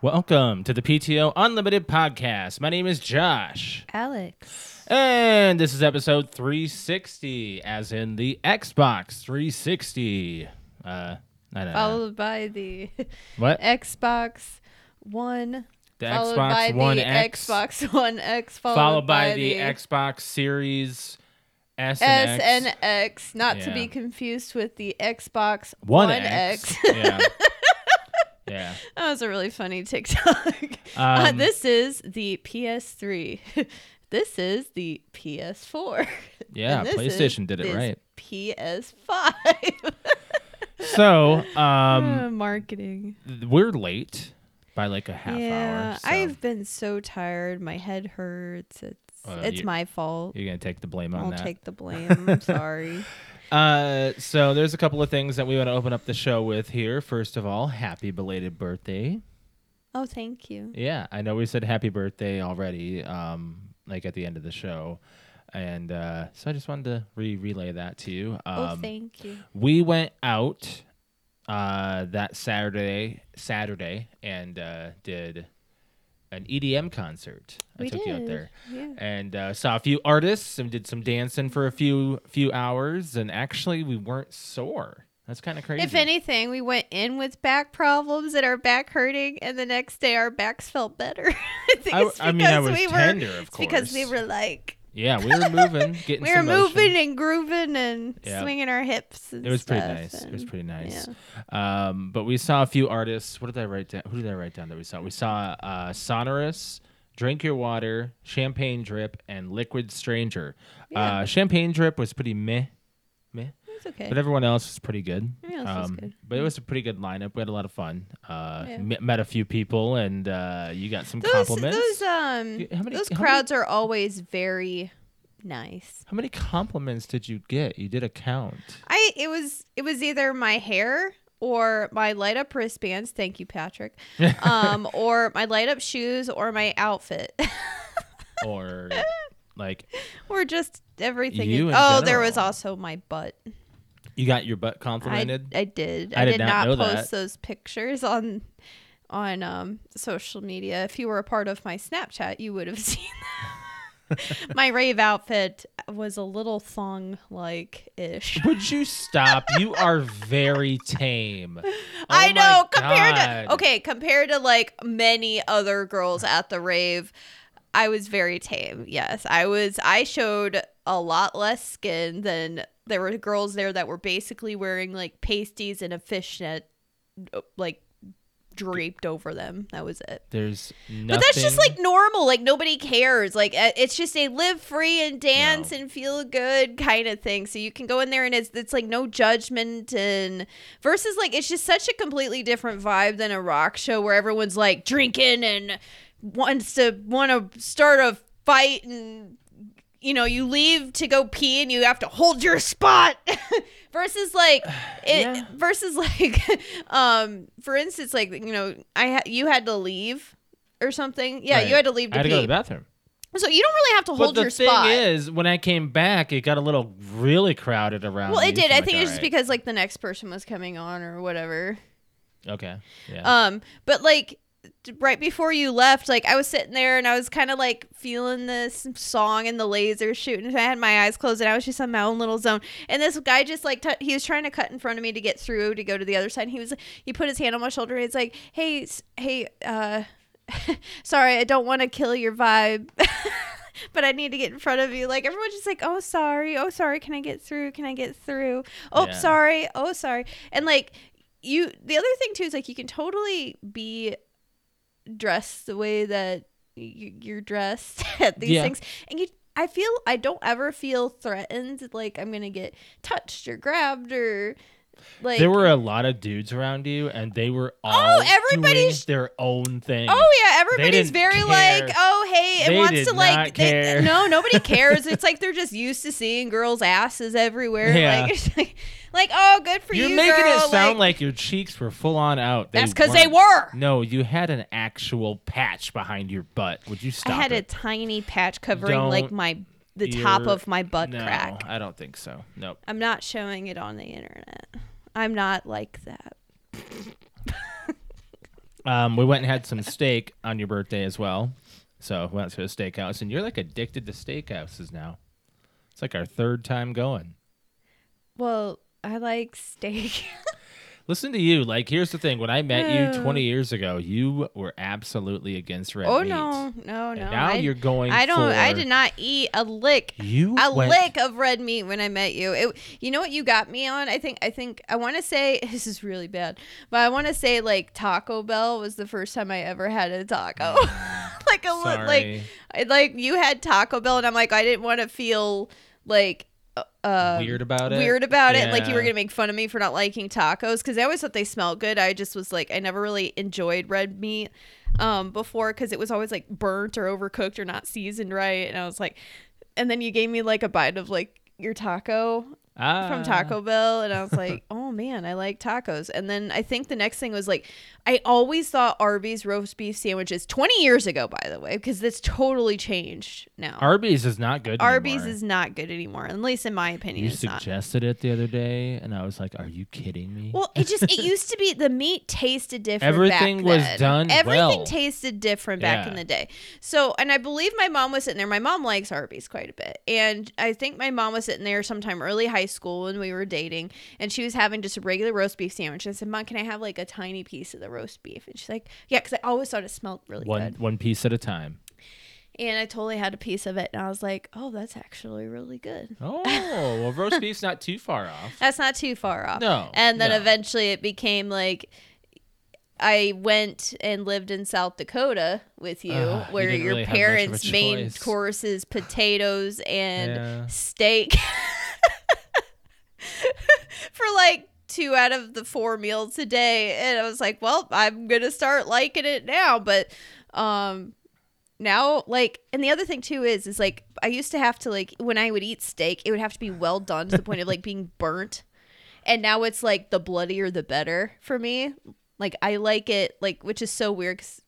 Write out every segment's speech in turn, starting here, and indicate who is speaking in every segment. Speaker 1: Welcome to the PTO Unlimited podcast. My name is Josh.
Speaker 2: Alex.
Speaker 1: And this is episode 360, as in the Xbox 360. Uh, I don't know.
Speaker 2: Followed by the
Speaker 1: What?
Speaker 2: Xbox One.
Speaker 1: The
Speaker 2: followed
Speaker 1: Xbox
Speaker 2: by
Speaker 1: One
Speaker 2: the
Speaker 1: X.
Speaker 2: Xbox One X. Followed,
Speaker 1: Followed by, the, Xbox Series S and
Speaker 2: S
Speaker 1: X.
Speaker 2: and X, not to
Speaker 1: Yeah.
Speaker 2: be confused with the Xbox
Speaker 1: One
Speaker 2: X.
Speaker 1: X. yeah. Yeah.
Speaker 2: that was a really funny TikTok. uh,
Speaker 1: Um,
Speaker 2: this is the PS3. this is the PS4.
Speaker 1: Yeah,
Speaker 2: And this is
Speaker 1: PlayStation did it
Speaker 2: this
Speaker 1: right.
Speaker 2: PS5.
Speaker 1: So, um,
Speaker 2: Uh, marketing.
Speaker 1: we're late by like a half
Speaker 2: yeah,
Speaker 1: hour. So
Speaker 2: I've been so tired. My head hurts. It's
Speaker 1: Well,
Speaker 2: it's
Speaker 1: Uh, you-
Speaker 2: my fault.
Speaker 1: You're going to take the blame on
Speaker 2: I'll
Speaker 1: that.
Speaker 2: take the blame. I'm sorry.
Speaker 1: Uh, so there's a couple of things that we want to open up the show with here. First of all, happy belated birthday.
Speaker 2: Oh, thank you.
Speaker 1: Yeah, I know we said happy birthday already, um, like at the end of the show, and uh, so I just wanted to re relay that to you.
Speaker 2: oh,
Speaker 1: Um,
Speaker 2: thank you.
Speaker 1: we went out uh, that Saturday, Saturday, and uh, did an EDM concert. I
Speaker 2: We
Speaker 1: took you out
Speaker 2: did,
Speaker 1: there
Speaker 2: yeah.
Speaker 1: and uh, saw a few artists and did some dancing for a few few hours. And actually, we weren't sore. That's kind of crazy.
Speaker 2: If anything, we went in with back problems and our back hurting, and the next day our backs felt better. I think
Speaker 1: I-
Speaker 2: it's because
Speaker 1: I mean, I was
Speaker 2: we were
Speaker 1: tender, of
Speaker 2: it's because we
Speaker 1: course.
Speaker 2: were like
Speaker 1: yeah, we were moving, getting
Speaker 2: we were
Speaker 1: some motion.
Speaker 2: moving and grooving and
Speaker 1: Yeah.
Speaker 2: swinging our hips. And
Speaker 1: It was pretty
Speaker 2: stuff,
Speaker 1: nice. It was
Speaker 2: and-
Speaker 1: pretty nice. Um, but we saw a few artists. What did I write down? Who did I write down that we saw? We saw uh, Sonorous, Drink Your Water, Champagne Drip, and Liquid Stranger.
Speaker 2: Yeah.
Speaker 1: Uh, Champagne Drip was pretty meh, meh,
Speaker 2: It's okay.
Speaker 1: but um, everyone else was pretty good. Um,
Speaker 2: Everyone else was good.
Speaker 1: But it was a pretty good lineup. We had a lot of fun. Uh,
Speaker 2: Yeah.
Speaker 1: met, met a few people, and uh, you got some
Speaker 2: those
Speaker 1: compliments.
Speaker 2: those um
Speaker 1: You- how many-
Speaker 2: those
Speaker 1: how many-
Speaker 2: crowds are always very nice.
Speaker 1: How many compliments did you get? You did a count.
Speaker 2: I it was it was either my hair or my light up wristbands. Thank you, Patrick. Um, or my light up shoes or my outfit.
Speaker 1: or like
Speaker 2: or just everything.
Speaker 1: You in
Speaker 2: in- oh, there
Speaker 1: general.
Speaker 2: was also my butt.
Speaker 1: you got your butt
Speaker 2: I,
Speaker 1: complimented.
Speaker 2: I did.
Speaker 1: I
Speaker 2: I,
Speaker 1: did
Speaker 2: did,
Speaker 1: not
Speaker 2: not,
Speaker 1: know that.
Speaker 2: post those pictures on on um, social media. If you were a part of my Snapchat, you would have seen that. my rave outfit was a little thong like ish.
Speaker 1: Would you stop? You are very tame. Oh
Speaker 2: I
Speaker 1: my
Speaker 2: know compared
Speaker 1: God.
Speaker 2: to okay compared to like many other girls at the rave, I was very tame. Yes, I was. I showed a lot less skin than there were girls there that were basically wearing like pasties and a fishnet, like draped over them. That was it.
Speaker 1: There's nothing.
Speaker 2: But that's just like normal. Like nobody cares. Like uh, it's just a live free and dance and feel good kind of thing. So you can go in there and it's it's like no judgment and versus like it's just such a completely different vibe than a rock show where everyone's like drinking and wants to want to start a fight and you know you leave to go pee and you have to hold your spot versus like it
Speaker 1: Yeah.
Speaker 2: versus like um for instance like you know i ha- you had to leave or something yeah
Speaker 1: Right.
Speaker 2: you had to leave
Speaker 1: I
Speaker 2: to
Speaker 1: had to
Speaker 2: pee
Speaker 1: go to the bathroom.
Speaker 2: so you don't really have to
Speaker 1: but
Speaker 2: hold
Speaker 1: the
Speaker 2: your
Speaker 1: thing
Speaker 2: spot
Speaker 1: is, when I came back, it got a little really crowded around.
Speaker 2: well
Speaker 1: me,
Speaker 2: it did
Speaker 1: so
Speaker 2: i
Speaker 1: I'm
Speaker 2: think
Speaker 1: Oh, like,
Speaker 2: it was just
Speaker 1: "All
Speaker 2: because like the next person was coming on or whatever
Speaker 1: right." Okay. Yeah.
Speaker 2: Um, but like d- right before you left, like I was sitting there and I was kind of like feeling this song and the laser shooting. And I had my eyes closed and I was just in my own little zone. And this guy just like tou he was trying to cut in front of me to get through to go to the other side. And he was he put his hand on my shoulder and he's like, "Hey, s- hey, uh." sorry, I don't want to kill your vibe. But I need to get in front of you. Like everyone's just like, oh sorry, oh sorry, can I get through? Can I get through? Oh
Speaker 1: Yeah.
Speaker 2: sorry, oh sorry. And like you, the other thing too is like you can totally be dressed the way that y- you're dressed at these
Speaker 1: Yeah.
Speaker 2: things, and you. I feel I don't ever feel threatened. Like I'm gonna get touched or grabbed or like
Speaker 1: there were a lot of dudes around you, and they were all
Speaker 2: Oh, everybody's-
Speaker 1: doing their own thing.
Speaker 2: Oh yeah, everybody's
Speaker 1: didn't
Speaker 2: very
Speaker 1: care.
Speaker 2: like, oh hey, it
Speaker 1: They
Speaker 2: wants
Speaker 1: did
Speaker 2: to like,
Speaker 1: not
Speaker 2: they-
Speaker 1: care.
Speaker 2: no, nobody cares. it's like they're just used to seeing girls' asses everywhere.
Speaker 1: Yeah.
Speaker 2: Like, it's like, like, oh, good for
Speaker 1: You're
Speaker 2: you,
Speaker 1: making
Speaker 2: girl.
Speaker 1: it sound like, your cheeks were full on out. They
Speaker 2: that's because they
Speaker 1: weren't.
Speaker 2: were.
Speaker 1: No, you had an actual patch behind your butt. Would you
Speaker 2: I
Speaker 1: stop?
Speaker 2: had a
Speaker 1: it?
Speaker 2: tiny patch covering
Speaker 1: Don't
Speaker 2: like my the top
Speaker 1: your-
Speaker 2: of my butt
Speaker 1: no,
Speaker 2: crack.
Speaker 1: I don't think so. Nope.
Speaker 2: I'm not showing it on the internet. I'm not like that.
Speaker 1: Um, we went and had some steak on your birthday as well. So we went to a steakhouse, and you're like addicted to steakhouses now. It's like our third time going.
Speaker 2: Well, I like steak.
Speaker 1: Listen to you. Like, here's the thing: when I met you
Speaker 2: Uh.
Speaker 1: 20 years ago, you were absolutely against red
Speaker 2: oh
Speaker 1: meat.
Speaker 2: no, no, no.
Speaker 1: And now
Speaker 2: I,
Speaker 1: you're going.
Speaker 2: I don't. I
Speaker 1: for-
Speaker 2: did not eat a lick.
Speaker 1: You
Speaker 2: a
Speaker 1: went-
Speaker 2: lick of red meat when I met you. It, you know what you got me on? I think I think I want to say this is really bad, but I want to say like Taco Bell was the first time I ever had a taco. like a li- like
Speaker 1: Sorry.
Speaker 2: I- like you had Taco Bell, and I'm like I didn't want to feel like uh, um,
Speaker 1: Weird about it?
Speaker 2: Weird about it. Like you were
Speaker 1: Yeah.
Speaker 2: gonna make fun of me for not liking tacos because I always thought they smelled good. I just was like I never really enjoyed red meat um before because it was always like burnt or overcooked or not seasoned right, and I was like, and then you gave me like a bite of like your taco
Speaker 1: Ah.
Speaker 2: from Taco Bell, and I was like, "Oh man, I like tacos." And then I think the next thing was like, I always thought Arby's roast beef sandwiches twenty years ago, by the way, because that's totally changed now.
Speaker 1: Arby's is not good.
Speaker 2: Arby's
Speaker 1: anymore.
Speaker 2: is not good anymore, at least in my opinion,
Speaker 1: You
Speaker 2: it's not.
Speaker 1: suggested it the other day, and I was like, "Are you kidding me?"
Speaker 2: Well, it just it used to be the meat tasted different.
Speaker 1: Everything
Speaker 2: back
Speaker 1: was
Speaker 2: then.
Speaker 1: done
Speaker 2: Everything
Speaker 1: well.
Speaker 2: tasted different back
Speaker 1: Yeah.
Speaker 2: in the day. So, and I believe my mom was sitting there. My mom likes Arby's quite a bit, and I think my mom was sitting there sometime early high school when we were dating, and she was having just a regular roast beef sandwich. I said, "Mom, can I have like a tiny piece of the roast beef?" And she's like, "Yeah," because I always thought it smelled really
Speaker 1: one
Speaker 2: good.
Speaker 1: one piece at a time.
Speaker 2: And I totally had a piece of it, and I was like, "Oh, that's actually really good."
Speaker 1: Oh, well, roast beef's not too far off.
Speaker 2: That's not too far off.
Speaker 1: No,
Speaker 2: And then
Speaker 1: no.
Speaker 2: eventually it became like I went and lived in South Dakota with you,
Speaker 1: Ugh, Ah, you
Speaker 2: where
Speaker 1: didn't
Speaker 2: your
Speaker 1: really have much of a
Speaker 2: parents' main
Speaker 1: choice.
Speaker 2: course is potatoes and
Speaker 1: Yeah.
Speaker 2: steak for like two out of the four meals a day. And I was like, well, I'm going to start liking it now. But, um, now like and the other thing too is is like i used to have to like when i would eat steak it would have to be well done to the point of like being burnt and now it's like the bloodier the better for me like i like it like which is so weird 'cause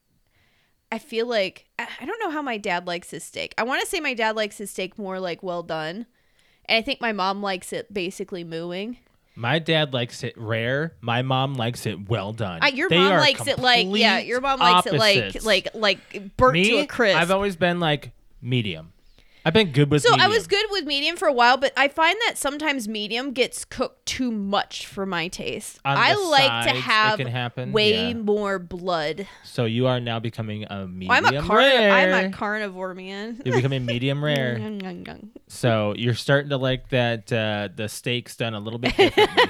Speaker 2: i feel like i I don't know how my dad likes his steak i want to say my dad likes his steak more like well done and i think my mom likes it basically mooing
Speaker 1: My dad likes it rare. My mom likes it well done.
Speaker 2: I, Uh, your
Speaker 1: They
Speaker 2: mom
Speaker 1: are
Speaker 2: likes it like yeah
Speaker 1: complete
Speaker 2: your mom likes it
Speaker 1: opposites.
Speaker 2: like like like burnt
Speaker 1: Me,
Speaker 2: to a crisp
Speaker 1: I've always been like medium. I've been good with
Speaker 2: So I
Speaker 1: medium.
Speaker 2: was good with medium for a while, but I find that sometimes medium gets cooked too much for my taste.
Speaker 1: On
Speaker 2: I
Speaker 1: the
Speaker 2: like
Speaker 1: sides,
Speaker 2: to
Speaker 1: it
Speaker 2: have
Speaker 1: can happen,
Speaker 2: way
Speaker 1: yeah.
Speaker 2: more blood.
Speaker 1: So you are now becoming a medium
Speaker 2: I'm a carni-
Speaker 1: rare.
Speaker 2: I'm a carnivore man.
Speaker 1: You're becoming medium rare. So you're starting to like that uh, the steak's done a little bit differently.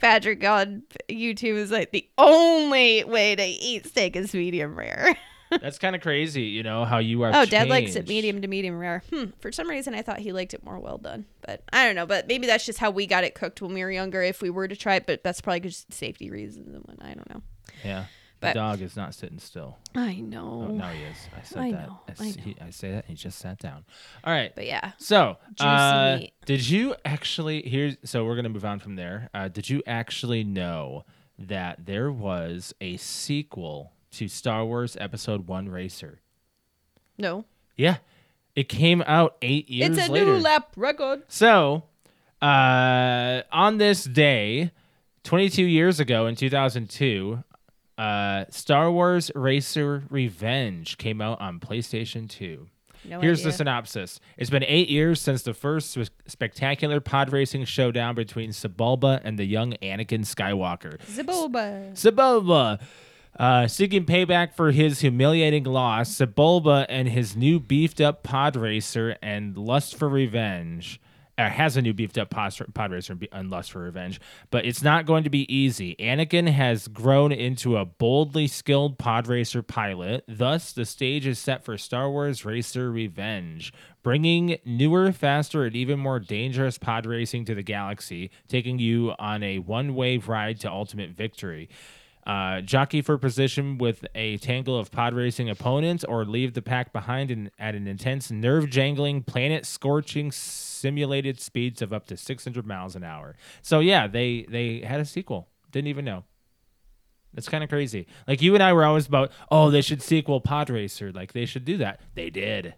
Speaker 2: Patrick on YouTube is like the only way to eat steak is medium rare.
Speaker 1: That's kind of crazy, you know, how you are
Speaker 2: Oh, Dad likes it
Speaker 1: changed.
Speaker 2: medium to medium rare. Hmm. For some reason, I thought he liked it more well done, but I don't know. But maybe that's just how we got it cooked when we were younger. If we were to try it, but that's probably just safety reasons and what I don't know.
Speaker 1: Yeah.
Speaker 2: But-
Speaker 1: the dog is not sitting still.
Speaker 2: I
Speaker 1: Oh,
Speaker 2: know.
Speaker 1: now he is. I said
Speaker 2: I
Speaker 1: that.
Speaker 2: know,
Speaker 1: I,
Speaker 2: I
Speaker 1: s- He, I say that. And he just sat down. All right.
Speaker 2: But yeah.
Speaker 1: So,
Speaker 2: Juicy
Speaker 1: uh,
Speaker 2: meat.
Speaker 1: did you actually here's So we're gonna move on from there. Uh, did you actually know that there was a sequel to Star Wars Episode One Racer?
Speaker 2: No.
Speaker 1: Yeah, it came out eight years
Speaker 2: it's a
Speaker 1: later.
Speaker 2: new lap record.
Speaker 1: So, uh, on this day, 22 years ago in 2002, uh, Star Wars Racer Revenge came out on PlayStation 2.
Speaker 2: No
Speaker 1: Here's
Speaker 2: idea.
Speaker 1: the synopsis. It's been eight years since the first sp- spectacular pod racing showdown between Sebulba and the young Anakin Skywalker.
Speaker 2: Zaboba.
Speaker 1: Sebulba Uh, seeking payback for his humiliating loss, Sebulba and his new beefed up pod racer and lust for revenge. Uh, has a new beefed up pod, pod racer and be- and lust for revenge, but it's not going to be easy. Anakin has grown into a boldly skilled pod racer pilot. Thus, the stage is set for Star Wars Racer Revenge, bringing newer, faster, and even more dangerous pod racing to the galaxy, taking you on a one way ride to ultimate victory uh, jockey for position with a tangle of pod racing opponents or leave the pack behind in, at an intense nerve jangling planet scorching simulated speeds of up to 600 miles an hour so yeah they they had a sequel didn't even know that's kind of crazy like you and i were always about oh they should sequel pod racer like they should do that they did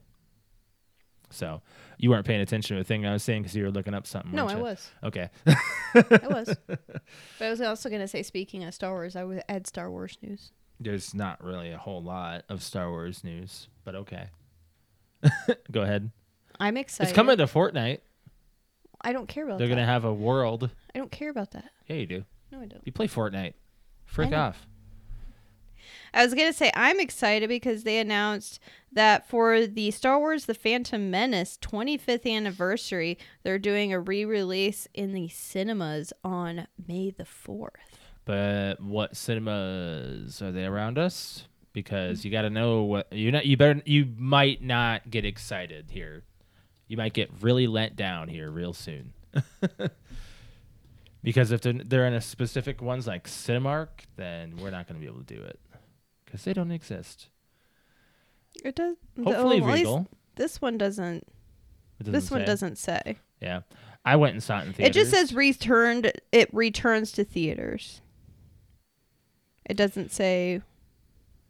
Speaker 1: so you weren't paying attention to the thing i was saying because you were looking up something
Speaker 2: No,
Speaker 1: weren't
Speaker 2: I
Speaker 1: you?
Speaker 2: was.
Speaker 1: okay
Speaker 2: I was. but I was also going to say, speaking of Star Wars, I would add Star Wars news.
Speaker 1: there's not really a whole lot of Star Wars news, but okay. Go ahead.
Speaker 2: I'm excited.
Speaker 1: it's coming to Fortnite.
Speaker 2: I don't care about
Speaker 1: They're
Speaker 2: that.
Speaker 1: gonna have a world.
Speaker 2: I don't care about that.
Speaker 1: Yeah, you do.
Speaker 2: No, I don't.
Speaker 1: You play Fortnite. Frick
Speaker 2: I know.
Speaker 1: off.
Speaker 2: I was going to say, I'm excited because they announced that for the Star Wars The Phantom Menace 25th anniversary, they're doing a re release in the cinemas on May the 4th.
Speaker 1: But what cinemas are they around us?
Speaker 2: Mm.
Speaker 1: Because you got to know what you not. You better. You might not get excited here. You might get really let down here real soon. because if they're, they're in a specific ones like Cinemark, then we're not going to be able to do it because they don't exist.
Speaker 2: It does.
Speaker 1: Hopefully
Speaker 2: Mm. Oh, at least
Speaker 1: Regal.
Speaker 2: This one doesn't.
Speaker 1: It
Speaker 2: This one
Speaker 1: say.
Speaker 2: doesn't say.
Speaker 1: Yeah, I went and saw it in theaters.
Speaker 2: It just says returned. It returns to theaters. It doesn't say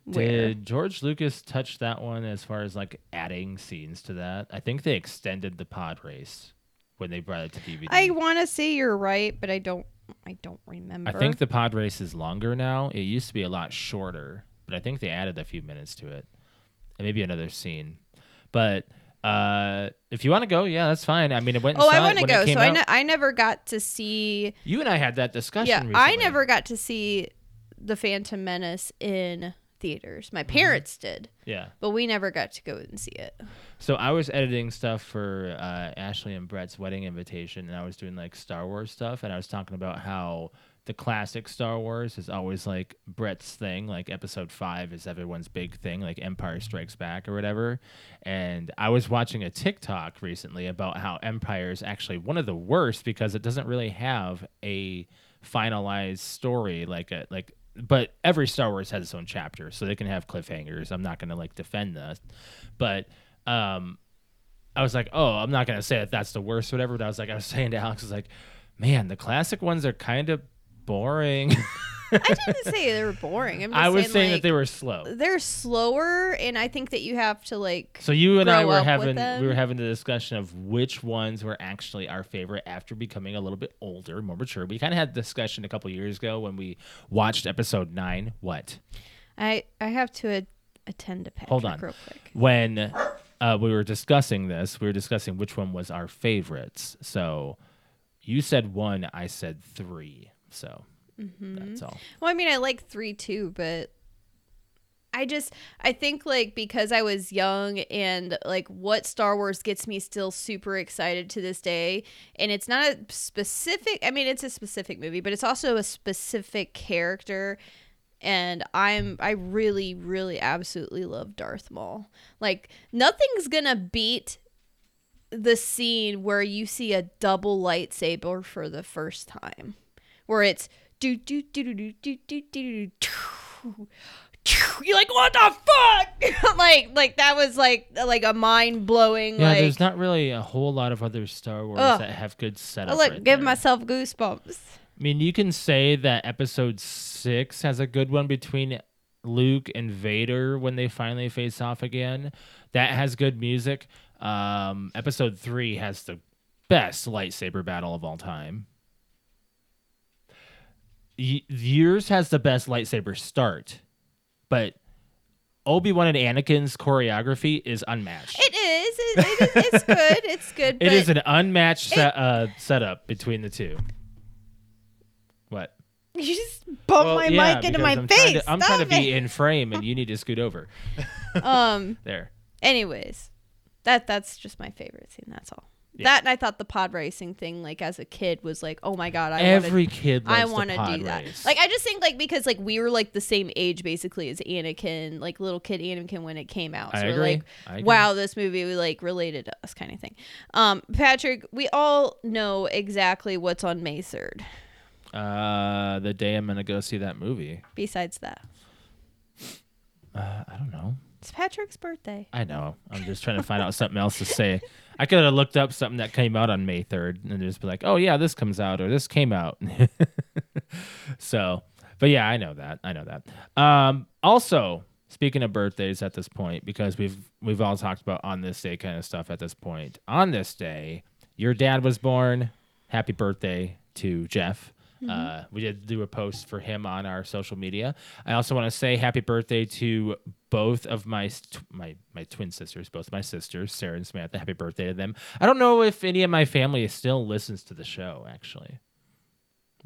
Speaker 2: where.
Speaker 1: Did George Lucas touch that one as far as like adding scenes to that? I think they extended the pod race when they brought it to DVD.
Speaker 2: I want to say you're right, but I don't. I don't remember.
Speaker 1: I think the pod race is longer now. It used to be a lot shorter, but I think they added a few minutes to it and maybe another scene. But uh, if you want to go, yeah, that's fine. I mean, it went. And
Speaker 2: Oh,
Speaker 1: saw
Speaker 2: I
Speaker 1: it
Speaker 2: want to
Speaker 1: when it
Speaker 2: go.
Speaker 1: came
Speaker 2: So I,
Speaker 1: out.
Speaker 2: ne- I never got to see.
Speaker 1: You and I had that discussion.
Speaker 2: Yeah, I
Speaker 1: recently.
Speaker 2: never got to see the Phantom Menace in theaters. My parents did,
Speaker 1: Yeah.
Speaker 2: but we never got to go and see it.
Speaker 1: So I was editing stuff for uh, Ashley and Brett's wedding invitation, and I was doing like Star Wars stuff, and I was talking about how the classic Star Wars is always like Brett's thing, like Episode Five is everyone's big thing, like Empire Strikes Back or whatever. And I was watching a TikTok recently about how Empire is actually one of the worst because it doesn't really have a finalized story like a like but every Star Wars has its own chapter, so they can have cliffhangers. I'm not gonna like defend that, but um, I was like, oh, I'm not gonna say that that's the worst, whatever. But I was like, I was saying to Alex, I was like, man, the classic ones are kind of boring.
Speaker 2: I didn't say they were boring. I'm just
Speaker 1: I was
Speaker 2: saying,
Speaker 1: saying
Speaker 2: like,
Speaker 1: that they were slow.
Speaker 2: they're slower and i think that you have to like
Speaker 1: So you and I
Speaker 2: grow
Speaker 1: were
Speaker 2: up with
Speaker 1: having
Speaker 2: them.
Speaker 1: we were having the discussion of which ones were actually our favorite after becoming a little bit older, more mature. We kind of had a discussion a couple years ago when we watched episode nine. What?
Speaker 2: i i have to a- attend to patrick
Speaker 1: Hold on.
Speaker 2: real quick
Speaker 1: when uh, we were discussing this, we were discussing which one was our favorites. So you said one, I said three. So
Speaker 2: Mm-hmm.
Speaker 1: that's all.
Speaker 2: well i mean i like three too but i just i think like because i was young and like what star wars gets me still super excited to this day and it's not a specific i mean it's a specific movie but it's also a specific character and I'm I really really absolutely love Darth Maul. Like nothing's gonna beat the scene where you see a double lightsaber for the first time, where it's do do do do do do do do do. You're like, what the fuck? like, like that was like, like a mind blowing.
Speaker 1: Yeah,
Speaker 2: like,
Speaker 1: there's not really a whole lot of other Star Wars
Speaker 2: Ugh.
Speaker 1: that have good
Speaker 2: I
Speaker 1: setup.
Speaker 2: look,
Speaker 1: right
Speaker 2: give
Speaker 1: there.
Speaker 2: myself goosebumps.
Speaker 1: I mean, you can say that episode six has a good one between Luke and Vader when they finally face off again. That has good music. Um, episode three has the best lightsaber battle of all time. Y- yours has the best lightsaber start, but Obi Wan and Anakin's choreography is unmatched.
Speaker 2: It is, it, it is, it's good, it's good.
Speaker 1: It
Speaker 2: but
Speaker 1: is an unmatched set, uh, setup between the two. What?
Speaker 3: You just bumped
Speaker 1: Well,
Speaker 3: my
Speaker 1: yeah,
Speaker 3: mic into
Speaker 1: because
Speaker 3: my
Speaker 1: I'm
Speaker 3: face.
Speaker 1: Trying to, I'm trying to
Speaker 2: Oh,
Speaker 3: Stop
Speaker 1: be
Speaker 3: it.
Speaker 1: in frame, and you need to scoot over.
Speaker 2: um.
Speaker 1: There.
Speaker 2: Anyways, that that's just my favorite scene. That's all.
Speaker 1: Yeah.
Speaker 2: That and I thought the pod racing thing, like as a kid, was like, oh my god, I wanna-
Speaker 1: Every kid loves
Speaker 2: I
Speaker 1: want to
Speaker 2: do that. Like I just think like because like we were like the same age basically as Anakin, like little kid Anakin when it came out.
Speaker 1: I
Speaker 2: we're
Speaker 1: agree.
Speaker 2: like,
Speaker 1: I agree.
Speaker 2: wow, this movie we like related to us kind of thing. Um, Patrick, we all know exactly what's on May 3rd
Speaker 1: uh, the day I'm gonna go see that movie.
Speaker 2: besides that.
Speaker 1: Uh, I don't know.
Speaker 2: It's Patrick's birthday.
Speaker 1: I know. I'm just trying to find out something else to say. I could have looked up something that came out on May 3rd and just be like, oh, yeah, this comes out or this came out. so, but yeah, I know that. I know that. Um, also, speaking of birthdays at this point, because we've we've all talked about on this day kind of stuff at this point. On this day, your dad was born. Happy birthday to Jeff. Uh, we did do a post for him on our social media. I also want to say happy birthday to both of my s- tw- my my twin sisters, both my sisters, Sarah and Samantha. Happy birthday to them. I don't know if any of my family still listens to the show. Actually,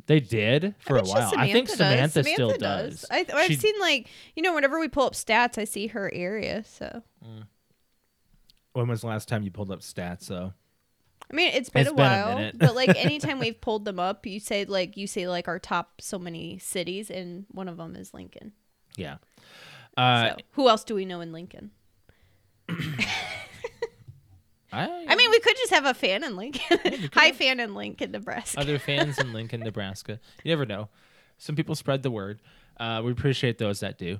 Speaker 1: they did for a
Speaker 2: bet you
Speaker 1: while. I think Samantha,
Speaker 2: Samantha
Speaker 1: still does.
Speaker 2: I, I've
Speaker 1: She-
Speaker 2: seen like you know whenever we pull up stats, I see her area. So
Speaker 1: When was the last time you pulled up stats though?
Speaker 2: I mean, it's been
Speaker 1: It's
Speaker 2: a
Speaker 1: been a
Speaker 2: while,
Speaker 1: minute.
Speaker 2: but like anytime we've pulled them up, you say like you say like our top so many cities, and one of them is Lincoln.
Speaker 1: Yeah. Uh,
Speaker 2: so who else do we know in Lincoln?
Speaker 1: I,
Speaker 2: I mean, we could just have a fan in Lincoln, high fan in Lincoln, Nebraska.
Speaker 1: other fans in Lincoln, Nebraska. You never know. Some people spread the word. Uh, we appreciate those that do.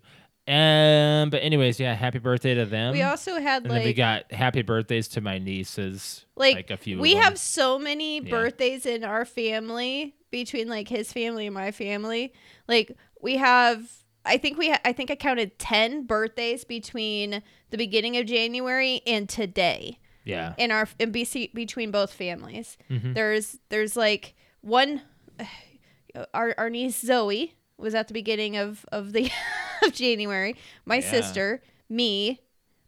Speaker 1: Um, but anyways, yeah, happy birthday to them.
Speaker 2: we also had
Speaker 1: Um, and then we
Speaker 2: like
Speaker 1: got happy birthdays to my nieces.
Speaker 2: like,
Speaker 1: a few. of
Speaker 2: we
Speaker 1: them.
Speaker 2: have so many birthdays in our family between like his family and my family like we have i think we ha- i think i counted 10 birthdays between the beginning of january and today
Speaker 1: Yeah.
Speaker 2: in our in BC between both families.
Speaker 1: Mm-hmm.
Speaker 2: There's there's like one our our niece Zoe was at the beginning of of the of January. My
Speaker 1: Yeah.
Speaker 2: sister, me,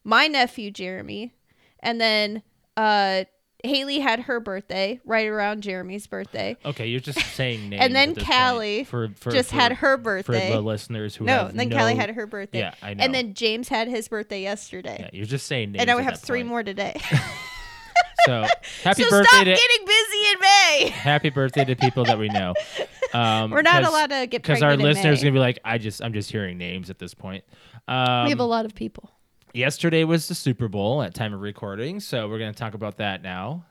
Speaker 2: my nephew Jeremy, and then uh Haley had her birthday right around Jeremy's birthday.
Speaker 1: Okay, you're just saying names.
Speaker 2: then
Speaker 1: at this
Speaker 2: Callie
Speaker 1: point for, for,
Speaker 2: just
Speaker 1: for-
Speaker 2: had her
Speaker 1: For
Speaker 2: birthday.
Speaker 1: the listeners who
Speaker 2: No,
Speaker 1: have
Speaker 2: then
Speaker 1: no,
Speaker 2: Kelly had her birthday.
Speaker 1: Yeah, I know.
Speaker 2: And then James had his birthday yesterday.
Speaker 1: Yeah, you're just saying names.
Speaker 2: and I would
Speaker 1: at
Speaker 2: have
Speaker 1: that
Speaker 2: three
Speaker 1: point.
Speaker 2: more today.
Speaker 1: So happy
Speaker 2: so
Speaker 1: birthday to
Speaker 2: stop getting busy in May.
Speaker 1: happy birthday to people that we know. Um,
Speaker 2: We're not
Speaker 1: 'cause-
Speaker 2: allowed to get
Speaker 1: because our
Speaker 2: pregnant in
Speaker 1: listeners
Speaker 2: May.
Speaker 1: gonna be like, I just I'm just hearing names at this point. Um,
Speaker 2: we have a lot of people.
Speaker 1: yesterday was the Super Bowl at time of recording, so we're gonna talk about that now.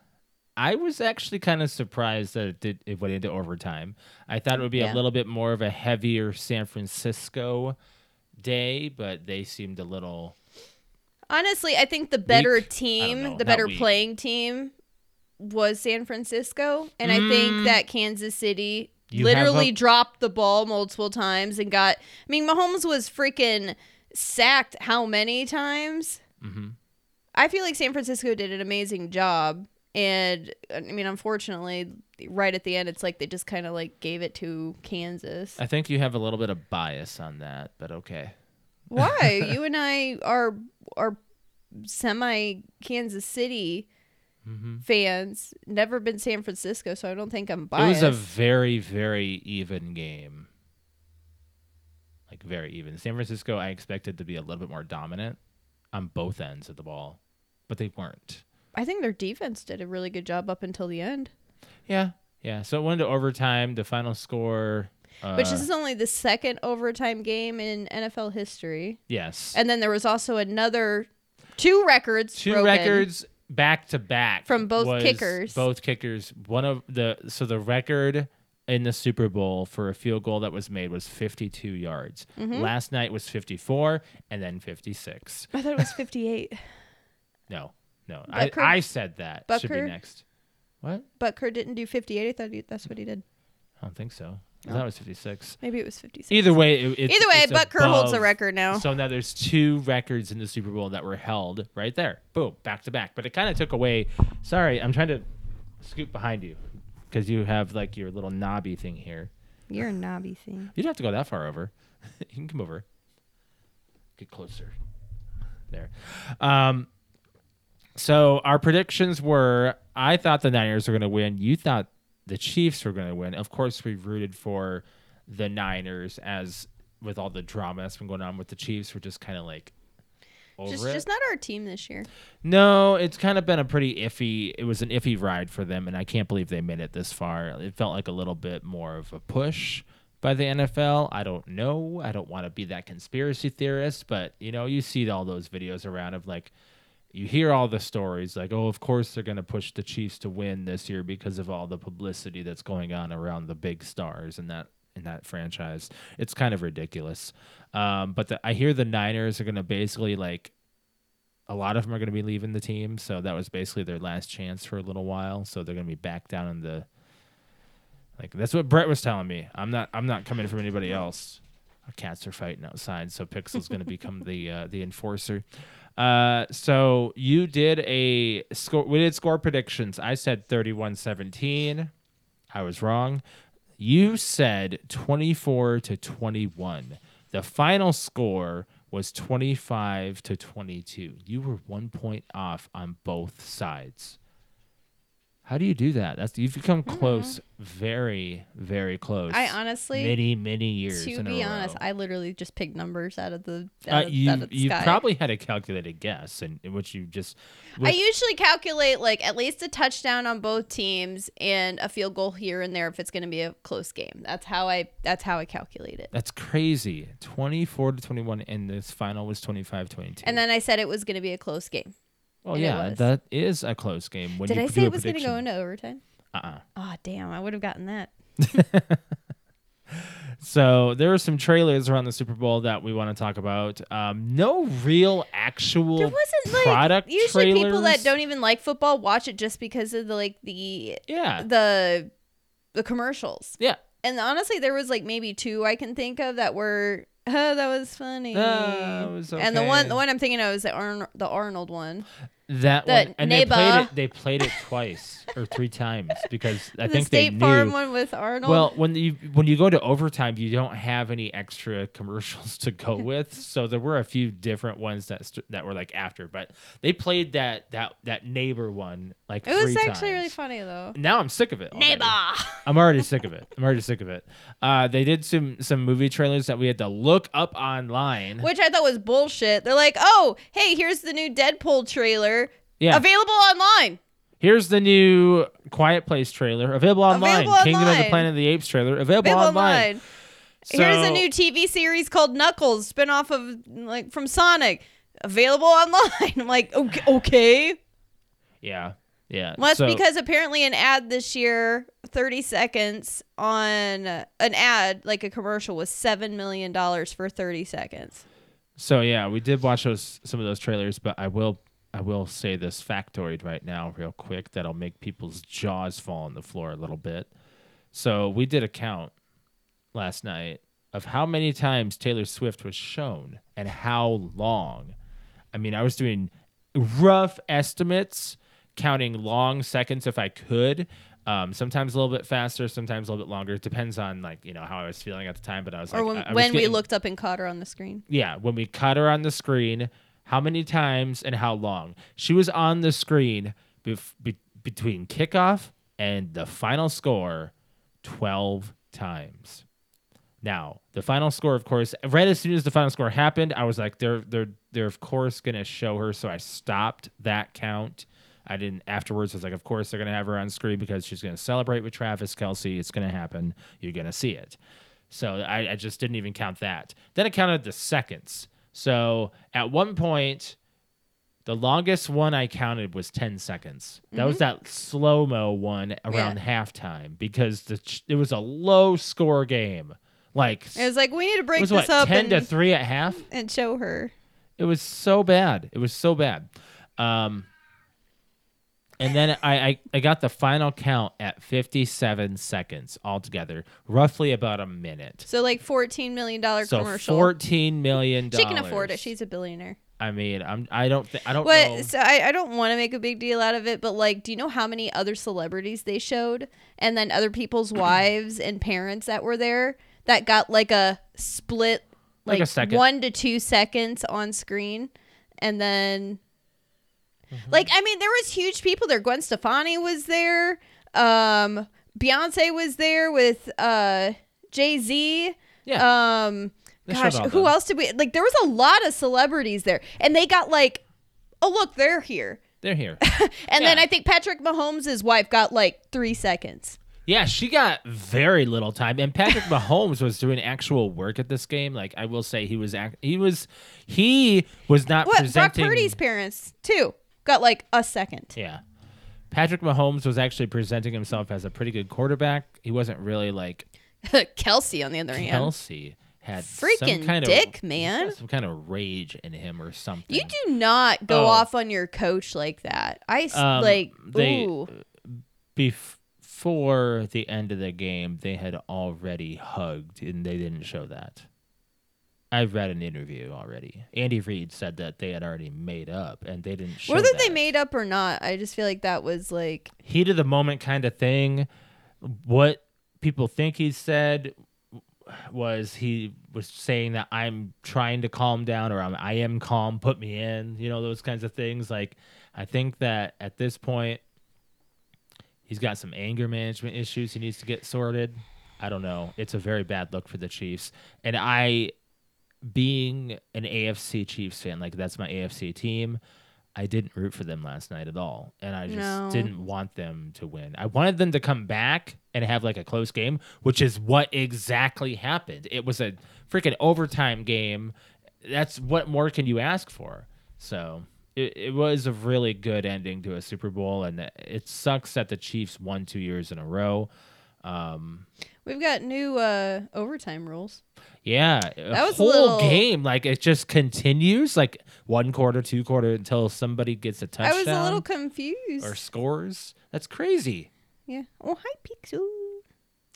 Speaker 1: I was actually kind of surprised that it did it went into overtime. I thought it would be
Speaker 2: Yeah.
Speaker 1: a little bit more of a heavier San Francisco day, but they seemed a little
Speaker 2: Honestly, I think the better
Speaker 1: Weak? I don't
Speaker 2: team,
Speaker 1: know,
Speaker 2: the
Speaker 1: not
Speaker 2: better
Speaker 1: weak.
Speaker 2: playing team was San Francisco, and I think that Kansas City
Speaker 1: Mm. You have
Speaker 2: literally
Speaker 1: a-
Speaker 2: dropped the ball multiple times and got I mean Mahomes was freaking sacked how many times?
Speaker 1: Mhm.
Speaker 2: I feel like San Francisco did an amazing job and I mean unfortunately right at the end it's like they just kind of like gave it to Kansas.
Speaker 1: I think you have a little bit of bias on that, but okay.
Speaker 2: Why? you and I are are semi Kansas City fans. Never been San Francisco, so I don't think I'm biased.
Speaker 1: Mm-hmm. It was a very, very even game. Like very even. San Francisco, I expected to be a little bit more dominant on both ends of the ball, but they weren't.
Speaker 2: I think their defense did a really good job up until the end,
Speaker 1: Yeah, yeah. So it went to overtime. The final score, uh,
Speaker 2: which this is only the second overtime game in NFL history.
Speaker 1: yes,
Speaker 2: And then there was also another two records.
Speaker 1: two
Speaker 2: broken.
Speaker 1: records back to back
Speaker 2: From both
Speaker 1: was
Speaker 2: kickers.
Speaker 1: Both kickers. One of the so the record in the Super Bowl for a field goal that was made was 52 yards.
Speaker 2: Mm-hmm.
Speaker 1: Last night was 54 and then 56.
Speaker 2: I thought it was 58.
Speaker 1: No, no. I,
Speaker 2: Butker?
Speaker 1: I said that should be
Speaker 2: Butker?
Speaker 1: next. What?
Speaker 2: But Kerr didn't do 58. I thought he, that's what he did.
Speaker 1: I don't think so. I thought it was 56.
Speaker 2: Maybe it was 56.
Speaker 1: Either way, it, it's,
Speaker 2: Oh. Either way,
Speaker 1: it's
Speaker 2: Butker holds the
Speaker 1: above-
Speaker 2: record now.
Speaker 1: So now there's two records in the Super Bowl that were held right there. Boom, back to back. But it kind of took away. Sorry, I'm trying to scoot behind you because you have like your little knobby thing here.
Speaker 2: You're a knobby thing.
Speaker 1: You don't have to go that far over. you can come over. Get closer. There. Um, so our predictions were I thought the Niners were going to win. You thought the Chiefs were going to win. Of course, we rooted for the Niners as with all the drama that's been going on with the Chiefs. We're just kind of like over
Speaker 2: Just,
Speaker 1: it.
Speaker 2: just not our team this year.
Speaker 1: No, it's kind of been a pretty iffy. It was an iffy ride for them, and I can't believe they made it this far. It felt like a little bit more of a push by the NFL. I don't know. I don't want to be that conspiracy theorist, but you know, you see all those videos around of like, you hear all the stories like, oh, of course they're going to push the Chiefs to win this year because of all the publicity that's going on around the big stars and that in that franchise. It's kind of ridiculous. Um, but the, I hear the Niners are going to basically like a lot of them are going to be leaving the team, so that was basically their last chance for a little while. So they're going to be back down in the like that's what Brett was telling me. I'm not I'm not coming from anybody else. Our cats are fighting outside, so Pixel's going to become the uh, the enforcer. Uh, so you did a score. We did score predictions. I said 31-17. I was wrong. You said 24 to 21. The final score was 25 to 22. You were one point off on both sides. How do you do that? That's you've come close, very, very close.
Speaker 2: I honestly,
Speaker 1: many, many years.
Speaker 2: to
Speaker 1: in
Speaker 2: be
Speaker 1: a row.
Speaker 2: honest, I literally just picked numbers out of the
Speaker 1: Uh,
Speaker 2: out of,
Speaker 1: you
Speaker 2: out of the
Speaker 1: you
Speaker 2: sky.
Speaker 1: probably had a calculated guess, and which you just
Speaker 2: I usually calculate like at least a touchdown on both teams and a field goal here and there if it's going to be a close game. That's how I that's how I calculate it.
Speaker 1: That's crazy. 24 to 21, and this final was 25 22.
Speaker 2: And then I said it was going to be a close game.
Speaker 1: oh,
Speaker 2: and it
Speaker 1: yeah,
Speaker 2: was.
Speaker 1: that is a close game. When
Speaker 2: Did
Speaker 1: you
Speaker 2: I
Speaker 1: do
Speaker 2: say
Speaker 1: a
Speaker 2: it was going to go
Speaker 1: prediction.
Speaker 2: into overtime?
Speaker 1: Uh-uh.
Speaker 2: Oh damn, I would have gotten that.
Speaker 1: So there were some trailers around the Super Bowl that we want to talk about. Um, no real actual
Speaker 2: There wasn't like
Speaker 1: product
Speaker 2: usually people that
Speaker 1: trailers.
Speaker 2: don't even like football watch it just because of the like the
Speaker 1: Yeah,
Speaker 2: the the commercials.
Speaker 1: yeah.
Speaker 2: And honestly, there was like maybe two I can think of that were oh that was funny.
Speaker 1: Ah, it was
Speaker 2: And the one
Speaker 1: okay.
Speaker 2: the one I'm thinking of is the Arn- the Arnold one.
Speaker 1: That
Speaker 2: The
Speaker 1: one, and they played
Speaker 2: neighbor-
Speaker 1: it. They played it twice or three times because I
Speaker 2: the
Speaker 1: think
Speaker 2: State
Speaker 1: they
Speaker 2: Farm
Speaker 1: knew.
Speaker 2: one with Arnold.
Speaker 1: Well, when you when you go to overtime, you don't have any extra commercials to go with. So there were a few different ones that st- that were like after, but they played that that that neighbor one like
Speaker 2: it was
Speaker 1: three
Speaker 2: actually really
Speaker 1: times.
Speaker 2: funny though.
Speaker 1: Now I'm sick of it. already. I'm already sick of it. I'm already sick of it. Uh, they did some some movie trailers that we had to look up online.
Speaker 2: Which I thought was bullshit. They're like, oh, hey, here's the new Deadpool trailer.
Speaker 1: Yeah.
Speaker 2: Available online.
Speaker 1: Here's the new Quiet Place trailer available online.
Speaker 2: Available
Speaker 1: Kingdom of the
Speaker 2: online.
Speaker 1: Planet of the Apes trailer available,
Speaker 2: Available
Speaker 1: online.
Speaker 2: online. here's a
Speaker 1: So-
Speaker 2: new TV series called Knuckles, spinoff of like from Sonic. Available online. I'm like, okay. okay.
Speaker 1: Yeah, yeah.
Speaker 2: Well, that's
Speaker 1: so-
Speaker 2: because apparently an ad this year, 30 seconds on uh, an ad, like a commercial, was $7 million for 30 seconds.
Speaker 1: So yeah, we did watch those some of those trailers, but I will I will say this factoid right now, real quick, that'll make people's jaws fall on the floor a little bit. So we did a count last night of how many times Taylor Swift was shown and how long. I mean, I was doing rough estimates, counting long seconds if I could. Um, sometimes a little bit faster, sometimes a little bit longer. It depends on like you know how I was feeling at the time. But I was
Speaker 2: Or
Speaker 1: like,
Speaker 2: when,
Speaker 1: I- I was
Speaker 2: when we
Speaker 1: getting-
Speaker 2: looked up and caught her on the screen.
Speaker 1: yeah, when we caught her on the screen, how many times and how long. She was on the screen bef- be- between kickoff and the final score 12 times. Now, the final score, of course, right as soon as the final score happened, I was like, they're they're they're of course gonna show her. So I stopped that count. I didn't afterwards I was like, of course they're gonna have her on screen because she's gonna celebrate with Travis Kelsey. It's gonna happen. You're gonna see it. So I, I just didn't even count that. Then I counted the seconds. So at one point, the longest one I counted was 10 seconds. That was
Speaker 2: Mm-hmm.
Speaker 1: that slow mo one around halftime because the ch- it was a low score game. Like
Speaker 2: It was like, we need to break
Speaker 1: it was what
Speaker 2: this up
Speaker 1: 10 to
Speaker 2: and,
Speaker 1: 3 at half?
Speaker 2: and show her.
Speaker 1: It was so bad. It was so bad. Um, and then I, I, I got the final count at 57 seconds altogether, roughly about a minute.
Speaker 2: So, like, $14 million
Speaker 1: So
Speaker 2: commercial.
Speaker 1: 14 million
Speaker 2: she
Speaker 1: dollars.
Speaker 2: can afford it. She's a billionaire.
Speaker 1: I mean, I'm I don't thi- I don't know.
Speaker 2: What? So I, I don't want to make a big deal out of it, but like, do you know how many other celebrities they showed, and then other people's wives and parents that were there that got like a split,
Speaker 1: Like
Speaker 2: like,
Speaker 1: a second.
Speaker 2: one to two seconds on screen, and then, like, I mean, there was huge people there. Gwen Stefani was there. Um, Beyonce was there with uh Jay Z.
Speaker 4: Yeah.
Speaker 2: Um,
Speaker 1: They
Speaker 2: gosh,
Speaker 1: showed all
Speaker 2: who
Speaker 1: them.
Speaker 2: else did we like? There was a lot of celebrities there, and they got like, oh look, they're here.
Speaker 1: They're here.
Speaker 2: And then
Speaker 1: Yeah.
Speaker 2: I think Patrick Mahomes' wife got like three seconds.
Speaker 1: yeah, she got very little time, and Patrick Mahomes was doing actual work at this game. Like I will say, he was act- he was he was not
Speaker 2: What
Speaker 1: presenting.
Speaker 2: Brock Purdy's parents too got like a second.
Speaker 1: Yeah. Patrick Mahomes was actually presenting himself as a pretty good quarterback. He wasn't really like
Speaker 2: Kelsey, on the other hand,
Speaker 1: Kelsey had
Speaker 2: Freaking
Speaker 1: some kind
Speaker 2: dick,
Speaker 1: of,
Speaker 2: man.
Speaker 1: some kind of rage in him or something.
Speaker 2: you do not go
Speaker 1: Oh.
Speaker 2: off on your coach like that. I s-
Speaker 1: Um,
Speaker 2: like
Speaker 1: they-
Speaker 2: ooh.
Speaker 1: Bef- before the end of the game, they had already hugged, and they didn't show that. I've read an interview already. Andy Reid said that they had already made up, and they didn't show
Speaker 2: Whether
Speaker 1: that.
Speaker 2: they made up or not, I just feel like that was like
Speaker 1: heat of the moment kind of thing. What people think he said was he was saying that I'm trying to calm down or I'm I am calm, put me in, you know, those kinds of things. Like I think that at this point he's got some anger management issues he needs to get sorted. I don't know. It's a very bad look for the Chiefs. And I being an AFC Chiefs fan, like that's my AFC team. I didn't root for them last night at all, and I just
Speaker 2: No.
Speaker 1: didn't want them to win. I wanted them to come back and have like a close game, which is what exactly happened. It was a freaking overtime game. That's what more can you ask for? So it, it was a really good ending to a Super Bowl, and it sucks that the Chiefs won two years in a row. Um,
Speaker 2: we've got new uh overtime rules.
Speaker 1: yeah,
Speaker 2: That was a
Speaker 1: whole
Speaker 2: little-
Speaker 1: game like it just continues like one quarter, two quarter until somebody gets a touchdown
Speaker 2: I was a little confused.
Speaker 1: or scores. That's crazy.
Speaker 2: yeah. Oh, hi Pikachu.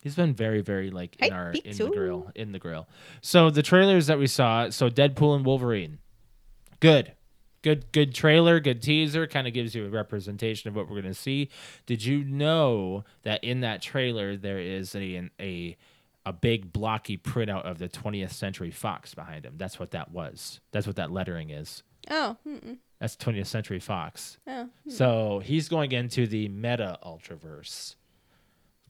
Speaker 1: He's been very, very like in
Speaker 2: Hey,
Speaker 1: our in the
Speaker 2: Pikachu.
Speaker 1: grill, in the grill. So the trailers that we saw, so Deadpool and Wolverine, good, good, good trailer, good teaser. Kind of gives you a representation of what we're gonna see. Did you know that in that trailer there is a an- a a big blocky printout of the 20th Century Fox behind him? That's what that was. That's what that lettering is.
Speaker 2: Oh, mm-mm.
Speaker 1: That's 20th Century Fox.
Speaker 2: oh.
Speaker 1: So he's going into the meta ultraverse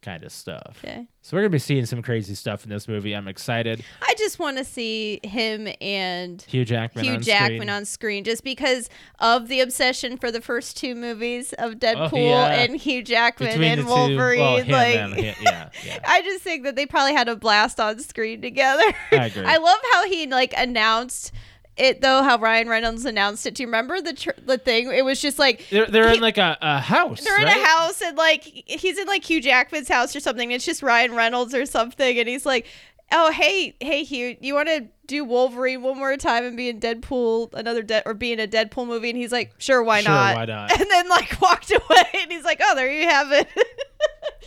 Speaker 1: kind of stuff.
Speaker 2: Okay.
Speaker 1: So we're gonna be seeing some crazy stuff in this movie. I'm excited.
Speaker 2: I just want to see him and
Speaker 1: Hugh Jackman.
Speaker 2: Hugh
Speaker 1: on
Speaker 2: Jackman
Speaker 1: screen.
Speaker 2: on screen just because of the obsession for the first two movies of Deadpool
Speaker 1: Oh, yeah.
Speaker 2: and Hugh Jackman
Speaker 1: Between the
Speaker 2: and
Speaker 1: two-
Speaker 2: Wolverine.
Speaker 1: well, him
Speaker 2: like
Speaker 1: and- hi- yeah, yeah.
Speaker 2: I just think that they probably had a blast on screen together.
Speaker 1: I agree.
Speaker 2: love how he like announced it though. How Ryan Reynolds announced it. Do you remember the tr- the thing? It was just like
Speaker 1: They're, they're
Speaker 2: He-
Speaker 1: in like a, a house.
Speaker 2: they're in
Speaker 1: right?
Speaker 2: a house and like he's in like Hugh Jackman's house or something. It's just Ryan Reynolds or something, and he's like, "Oh hey hey Hugh, you want to do Wolverine one more time and be in Deadpool another de- or be in a Deadpool movie?" And he's like, "Sure, why
Speaker 1: Sure,
Speaker 2: not?"
Speaker 1: why not?
Speaker 2: And then like walked away, and he's like, "Oh, there you have it."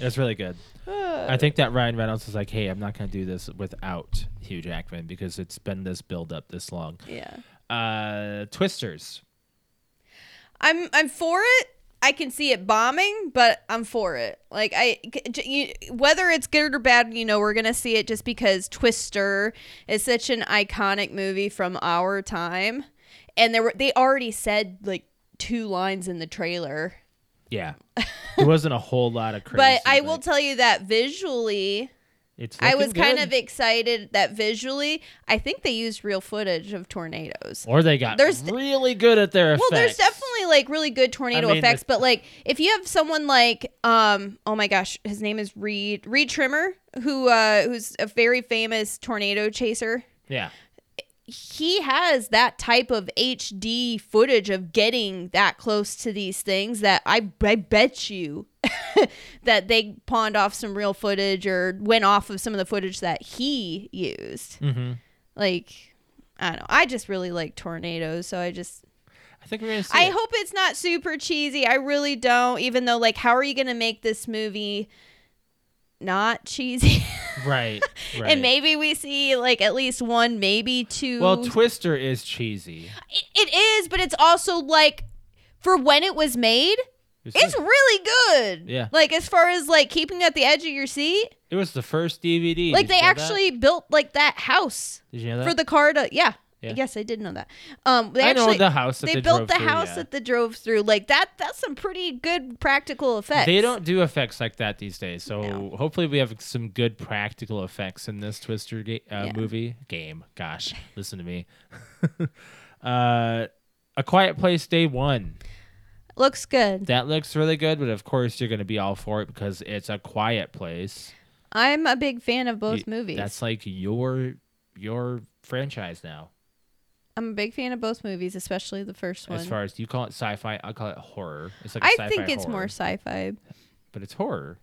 Speaker 1: That's really good. I think that Ryan Reynolds was like, hey, I'm not gonna do this without Hugh Jackman because it's been this build up this long.
Speaker 2: yeah,
Speaker 1: Uh, Twisters.
Speaker 2: I'm I'm for it. I can see it bombing, but I'm for it. Like I, c- you, whether it's good or bad, you know, we're gonna see it just because Twister is such an iconic movie from our time, and there were they already said like two lines in the trailer.
Speaker 1: Yeah. there wasn't a whole lot of crazy.
Speaker 2: But I will
Speaker 1: like,
Speaker 2: tell you that visually,
Speaker 1: it's
Speaker 2: I
Speaker 1: looking
Speaker 2: was kind
Speaker 1: good.
Speaker 2: of excited that visually, I think they used real footage of tornadoes.
Speaker 1: Or they got
Speaker 2: There's-
Speaker 1: really good at their effects.
Speaker 2: Well, there's definitely like really good tornado
Speaker 1: I mean,
Speaker 2: effects,
Speaker 1: the-
Speaker 2: but like if you have someone like um oh my gosh, his name is Reed Reed Trimmer, who uh who's a very famous tornado chaser.
Speaker 1: Yeah.
Speaker 2: He has that type of HD footage of getting that close to these things that I I bet you that they pawned off some real footage or went off of some of the footage that he used.
Speaker 1: hmm
Speaker 2: Like I don't know. I just really like tornadoes, so I just
Speaker 1: I think we're gonna see.
Speaker 2: I
Speaker 1: it.
Speaker 2: hope it's not super cheesy. I really don't. Even though, like, how are you going to make this movie not cheesy?
Speaker 1: right. Right.
Speaker 2: and maybe we see like at least one, maybe two.
Speaker 1: Well, Twister is cheesy.
Speaker 2: it, it is, but it's also like for when it was made, it's really good.
Speaker 1: Yeah.
Speaker 2: Like as far as like keeping at the edge of your seat,
Speaker 1: it was the first DVD.
Speaker 2: like
Speaker 1: Did
Speaker 2: they
Speaker 1: you know that?
Speaker 2: actually built like that house
Speaker 1: Did you know that?
Speaker 2: for the car to yeah.
Speaker 1: Yeah.
Speaker 2: Yes, I did know that. Um, they
Speaker 1: I know
Speaker 2: actually,
Speaker 1: the house that
Speaker 2: they,
Speaker 1: they
Speaker 2: built
Speaker 1: drove
Speaker 2: the
Speaker 1: through,
Speaker 2: house
Speaker 1: yeah.
Speaker 2: that they drove through. Like that. That's some pretty good practical effects.
Speaker 1: They don't do effects like that these days. So
Speaker 2: No.
Speaker 1: hopefully we have some good practical effects in this Twister ga- uh,
Speaker 2: Yeah.
Speaker 1: movie game. Gosh, listen to me. uh, A Quiet Place Day One.
Speaker 2: Looks good.
Speaker 1: That looks really good, but of course you're going to be all for it because it's a quiet place.
Speaker 2: I'm a big fan of both
Speaker 1: You-
Speaker 2: movies.
Speaker 1: That's like your your franchise now.
Speaker 2: I'm a big fan of both movies, especially the first one.
Speaker 1: As far as you call it sci-fi, I call it horror. It's like a
Speaker 2: I
Speaker 1: sci-fi
Speaker 2: think it's more
Speaker 1: horror,
Speaker 2: sci-fi.
Speaker 1: but it's horror.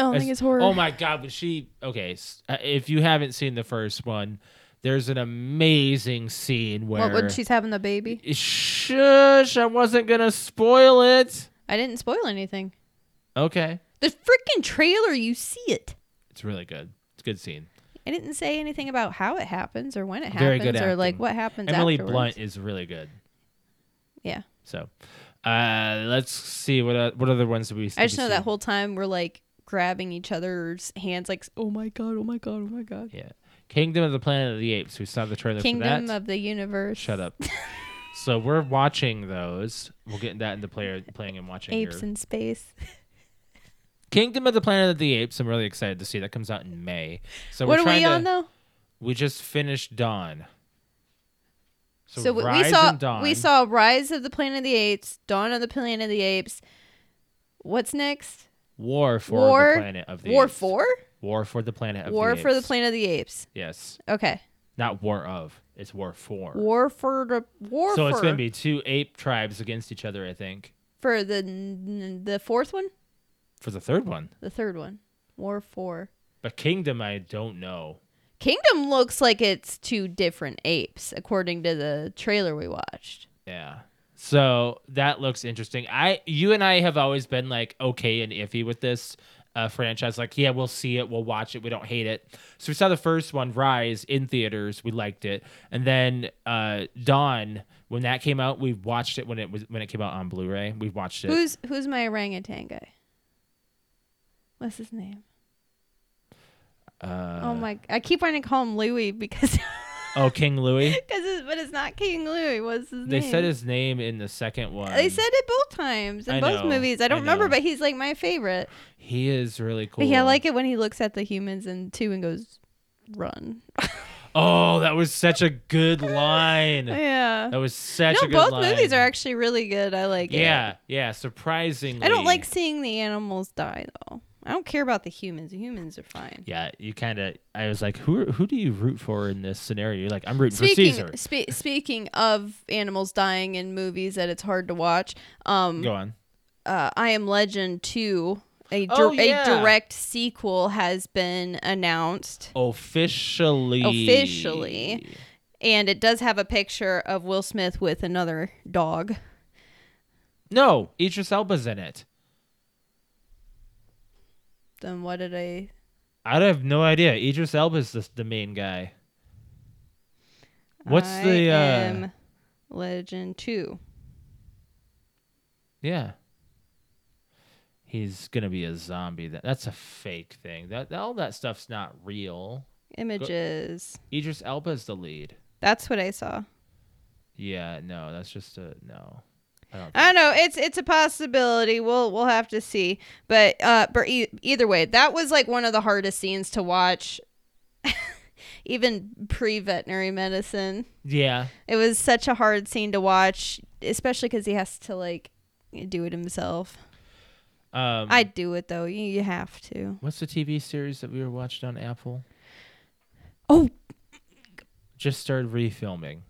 Speaker 2: I don't
Speaker 1: As-
Speaker 2: think it's horror.
Speaker 1: Oh my god, but she okay. s- uh, If you haven't seen the first one, there's an amazing scene where.
Speaker 2: What when she's having the baby?
Speaker 1: Shush! I wasn't gonna spoil it.
Speaker 2: I didn't spoil anything.
Speaker 1: Okay,
Speaker 2: The freaking trailer, you see it.
Speaker 1: it's really good. It's a good scene.
Speaker 2: I didn't say anything about how it happens or when it
Speaker 1: Very
Speaker 2: happens
Speaker 1: good
Speaker 2: or like
Speaker 1: acting.
Speaker 2: what happens.
Speaker 1: Emily
Speaker 2: afterwards.
Speaker 1: Blunt is really good.
Speaker 2: Yeah,
Speaker 1: So, uh, let's see what uh, what other ones do we.
Speaker 2: I just know that
Speaker 1: whole.
Speaker 2: whole time we're like grabbing each other's hands, like oh my god, oh my god, oh my god.
Speaker 1: Yeah, Kingdom of the Planet of the Apes. We saw the trailer for
Speaker 2: Kingdom
Speaker 1: that.
Speaker 2: of the Universe.
Speaker 1: Shut up. so we're watching those. We'll get that into player playing and watching here.
Speaker 2: Apes in space.
Speaker 1: Kingdom of the Planet of the Apes. I'm really excited to see that comes out in May. So
Speaker 2: what
Speaker 1: we're
Speaker 2: are
Speaker 1: trying
Speaker 2: we
Speaker 1: to,
Speaker 2: on though?
Speaker 1: We just finished Dawn. So,
Speaker 2: So we, we
Speaker 1: Rise
Speaker 2: saw
Speaker 1: and Dawn.
Speaker 2: we saw Rise of the Planet of the Apes, Dawn of the Planet of the Apes. What's next?
Speaker 1: War for
Speaker 2: War-
Speaker 1: the Planet of the
Speaker 2: War
Speaker 1: Apes.
Speaker 2: Four?
Speaker 1: War for the Planet of
Speaker 2: War
Speaker 1: the
Speaker 2: for the
Speaker 1: Apes.
Speaker 2: Planet of the Apes.
Speaker 1: Yes,
Speaker 2: Okay.
Speaker 1: not War of. It's War for.
Speaker 2: War for the War
Speaker 1: so
Speaker 2: for,
Speaker 1: it's gonna be two ape tribes against each other. I think
Speaker 2: for the n- the fourth one,
Speaker 1: for the third one.
Speaker 2: the third one. War for
Speaker 1: But Kingdom, I don't know.
Speaker 2: Kingdom looks like it's two different apes according to the trailer we watched.
Speaker 1: Yeah. So that looks interesting. I you and I have always been like okay and iffy with this uh, franchise. Like, yeah, we'll see it, we'll watch it, we don't hate it. So we saw the first one, Rise, in theaters, we liked it, and then uh, Dawn when that came out, we watched it when it was when it came out on Blu-ray. We watched it.
Speaker 2: Who's who's my orangutan guy? What's his name?
Speaker 1: uh,
Speaker 2: oh my! I keep wanting to call him Louis because
Speaker 1: oh, King Louis.
Speaker 2: Cause it's, but it's not King Louis. What's his
Speaker 1: They
Speaker 2: name?
Speaker 1: said his name in the second one.
Speaker 2: They said it both times in
Speaker 1: Um, I
Speaker 2: both
Speaker 1: know,
Speaker 2: movies. I
Speaker 1: I
Speaker 2: don't remember,
Speaker 1: know.
Speaker 2: but he's like my favorite.
Speaker 1: he is really cool.
Speaker 2: But yeah, I like it when he looks at the humans and two and goes, "Run."
Speaker 1: Oh, that was such a good line.
Speaker 2: yeah.
Speaker 1: That was such
Speaker 2: no,
Speaker 1: a good
Speaker 2: both
Speaker 1: line.
Speaker 2: movies are actually really good. I like it.
Speaker 1: Yeah, yeah, surprisingly.
Speaker 2: I don't like seeing the animals die though. I don't care about the humans. The humans are fine.
Speaker 1: Yeah, you kind of. I was like, who who do you root for in this scenario? You're like, I'm rooting for
Speaker 2: Speaking
Speaker 1: Caesar.
Speaker 2: spe- speaking of animals dying in movies that it's hard to watch, um,
Speaker 1: Go on.
Speaker 2: uh, I Am Legend 2, a, dir-
Speaker 1: Oh, yeah.
Speaker 2: a direct sequel, has been announced.
Speaker 1: Officially.
Speaker 2: Officially. And it does have a picture of Will Smith with another dog.
Speaker 1: No, Idris Elba's in it.
Speaker 2: Then what did I.
Speaker 1: I have no idea. Idris Elba's the, the main guy. What's
Speaker 2: I
Speaker 1: the? uh
Speaker 2: Am Legend 2.
Speaker 1: Yeah. He's gonna be a zombie. That that's a fake thing. That, that all that stuff's not real.
Speaker 2: Images.
Speaker 1: Idris Elba's the lead.
Speaker 2: That's what I saw.
Speaker 1: Yeah, no, that's just a no. I don't
Speaker 2: I don't know. It's it's a possibility. We'll we'll have to see. But uh, but e- either way, that was like one of the hardest scenes to watch, even pre veterinary medicine.
Speaker 1: yeah.
Speaker 2: It was such a hard scene to watch, especially because he has to like do it himself.
Speaker 1: Um,
Speaker 2: I'd do it though. You, you have to.
Speaker 1: What's the TV series that we were watching on Apple?
Speaker 2: Oh,
Speaker 1: Just started refilming.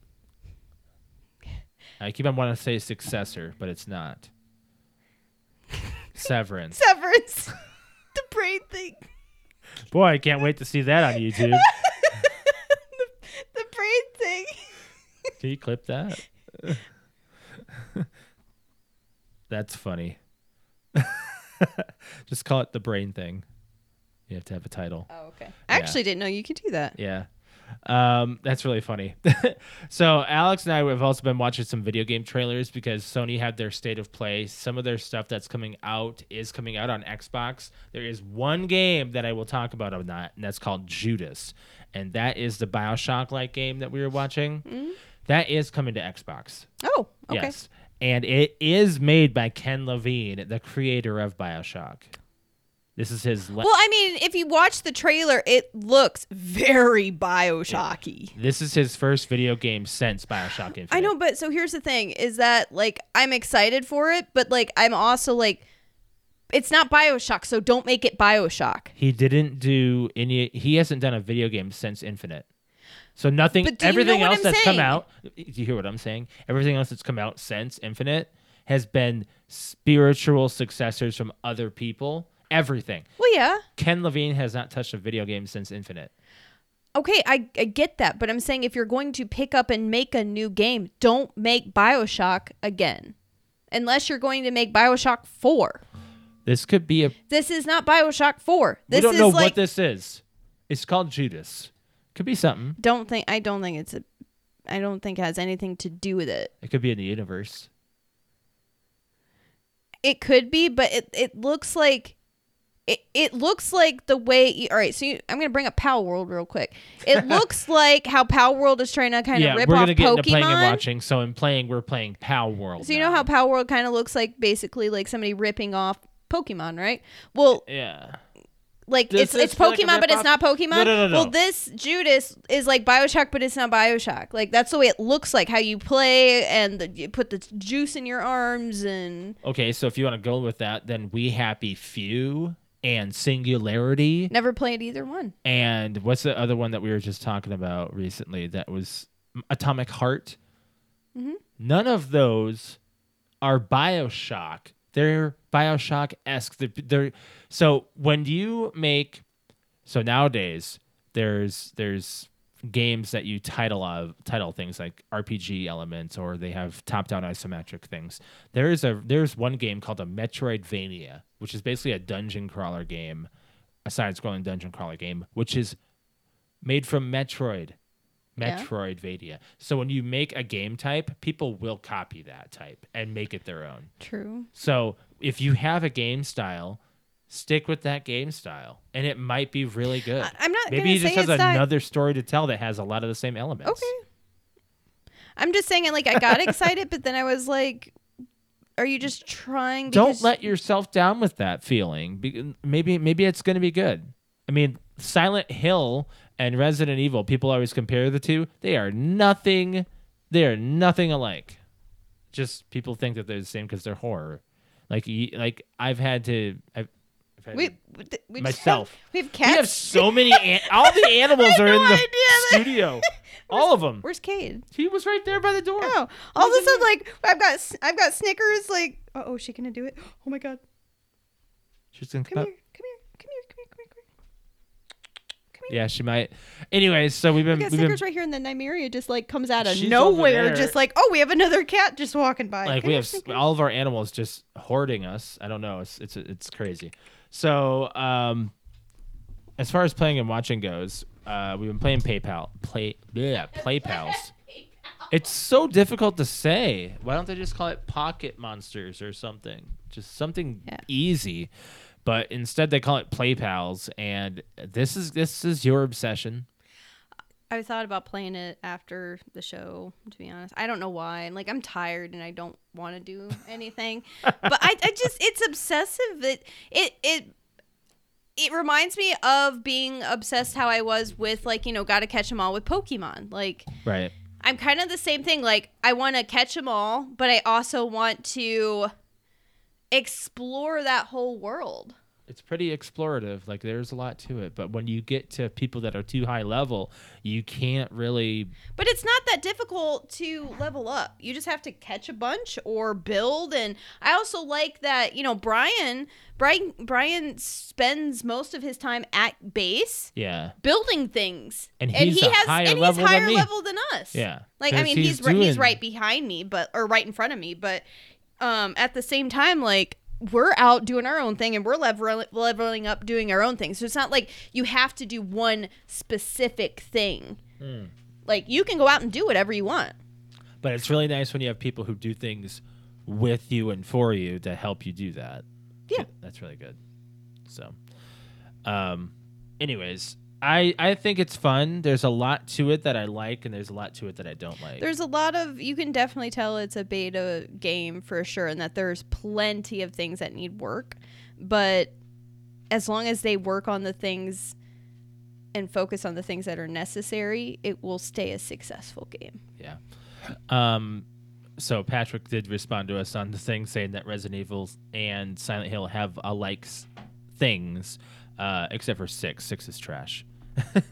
Speaker 1: I keep on wanting to say successor, but it's not. Severance.
Speaker 2: severance. the brain thing.
Speaker 1: Boy, I can't wait to see that on YouTube.
Speaker 2: The brain thing.
Speaker 1: Can you clip that? That's funny. Just call it the brain thing. You have to have a title.
Speaker 2: Oh, okay. I actually didn't know you could do that.
Speaker 1: Yeah. Um, that's really funny. so Alex and I have also been watching some video game trailers because Sony had their state of play. Some of their stuff that's coming out is coming out on Xbox. There is one game that I will talk about on that, and that's called Judas, and that is the Bioshock like game that we were watching. That is coming to Xbox.
Speaker 2: Oh, okay.
Speaker 1: Yes. And it is made by Ken Levine, the creator of Bioshock. This is his la-
Speaker 2: Well, I mean, if you watch the trailer, it looks very Bioshocky.
Speaker 1: this is his first video game since Bioshock Infinite.
Speaker 2: I know, but so here's the thing is that like I'm excited for it, but like I'm also like it's not BioShock, so don't make it BioShock.
Speaker 1: He didn't do any. He hasn't done a video game since Infinite. So nothing.
Speaker 2: But do you know
Speaker 1: Everything
Speaker 2: what
Speaker 1: else
Speaker 2: I'm
Speaker 1: that's
Speaker 2: saying?
Speaker 1: come out. Do you hear what I'm saying? Everything else that's come out since Infinite has been spiritual successors from other people. Everything.
Speaker 2: Well, yeah.
Speaker 1: Ken Levine has not touched a video game since Infinite.
Speaker 2: Okay, I, I get that, but I'm saying if you're going to pick up and make a new game, don't make BioShock again. Unless you're going to make BioShock 4.
Speaker 1: This could be a.
Speaker 2: This is not BioShock 4. This
Speaker 1: we don't
Speaker 2: is
Speaker 1: know
Speaker 2: like
Speaker 1: what this is. It's called Judas. Could be something.
Speaker 2: don't think I don't think it's a I don't think it has anything to do with it.
Speaker 1: It could be in the universe.
Speaker 2: It could be, but it, it looks like it, it looks like the way e, all right so you, i'm gonna bring up pow world real quick it looks like how pow world is trying to kind of
Speaker 1: yeah,
Speaker 2: rip
Speaker 1: we're
Speaker 2: off
Speaker 1: gonna get into playing and
Speaker 2: pokemon
Speaker 1: watching. So in playing, we're playing Pow World.
Speaker 2: so you know
Speaker 1: now.
Speaker 2: how pow world kind of looks like basically like somebody ripping off pokemon right well
Speaker 1: Yeah.
Speaker 2: like
Speaker 1: Does
Speaker 2: it's it's
Speaker 1: this feel like a
Speaker 2: pokemon but it's
Speaker 1: ripoff?
Speaker 2: not pokemon
Speaker 1: No, no, no, no.
Speaker 2: well this judas is like bioshock but it's not bioshock like that's the way it looks like how you play and the, you put the juice in your arms and
Speaker 1: Okay, so if you want to go with that, then We Happy Few and Singularity
Speaker 2: never played either one
Speaker 1: and what's the other one that we were just talking about recently that was Atomic Heart? None of those are Bioshock. They're Bioshock esque. They're, they're so when you make so nowadays there's there's games that you title of title things like RPG elements or they have top down isometric things. There is a there's one game called a Metroidvania, which is basically a dungeon crawler game, a side scrolling dungeon crawler game, which is made from Metroid.
Speaker 2: Yeah.
Speaker 1: Metroidvania. So when you make a game type, people will copy that type and make it their own.
Speaker 2: true
Speaker 1: So if you have a game style, stick with that game style, and it might be really good.
Speaker 2: I- I'm not
Speaker 1: Maybe
Speaker 2: gonna
Speaker 1: he just
Speaker 2: say
Speaker 1: has
Speaker 2: it's not-
Speaker 1: another story to tell that has a lot of the same elements.
Speaker 2: Okay. I'm just saying it like I got excited, but then I was like, are you just trying
Speaker 1: Don't
Speaker 2: because-
Speaker 1: let yourself down with that feeling. Be- Maybe maybe it's going to be good. I mean, Silent Hill and Resident Evil, people always compare the two. They are nothing. They are nothing alike. Just people think that they're the same because they're horror. Like y- like I've had to. I've, I've had
Speaker 2: we,
Speaker 1: to-
Speaker 2: we- we just
Speaker 1: myself.
Speaker 2: have- we have
Speaker 1: We have
Speaker 2: cats.
Speaker 1: so many. An- all the animals are in
Speaker 2: no
Speaker 1: the
Speaker 2: idea that-
Speaker 1: studio. all of them.
Speaker 2: Where's Cade?
Speaker 1: He was right there by the door.
Speaker 2: Oh, all of a sudden, like I've got s- I've got Snickers. Like, uh oh, is she gonna do it? Oh my god!
Speaker 1: She's gonna
Speaker 2: Come
Speaker 1: come.
Speaker 2: here, come here, come here, come here, come here, come here.
Speaker 1: Yeah, she might. Anyways, so we've been.
Speaker 2: I got
Speaker 1: We've been
Speaker 2: Snickers right here, and then Nymeria just like comes out of
Speaker 1: She's over
Speaker 2: nowhere,
Speaker 1: there.
Speaker 2: just like, oh, we have another cat just walking by.
Speaker 1: like
Speaker 2: Come
Speaker 1: we
Speaker 2: here,
Speaker 1: have s-
Speaker 2: Snickers.
Speaker 1: all of our animals just hoarding us. I don't know. It's it's it's crazy. So um, as far as playing and watching goes, uh, we've been playing PayPal. Play yeah, PlayPals. It's so difficult to say. Why don't they just call it Pocket Monsters or something? Just something
Speaker 2: Yeah.
Speaker 1: easy. But instead, they call it Play Pals, and this is this is your obsession.
Speaker 2: I thought about playing it after the show, to be honest. I don't know why. Like I'm tired and I don't want to do anything. but I, I just it's obsessive. It it it it reminds me of being obsessed how I was with like, you know, gotta catch them all with Pokemon. Like
Speaker 1: Right.
Speaker 2: I'm kind of the same thing. Like I want to catch them all, but I also want to explore that whole world.
Speaker 1: It's pretty explorative. Like there's a lot to it, but when you get to people that are too high level, you can't really.
Speaker 2: But it's not that difficult to level up. You just have to catch a bunch or build and I also like that, you know, Brian Brian Brian spends most of his time at base
Speaker 1: Yeah.
Speaker 2: building things.
Speaker 1: And he's a higher
Speaker 2: and
Speaker 1: level
Speaker 2: he's
Speaker 1: than
Speaker 2: higher
Speaker 1: me.
Speaker 2: level than us.
Speaker 1: Yeah.
Speaker 2: Like I
Speaker 1: 'Cause
Speaker 2: mean he's he's, ri-
Speaker 1: doing-
Speaker 2: he's right behind me but or right in front of me, but um at the same time like we're out doing our own thing and we're level- leveling up doing our own thing. So it's not like you have to do one specific thing.
Speaker 1: Hmm.
Speaker 2: Like you can go out and do whatever you want.
Speaker 1: But it's really nice when you have people who do things with you and for you to help you do that.
Speaker 2: Yeah.
Speaker 1: That's really good. So um anyways, I I think it's fun. There's a lot to it that I like and there's a lot to it that I don't like.
Speaker 2: There's a lot of you can definitely tell it's a beta game for sure and that there's plenty of things that need work, but as long as they work on the things and focus on the things that are necessary, it will stay a successful game.
Speaker 1: yeah. Um so Patrick did respond to us on the thing saying that Resident Evil and Silent Hill have alike s- things, uh, except for six. Six is trash.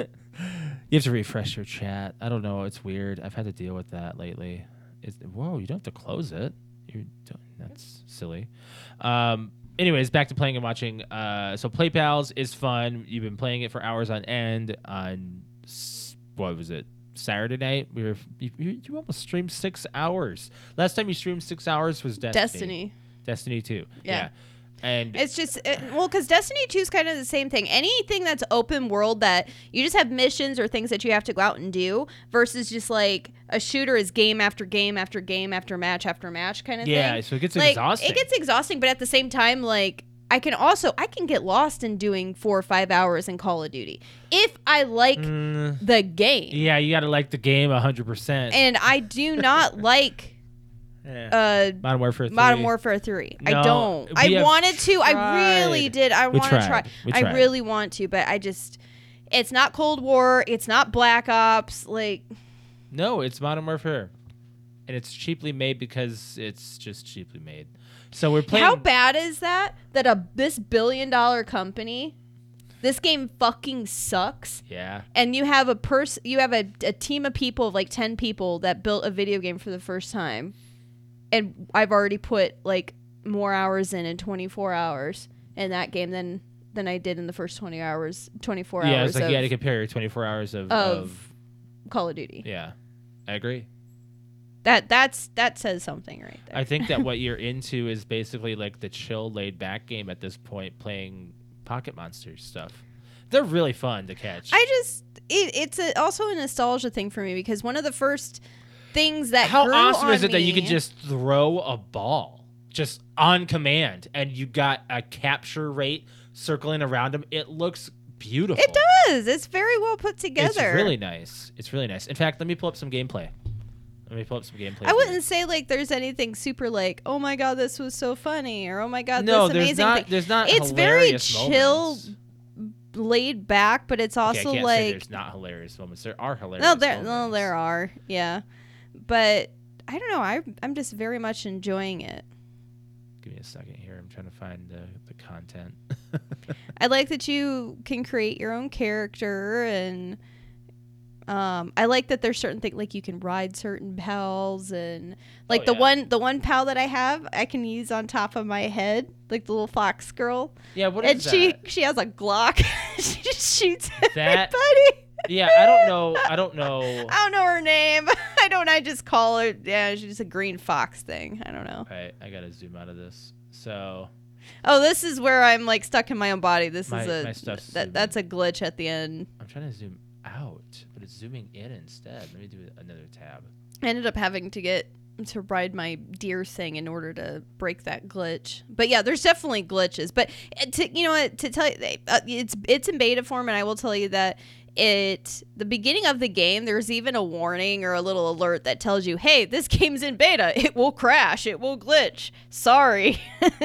Speaker 1: You have to refresh your chat. I don't know. It's weird. I've had to deal with that lately. It's, whoa, you don't have to close it. You're don't, that's silly. Um, anyways, back to playing and watching. Uh, so Play Pals is fun. You've been playing it for hours on end. On s- what was it? Saturday night. We were you, you you almost streamed six hours. Last time you streamed six hours was Destiny.
Speaker 2: Destiny.
Speaker 1: Destiny two.
Speaker 2: Yeah.
Speaker 1: And
Speaker 2: It's just it, well, because Destiny Two is kind of the same thing. Anything that's open world that you just have missions or things that you have to go out and do, versus just like a shooter is game after game after game after match after match kind of
Speaker 1: yeah,
Speaker 2: thing.
Speaker 1: so it gets
Speaker 2: like
Speaker 1: exhausting.
Speaker 2: it gets exhausting, but at the same time, like I can also I can get lost in doing four or five hours in Call of Duty if I like
Speaker 1: Mm,
Speaker 2: the game,
Speaker 1: yeah, you got to like the game hundred percent.
Speaker 2: and I do not like
Speaker 1: Yeah.
Speaker 2: uh
Speaker 1: Modern Warfare. 3.
Speaker 2: Modern Warfare 3.
Speaker 1: No,
Speaker 2: I don't.
Speaker 1: we
Speaker 2: I
Speaker 1: have
Speaker 2: wanted to. I really
Speaker 1: tried.
Speaker 2: did. I
Speaker 1: We
Speaker 2: want to try.
Speaker 1: tried. We
Speaker 2: I
Speaker 1: tried.
Speaker 2: really want to, but I just it's not Cold War, it's not Black Ops, like
Speaker 1: No, it's Modern Warfare, and it's cheaply made because it's just cheaply made. So we're playing.
Speaker 2: how bad is that that a this billion dollar company this game fucking sucks
Speaker 1: yeah,
Speaker 2: and you have a person you have a, a team of people of like 10 people that built a video game for the first time and i've already put like more hours in in 24 hours in that game than than i did in the first 20 hours 24
Speaker 1: yeah.
Speaker 2: hours
Speaker 1: It's like
Speaker 2: of
Speaker 1: you had to compare your 24 hours of,
Speaker 2: of-
Speaker 1: of
Speaker 2: call of duty
Speaker 1: yeah. I agree.
Speaker 2: that that's that says something right there
Speaker 1: I think that what you're into is basically like the chill, laid back game at this point, playing Pocket Monsters stuff. They're really fun to catch.
Speaker 2: i just it, it's a, also a nostalgia thing for me because one of the first things that
Speaker 1: How
Speaker 2: grew
Speaker 1: awesome
Speaker 2: on
Speaker 1: is it that you
Speaker 2: me-
Speaker 1: can just throw a ball just on command and you got a capture rate circling around them? It looks beautiful.
Speaker 2: it does it's very well put together
Speaker 1: It's really nice. It's really nice. In fact, let me pull up some gameplay. Let me pull up some gameplay.
Speaker 2: I wouldn't say like there's anything super like, oh my god, this was so funny, or oh my god,
Speaker 1: No,
Speaker 2: this
Speaker 1: there's
Speaker 2: amazing
Speaker 1: not.
Speaker 2: thing.
Speaker 1: There's not.
Speaker 2: It's very
Speaker 1: hilarious
Speaker 2: chill,
Speaker 1: moments.
Speaker 2: Laid back, but it's
Speaker 1: Okay, I
Speaker 2: also
Speaker 1: can't say
Speaker 2: like
Speaker 1: there's not hilarious moments. There are hilarious.
Speaker 2: no, there no,
Speaker 1: moments.
Speaker 2: there are, yeah, but I don't know. I I'm just very much enjoying it.
Speaker 1: Give me a second here. I'm trying to find the, the content.
Speaker 2: I like that you can create your own character and. Um, I like that there's certain things like you can ride certain pals and like
Speaker 1: Oh,
Speaker 2: the
Speaker 1: yeah.
Speaker 2: one the one pal that I have I can use on top of my head like the little fox girl
Speaker 1: Yeah, what
Speaker 2: and
Speaker 1: is
Speaker 2: she
Speaker 1: that?
Speaker 2: she has a Glock. she just shoots
Speaker 1: That-
Speaker 2: everybody.
Speaker 1: Yeah, I don't know. I don't know.
Speaker 2: I don't know her name. I don't. I just call her. Yeah, she's just a green fox thing. I don't know.
Speaker 1: Right, I gotta zoom out of this. So
Speaker 2: Oh, this is where I'm like stuck in my own body. This
Speaker 1: My- my
Speaker 2: is a
Speaker 1: stuff's
Speaker 2: that, that's a glitch at the end.
Speaker 1: I'm trying to zoom out, but it's zooming in instead. Let me do another tab.
Speaker 2: I ended up having to get to ride my deer thing in order to break that glitch. But yeah, there's definitely glitches. But uh, to you know what to tell you, uh, it's it's in beta form, and I will tell you that it the beginning of the game there's even a warning or a little alert that tells you hey this game's in beta it will crash it will glitch sorry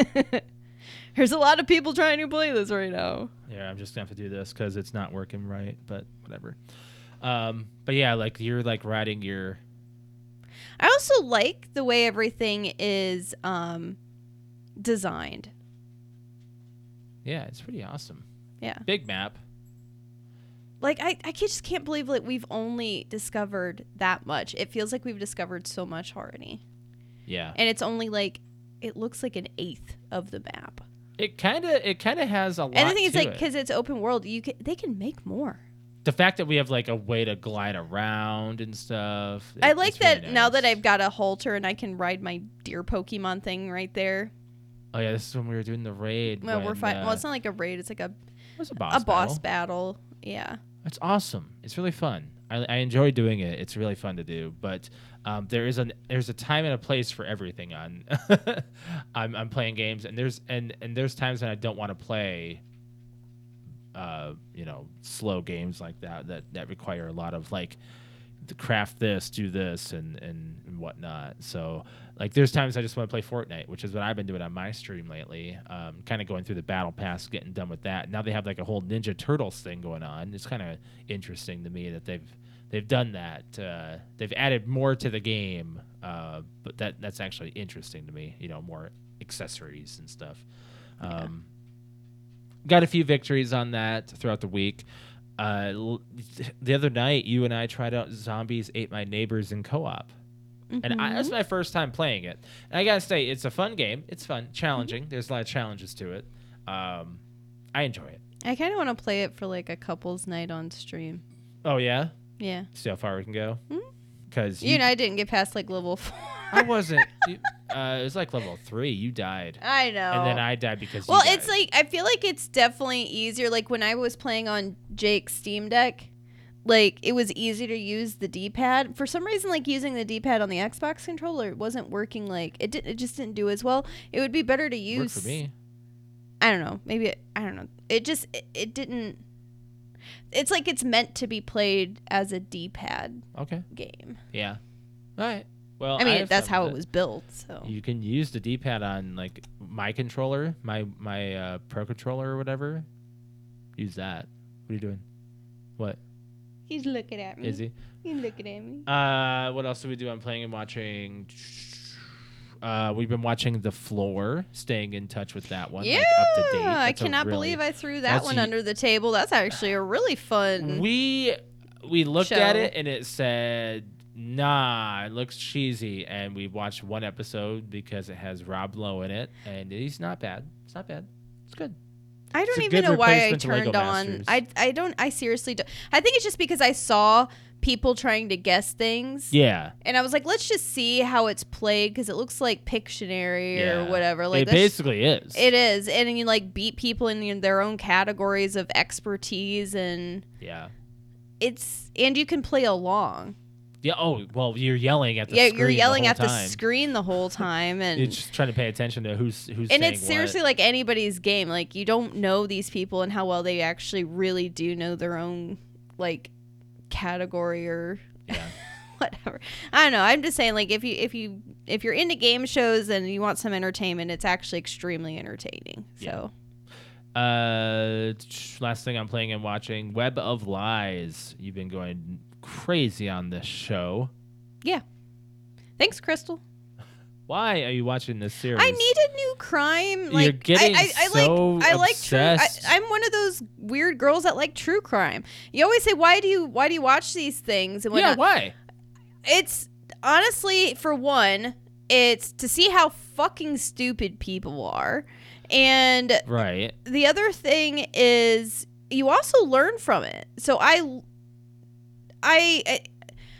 Speaker 2: there's a lot of people trying to play this right now
Speaker 1: Yeah, I'm just gonna have to do this because it's not working right. But whatever. Um, but yeah, like you're like riding your
Speaker 2: I also like the way everything is um designed
Speaker 1: yeah, it's pretty awesome.
Speaker 2: yeah
Speaker 1: Big map.
Speaker 2: like I, I ca- just can't believe like we've only discovered that much it feels like we've discovered so much already
Speaker 1: Yeah,
Speaker 2: and it's only like it looks like an eighth of the map
Speaker 1: it kind of it kind of has a lot.
Speaker 2: and the thing is
Speaker 1: to
Speaker 2: like
Speaker 1: it.
Speaker 2: because it's open world you can they can make more
Speaker 1: the fact that we have like a way to glide around and stuff.
Speaker 2: i
Speaker 1: it-
Speaker 2: like
Speaker 1: it's really
Speaker 2: that now that
Speaker 1: nice.
Speaker 2: i've got a halter and i can ride my deer pokemon thing right there
Speaker 1: Oh yeah, this is when we were doing the raid.
Speaker 2: well we're
Speaker 1: when,
Speaker 2: fighting
Speaker 1: uh,
Speaker 2: well it's not like a raid it's like a,
Speaker 1: it was a boss.
Speaker 2: a boss
Speaker 1: battle.
Speaker 2: battle yeah
Speaker 1: That's awesome. It's really fun. I, I enjoy doing it. It's really fun to do, but um, there is an there's a time and a place for everything. On I'm, I'm playing games, and there's and and there's times when I don't want to play. Uh, you know, slow games like that that that require a lot of like to craft this, do this, and, and and whatnot. So like, there's times I just want to play Fortnite, which is what I've been doing on my stream lately. Um, kind of going through the battle pass, getting done with that. Now they have like a whole Ninja Turtles thing going on. It's kind of interesting to me that they've they've done that. Uh, they've added more to the game, uh, but that that's actually interesting to me. You know, more accessories and stuff. Um, Got a few victories on that throughout the week uh, l- the other night you and I tried out Zombies Ate My Neighbors in co-op. And I,
Speaker 2: Mm-hmm.
Speaker 1: that's my first time playing it. And I gotta say, it's a fun game. It's
Speaker 2: Mm-hmm.
Speaker 1: fun, challenging. There's a lot of challenges to it. Um, I enjoy it.
Speaker 2: I kind of want to play it for like a couple's night on stream.
Speaker 1: Oh yeah,
Speaker 2: Yeah.
Speaker 1: see how far we can go. Because
Speaker 2: Mm-hmm. You and I didn't get past like level four.
Speaker 1: I wasn't. you- uh, it was like level three. You died,
Speaker 2: I know.
Speaker 1: and then I died because. you
Speaker 2: Oh. Well, it's
Speaker 1: died.
Speaker 2: like I feel like it's definitely easier. Like when I was playing on Jake's Steam Deck, like it was easy to use the D pad. For some reason, like using the D pad on the Xbox controller it wasn't working. Like it did, it just didn't do as well. It would be better to
Speaker 1: worked
Speaker 2: use.
Speaker 1: for me.
Speaker 2: I don't know. Maybe it, I don't know. It just it, it didn't. It's like it's meant to be played as a D pad
Speaker 1: Okay.
Speaker 2: game.
Speaker 1: Yeah. All right. Well,
Speaker 2: I mean,
Speaker 1: have
Speaker 2: that's
Speaker 1: fun
Speaker 2: how
Speaker 1: with
Speaker 2: it was built. So
Speaker 1: You can use the D-pad on like my controller, my my uh, Pro controller or whatever. Use that. What are you doing? What
Speaker 2: he's looking at
Speaker 1: is he?
Speaker 2: He's looking at me.
Speaker 1: Uh, what else do we do? I'm playing and watching. Uh, we've been watching The Floor, staying in touch with that one.
Speaker 2: Yeah,
Speaker 1: like, up to date.
Speaker 2: Ah, I
Speaker 1: That's a
Speaker 2: cannot
Speaker 1: really-
Speaker 2: believe I threw that
Speaker 1: that's
Speaker 2: one
Speaker 1: u-
Speaker 2: under the table. That's actually a really fun.
Speaker 1: We we looked at
Speaker 2: Show.
Speaker 1: it and it said, "Nah, it looks cheesy." And we watched one episode because it has Rob Lowe in it, and he's not bad. It's not bad. It's good.
Speaker 2: I
Speaker 1: it's
Speaker 2: don't
Speaker 1: a
Speaker 2: even
Speaker 1: good
Speaker 2: know why I
Speaker 1: replacement to Lego
Speaker 2: turned on.
Speaker 1: Masters.
Speaker 2: I I don't. I seriously. Don't, I think it's just because I saw people trying to guess things,
Speaker 1: Yeah.
Speaker 2: and I was like, let's just see how it's played because it looks like Pictionary
Speaker 1: Yeah.
Speaker 2: or whatever. Like
Speaker 1: it
Speaker 2: that's-
Speaker 1: basically is.
Speaker 2: It is, and you like beat people in their own categories of expertise, and
Speaker 1: yeah.
Speaker 2: it's and you can play along.
Speaker 1: Yeah. Oh, well, you're yelling at the
Speaker 2: yeah,
Speaker 1: screen
Speaker 2: you're yelling
Speaker 1: the
Speaker 2: at
Speaker 1: whole
Speaker 2: the
Speaker 1: time.
Speaker 2: screen the whole time, and
Speaker 1: You're just trying to pay attention to who's who's.
Speaker 2: and
Speaker 1: saying
Speaker 2: it's seriously like anybody's game. Like you don't know these people and how well they actually really do know their own like category or
Speaker 1: What. Yeah.
Speaker 2: whatever. I don't know. I'm just saying like if you if you if you're into game shows and you want some entertainment, it's actually extremely entertaining. So
Speaker 1: Yeah. Uh, tch, last thing I'm playing and watching Web of Lies. You've been going crazy on this show.
Speaker 2: thanks, Crystal.
Speaker 1: Why are you watching this series?
Speaker 2: I need a new crime. Like
Speaker 1: getting
Speaker 2: I, I, I
Speaker 1: so
Speaker 2: like I like true. I,
Speaker 1: obsessed.
Speaker 2: I'm one of those weird girls that like true crime. You always say why do you why do you watch these things and
Speaker 1: Yeah.
Speaker 2: whatnot.
Speaker 1: Why?
Speaker 2: it's honestly for one it's to see how fucking stupid people are and
Speaker 1: Right.
Speaker 2: the other thing is you also learn from it so i i I-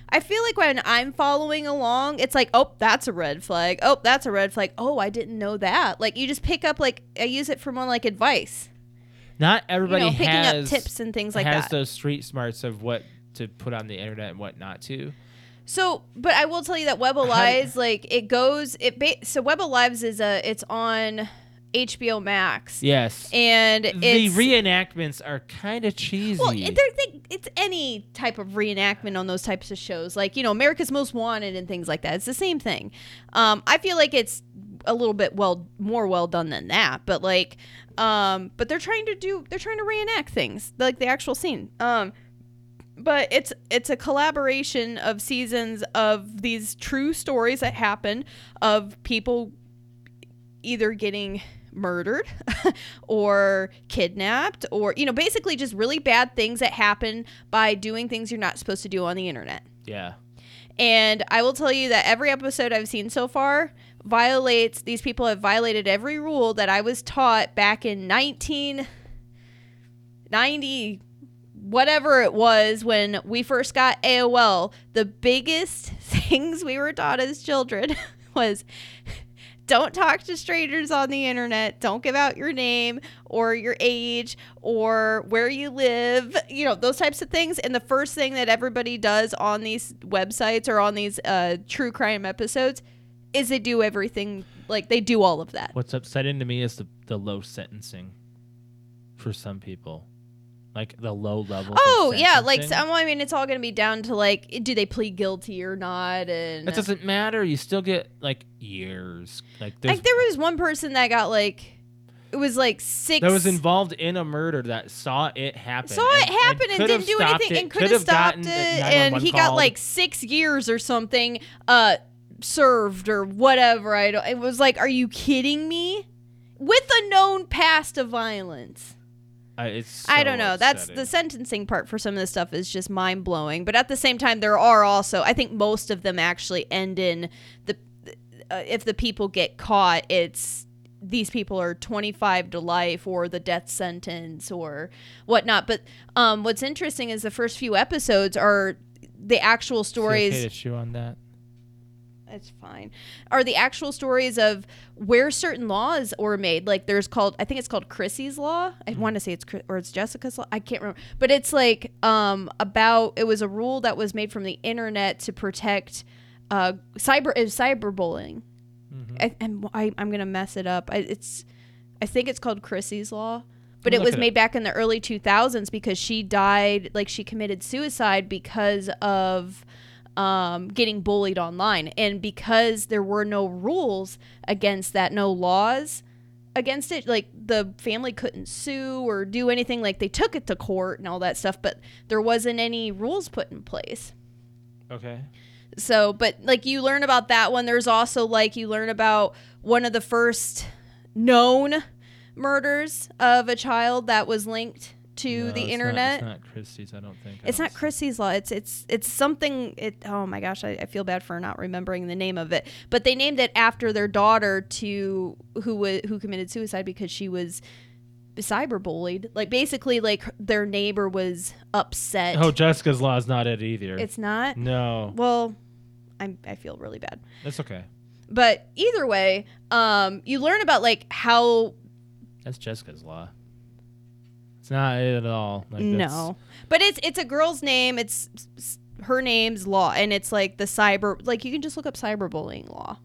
Speaker 2: i feel like when i'm following along it's like oh that's a red flag oh that's a red flag oh i didn't know that like you just pick up like i use it for more like advice
Speaker 1: Not
Speaker 2: you
Speaker 1: everybody
Speaker 2: know picking
Speaker 1: has
Speaker 2: up tips and things like
Speaker 1: has
Speaker 2: that
Speaker 1: those street smarts of what to put on the internet and what not to.
Speaker 2: So, but I will tell you that Web of Lies, like it goes, it ba- so Web of Lives is a, it's on HBO Max,
Speaker 1: Yes.
Speaker 2: and
Speaker 1: the
Speaker 2: it's
Speaker 1: reenactments are kind of cheesy.
Speaker 2: well, it- they're, they, it's any type of reenactment on those types of shows, like you know America's Most Wanted and things like that. It's the same thing. Um, I feel like it's a little bit well more well done than that, but like, um, but they're trying to do, they're trying to reenact things like the actual scene. Um, but it's it's a collaboration of seasons of these true stories that happen of people either getting murdered or kidnapped or you know basically just really bad things that happen by doing things you're not supposed to do on the internet
Speaker 1: yeah.
Speaker 2: and I will tell you that every episode I've seen so far violates these people have violated every rule that I was taught back in 1990 whatever it was when we first got AOL the biggest things we were taught as children was Don't talk to strangers on the internet. Don't give out your name or your age or where you live, you know, those types of things. And the first thing that everybody does on these websites or on these uh, true crime episodes is they do everything, like, they do all of that.
Speaker 1: What's upsetting to me is the, the low sentencing for some people. Like the low level.
Speaker 2: Oh yeah, like so, well, I mean, it's all going to be down to like, do they plead guilty or not? And uh,
Speaker 1: That doesn't matter. You still get like years. Like there's
Speaker 2: like there was one person that got like it was like six
Speaker 1: that was involved in a murder that saw it happen.
Speaker 2: saw it happen and,
Speaker 1: could have
Speaker 2: didn't do
Speaker 1: stopped
Speaker 2: anything
Speaker 1: it,
Speaker 2: and could have stopped
Speaker 1: gotten
Speaker 2: it
Speaker 1: the
Speaker 2: and
Speaker 1: 911
Speaker 2: he got
Speaker 1: call.
Speaker 2: like six years or something uh served or whatever i don't it was like are you kidding me with a known past of violence
Speaker 1: Uh, it's
Speaker 2: I
Speaker 1: so
Speaker 2: don't know. That's the
Speaker 1: upsetting.
Speaker 2: sentencing part for some of this stuff is just mind blowing. But at the same time, there are also I think most of them actually end in the uh, if the people get caught, it's these people are 25 to life or the death sentence or whatnot. But um, what's interesting is the first few episodes are the actual
Speaker 1: Is it
Speaker 2: stories
Speaker 1: Okay to chew on that.
Speaker 2: it's fine are the actual stories of where certain laws were made like there's called i think it's called chrissy's law i want to say it's Chris- or it's jessica's law i can't remember but it's like um about it was a rule that was made from the internet to protect uh cyber uh, cyberbullying
Speaker 1: Mm-hmm.
Speaker 2: I, I'm, I, i'm gonna mess it up I, it's i think it's called chrissy's law but
Speaker 1: Look
Speaker 2: it
Speaker 1: it
Speaker 2: was
Speaker 1: up.
Speaker 2: made back in the early 2000s because she died like she committed suicide because of um, getting bullied online and because there were no rules against that no laws against it like the family couldn't sue or do anything like they took it to court and all that stuff but there wasn't any rules put in place
Speaker 1: Okay.
Speaker 2: so, but like you learn about that one. There's also like you learn about one of the first known murders of a child that was linked to
Speaker 1: No,
Speaker 2: the
Speaker 1: it's
Speaker 2: internet.
Speaker 1: Not, it's not Christie's. I don't think. I
Speaker 2: It's
Speaker 1: don't
Speaker 2: not
Speaker 1: see-
Speaker 2: Christie's Law. It's it's it's something. It oh my gosh, I, I feel bad for not remembering the name of it. But they named it after their daughter to who was who committed suicide because she was cyberbullied. Like basically, like their neighbor was upset.
Speaker 1: Oh, Jessica's law is not it either.
Speaker 2: it's not.
Speaker 1: no.
Speaker 2: Well, I'm I feel really bad
Speaker 1: That's okay.
Speaker 2: but either way um you learn about like how
Speaker 1: That's Jessica's law. It's not it at all. Like, that's-
Speaker 2: no but it's it's a girl's name it's s- her name's law and it's like the cyber like you can just look up cyberbullying law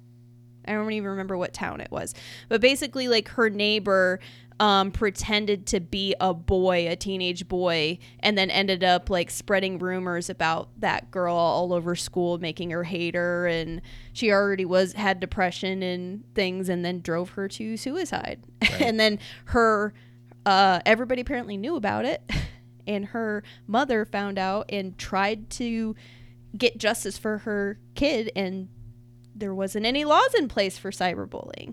Speaker 2: i don't even remember what town it was but basically like her neighbor um, pretended to be a boy a teenage boy and then ended up like spreading rumors about that girl all over school making her hate her and she already was had depression and things and then drove her to suicide and then her uh, everybody apparently knew about it and her mother found out and tried to get justice for her kid and there wasn't any laws in place for cyberbullying.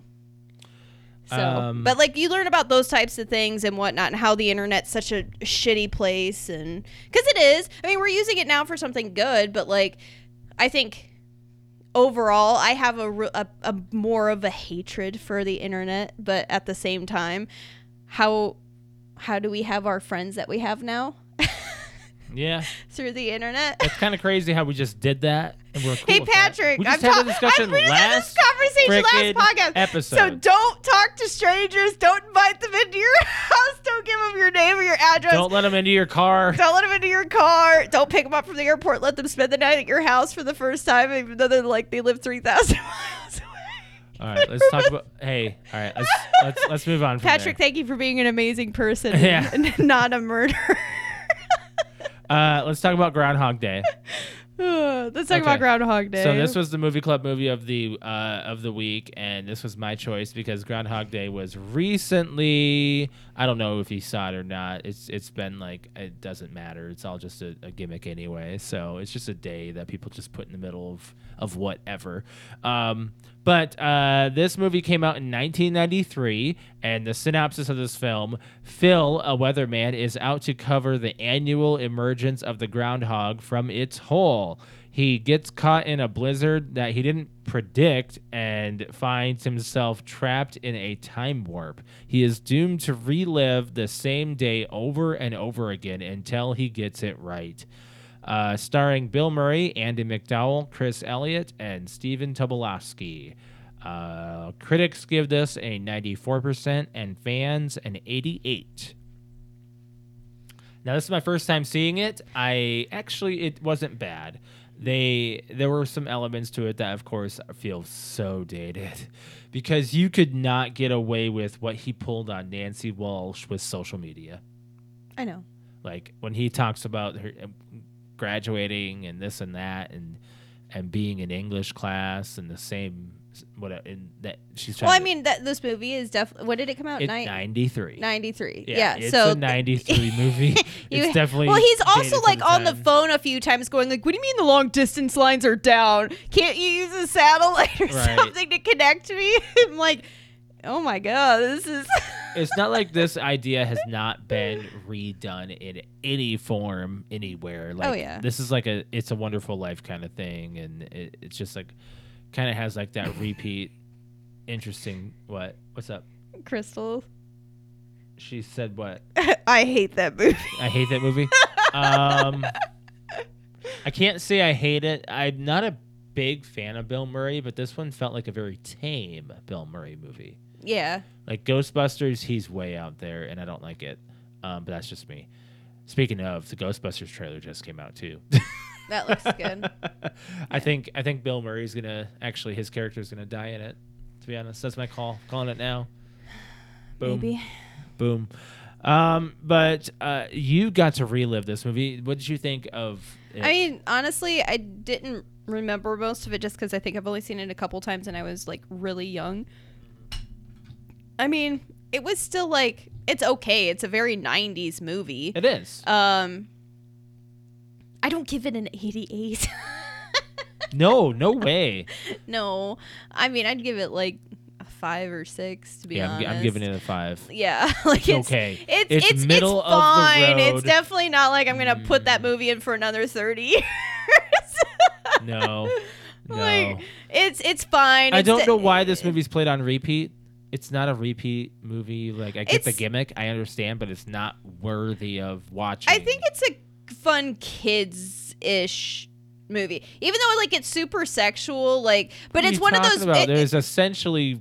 Speaker 2: So,
Speaker 1: Um,
Speaker 2: but like you learn about those types of things and whatnot, and how the internet's such a shitty place, and because it is. I mean, we're using it now for something good, but like, I think overall, I have a, re- a, a more of a hatred for the internet. But at the same time, how how do we have our friends that we have now
Speaker 1: Yeah.
Speaker 2: through the internet?
Speaker 1: It's kind of crazy how we just did that. And we're cool
Speaker 2: Hey
Speaker 1: with that.
Speaker 2: Patrick,
Speaker 1: We
Speaker 2: I'm
Speaker 1: just had
Speaker 2: ta-
Speaker 1: a discussion
Speaker 2: I- we just had this
Speaker 1: last
Speaker 2: conversation
Speaker 1: frickin'
Speaker 2: last podcast. So
Speaker 1: episode.
Speaker 2: don't talk to strangers. Don't invite them into your house. Don't give them your name or your address.
Speaker 1: Don't
Speaker 2: Don't,
Speaker 1: let them into your car.
Speaker 2: let them into your car. Don't pick them up from the airport. Let them spend the night at your house for the first time, even though they're like they live three thousand miles away.
Speaker 1: All right, let's talk about. Hey, all right, let's let's, let's move on. From
Speaker 2: Patrick,
Speaker 1: there.
Speaker 2: thank you for being an amazing person.
Speaker 1: Yeah.
Speaker 2: and not a murderer.
Speaker 1: Uh, let's talk about Groundhog Day.
Speaker 2: Let's talk
Speaker 1: Okay.
Speaker 2: about Groundhog Day.
Speaker 1: So this was the movie club movie of the uh, of the week, and this was my choice because Groundhog Day was recently. I don't know if you saw it or not. It's it's been like it doesn't matter. It's all just a, a gimmick anyway. So it's just a day that people just put in the middle of of whatever. Um, but uh, this movie came out in 1993, and the synopsis of this film Phil, a weatherman, is out to cover the annual emergence of the groundhog from its hole. He gets caught in a blizzard that he didn't predict and finds himself trapped in a time warp. He is doomed to relive the same day over and over again until he gets it right uh, starring Bill Murray, Andy McDowell, Chris Elliott, and Stephen Tobolowsky. Uh, critics give this a 94% and fans an 88. Now this is my first time seeing it. I actually it wasn't bad. They there were some elements to it that of course feel so dated because you could not get away with what he pulled on Nancy Walsh with social media.
Speaker 2: I know.
Speaker 1: Like when he talks about her uh, graduating and this and that and and being in English class and the same what uh, in that she's trying
Speaker 2: Well, I
Speaker 1: to-
Speaker 2: mean, that this movie is definitely. When did it come out?
Speaker 1: it's
Speaker 2: Nin-
Speaker 1: 93.
Speaker 2: 93. Yeah.
Speaker 1: it's
Speaker 2: so
Speaker 1: a 93 movie.
Speaker 2: you-
Speaker 1: It's definitely
Speaker 2: Well, he's
Speaker 1: dated
Speaker 2: also
Speaker 1: for
Speaker 2: like on the
Speaker 1: time.
Speaker 2: phone a few times going like, "What do you mean the long distance lines are down? Can't you use a satellite or
Speaker 1: Right.
Speaker 2: something to connect me?" I'm like, "Oh my god, this is
Speaker 1: it's not like this idea has not been redone in any form anywhere. Like,
Speaker 2: yeah.
Speaker 1: This is like a "It's a Wonderful Life" kind of thing, and it, it's just like kind of has like that repeat. Interesting. What? What's up?
Speaker 2: Crystal.
Speaker 1: She said what?
Speaker 2: I hate that movie.
Speaker 1: I hate that movie. um, I can't say I hate it. I'm not a big fan of Bill Murray, but this one felt like a very tame Bill Murray movie.
Speaker 2: Yeah,
Speaker 1: Like Ghostbusters, he's way out there, and I don't like it. Um, but that's just me. Speaking of, the Ghostbusters trailer just came out too.
Speaker 2: that looks good.
Speaker 1: I think I think Bill Murray's gonna actually his character is gonna die in it. To be honest, that's my call. Calling it now. Boom,
Speaker 2: Maybe.
Speaker 1: boom. Um, but uh, you got to relive this movie. What did you think of? It?
Speaker 2: I mean, honestly, I didn't remember most of it just because I think I've only seen it a couple times and I was like really young. I mean, it was still like it's okay. It's a very '90s movie.
Speaker 1: it is
Speaker 2: Um, I don't give it an 88.
Speaker 1: no, no way.
Speaker 2: no, I mean I'd give it like a five or six to be
Speaker 1: yeah, I'm,
Speaker 2: honest.
Speaker 1: I'm giving it a five.
Speaker 2: Yeah, like it's
Speaker 1: okay.
Speaker 2: It's
Speaker 1: It's
Speaker 2: it's it's,
Speaker 1: middle of the
Speaker 2: fine. It's
Speaker 1: road. Mm.
Speaker 2: definitely not like I'm gonna put that movie in for another 30 years.
Speaker 1: No, no.
Speaker 2: like it's it's fine.
Speaker 1: I
Speaker 2: It's
Speaker 1: don't
Speaker 2: de-
Speaker 1: know why this movie's played on repeat. It's not a repeat movie. Like I get the
Speaker 2: It's-
Speaker 1: gimmick, I understand, but it's not worthy of watching.
Speaker 2: I think it's a fun kids ish movie, even though like it's super sexual. Like,
Speaker 1: What
Speaker 2: but
Speaker 1: are
Speaker 2: it's
Speaker 1: you
Speaker 2: one of
Speaker 1: talking
Speaker 2: those.
Speaker 1: About?
Speaker 2: it-
Speaker 1: There's essentially,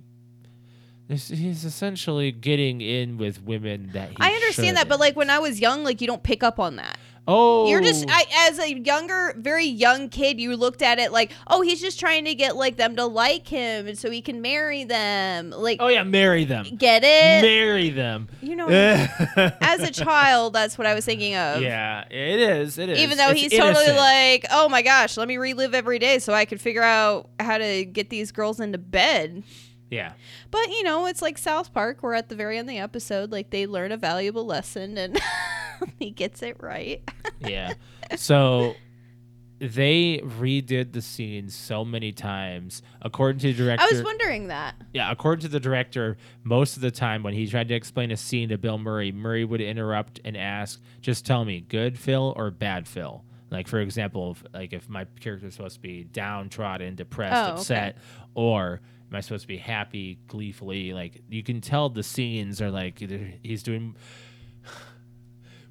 Speaker 1: there's, he's essentially getting in with women that he
Speaker 2: I understand that, but
Speaker 1: shouldn't.
Speaker 2: like when I was young, like you don't pick up on that.
Speaker 1: oh,
Speaker 2: You're just I, as a younger, very young kid, you looked at it like, oh, he's just trying to get like them to like him, and so he can marry them. Like,
Speaker 1: oh yeah, marry them,
Speaker 2: get it?
Speaker 1: marry them.
Speaker 2: you know,
Speaker 1: yeah,
Speaker 2: as a child, that's what I was thinking of.
Speaker 1: it is. It is.
Speaker 2: Even though
Speaker 1: It's
Speaker 2: he's
Speaker 1: innocent.
Speaker 2: totally like, oh my gosh, let me relive every day so I can figure out how to get these girls into bed.
Speaker 1: yeah,
Speaker 2: But you know, it's like South Park, where at the very end of the episode, like they learn a valuable lesson and he gets it right.
Speaker 1: yeah. So they redid the scene so many times. According to the director,
Speaker 2: I was wondering that.
Speaker 1: yeah, according to the director, most of the time when he tried to explain a scene to Bill Murray, Murray would interrupt and ask, "Just tell me, good Phil or bad Phil?" Like for example, if, like if my character is supposed to be downtrodden, depressed,
Speaker 2: Oh, okay.
Speaker 1: upset, or am I supposed to be happy, gleefully? Like you can tell the scenes are like either he's doing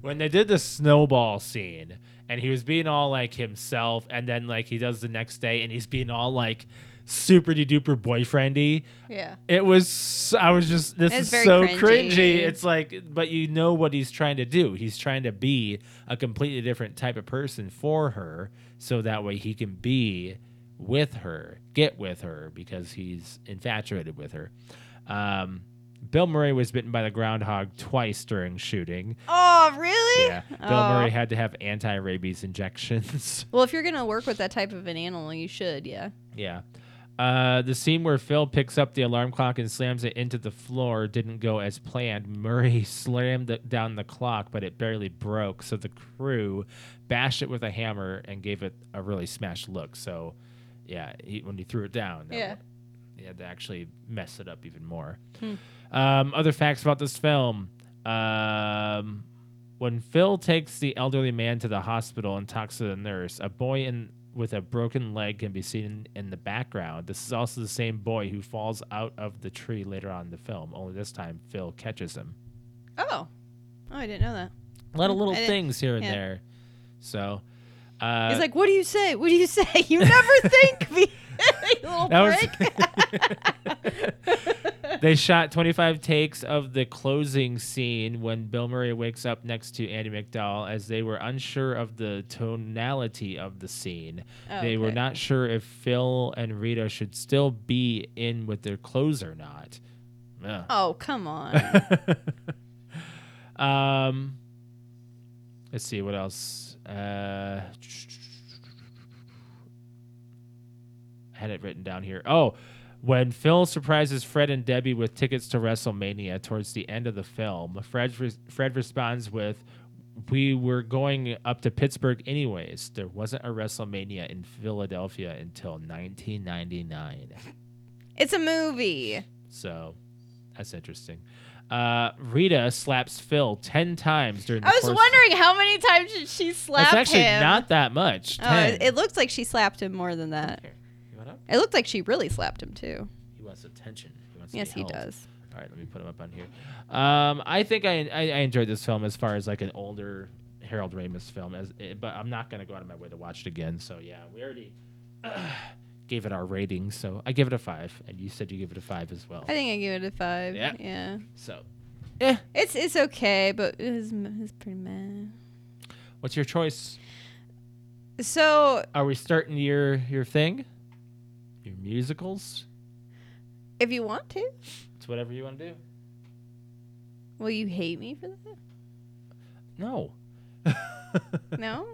Speaker 1: when they did the snowball scene and he was being all like himself and then like he does the next day and he's being all like super de duper boyfriendy
Speaker 2: Yeah.
Speaker 1: it was i was just this
Speaker 2: It's
Speaker 1: is
Speaker 2: very
Speaker 1: so
Speaker 2: cringy.
Speaker 1: cringy. it's like but you know what he's trying to do he's trying to be a completely different type of person for her so that way he can be with her get with her because he's infatuated with her um, bill murray was bitten by the groundhog twice during shooting
Speaker 2: Oh, really?
Speaker 1: yeah bill
Speaker 2: Oh.
Speaker 1: murray had to have anti-rabies injections
Speaker 2: Well, if you're gonna work with that type of an animal, you should. Yeah.
Speaker 1: Yeah. Uh, the scene where Phil picks up the alarm clock and slams it into the floor didn't go as planned. Murray slammed it down the clock, but it barely broke, so the crew bashed it with a hammer and gave it a really smashed look. So, yeah, he, when he threw it down, that
Speaker 2: Yeah.
Speaker 1: wa- he had to actually mess it up even more.
Speaker 2: Hmm.
Speaker 1: Um, other facts about this film. Um, when Phil takes the elderly man to the hospital and talks to the nurse, a boy in with a broken leg can be seen in the background. This is also the same boy who falls out of the tree later on in the film, only this time Phil catches him.
Speaker 2: Oh. Oh, I didn't know that.
Speaker 1: A lot of little
Speaker 2: I didn't-
Speaker 1: things here and
Speaker 2: yeah.
Speaker 1: there. So, uh,
Speaker 2: He's like, "What do you say? What do you say? You never think me." you little
Speaker 1: That was-
Speaker 2: prick.
Speaker 1: They shot 25 takes of the closing scene when Bill Murray wakes up next to Andy McDowell as they were unsure of the tonality of the scene.
Speaker 2: Oh,
Speaker 1: they were
Speaker 2: okay.
Speaker 1: not sure if Phil and Rita should still be in with their clothes or not. Yeah.
Speaker 2: Oh, come on.
Speaker 1: Um, let's see what else. Uh, I had it written down here. Oh, when Phil surprises Fred and Debbie with tickets to WrestleMania towards the end of the film, Fred re- Fred responds with, "We were going up to Pittsburgh anyways. There wasn't a WrestleMania in Philadelphia until 1999."
Speaker 2: It's a movie.
Speaker 1: So that's interesting. Uh, Rita slaps Phil 10 times during the
Speaker 2: I was
Speaker 1: course-
Speaker 2: wondering how many times did she slap
Speaker 1: That's actually
Speaker 2: him?
Speaker 1: not that much.
Speaker 2: oh,
Speaker 1: 10.
Speaker 2: it, it looks like she slapped him more than that.
Speaker 1: Here, you want up?
Speaker 2: It looked like she really slapped him too.
Speaker 1: He wants attention. He wants to
Speaker 2: Yes,
Speaker 1: be
Speaker 2: he
Speaker 1: held.
Speaker 2: does.
Speaker 1: All right, let me put him up on here. Um, I think I, I, I enjoyed this film as far as like an older Harold Ramis film, as eh, but I'm not gonna go out of my way to watch it again. So yeah, we already gave it our rating, so I give it a five, and you said you give it a five as well.
Speaker 2: I think I give it a five.
Speaker 1: Yeah.
Speaker 2: Yeah.
Speaker 1: So,
Speaker 2: It's it's okay, but it's, it's pretty meh.
Speaker 1: what's your choice?
Speaker 2: So
Speaker 1: Are we starting your your thing? Your musicals?
Speaker 2: if you want to,
Speaker 1: It's whatever you want to do.
Speaker 2: will you hate me for that?
Speaker 1: No,
Speaker 2: No.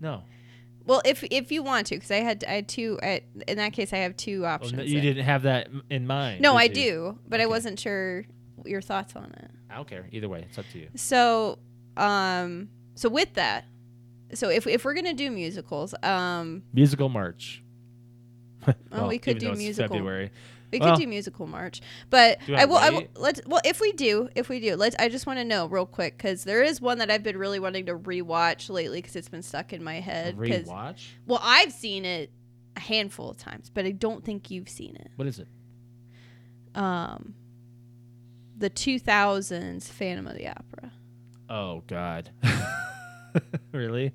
Speaker 1: no.
Speaker 2: Well, if if you want to, because I had I had two. I, in that case, I have two
Speaker 1: Well,
Speaker 2: options.
Speaker 1: n- Oh, you
Speaker 2: then.
Speaker 1: didn't have that m- in mind.
Speaker 2: No,
Speaker 1: did
Speaker 2: I
Speaker 1: you?
Speaker 2: do, but I
Speaker 1: Okay.
Speaker 2: wasn't sure your thoughts on it.
Speaker 1: I don't care. Either way, it's up to you.
Speaker 2: So, um, so with that, so if if we're gonna do musicals, um,
Speaker 1: Musical March. Well,
Speaker 2: Oh, we could
Speaker 1: even
Speaker 2: do
Speaker 1: though it's
Speaker 2: musical.
Speaker 1: February.
Speaker 2: we
Speaker 1: Well-
Speaker 2: could do musical March, but
Speaker 1: Do you
Speaker 2: I will.
Speaker 1: wanna
Speaker 2: I will.
Speaker 1: wait?
Speaker 2: Let's. Well, if we do, if we do, let's. I just want to know real quick because there is one that I've been really wanting to rewatch lately because it's been stuck in my head. 'cause-
Speaker 1: Rewatch.
Speaker 2: Well, I've seen it a handful of times, but I don't think you've seen it.
Speaker 1: What is it?
Speaker 2: Um, the 2000s Phantom of the Opera.
Speaker 1: Oh God. really?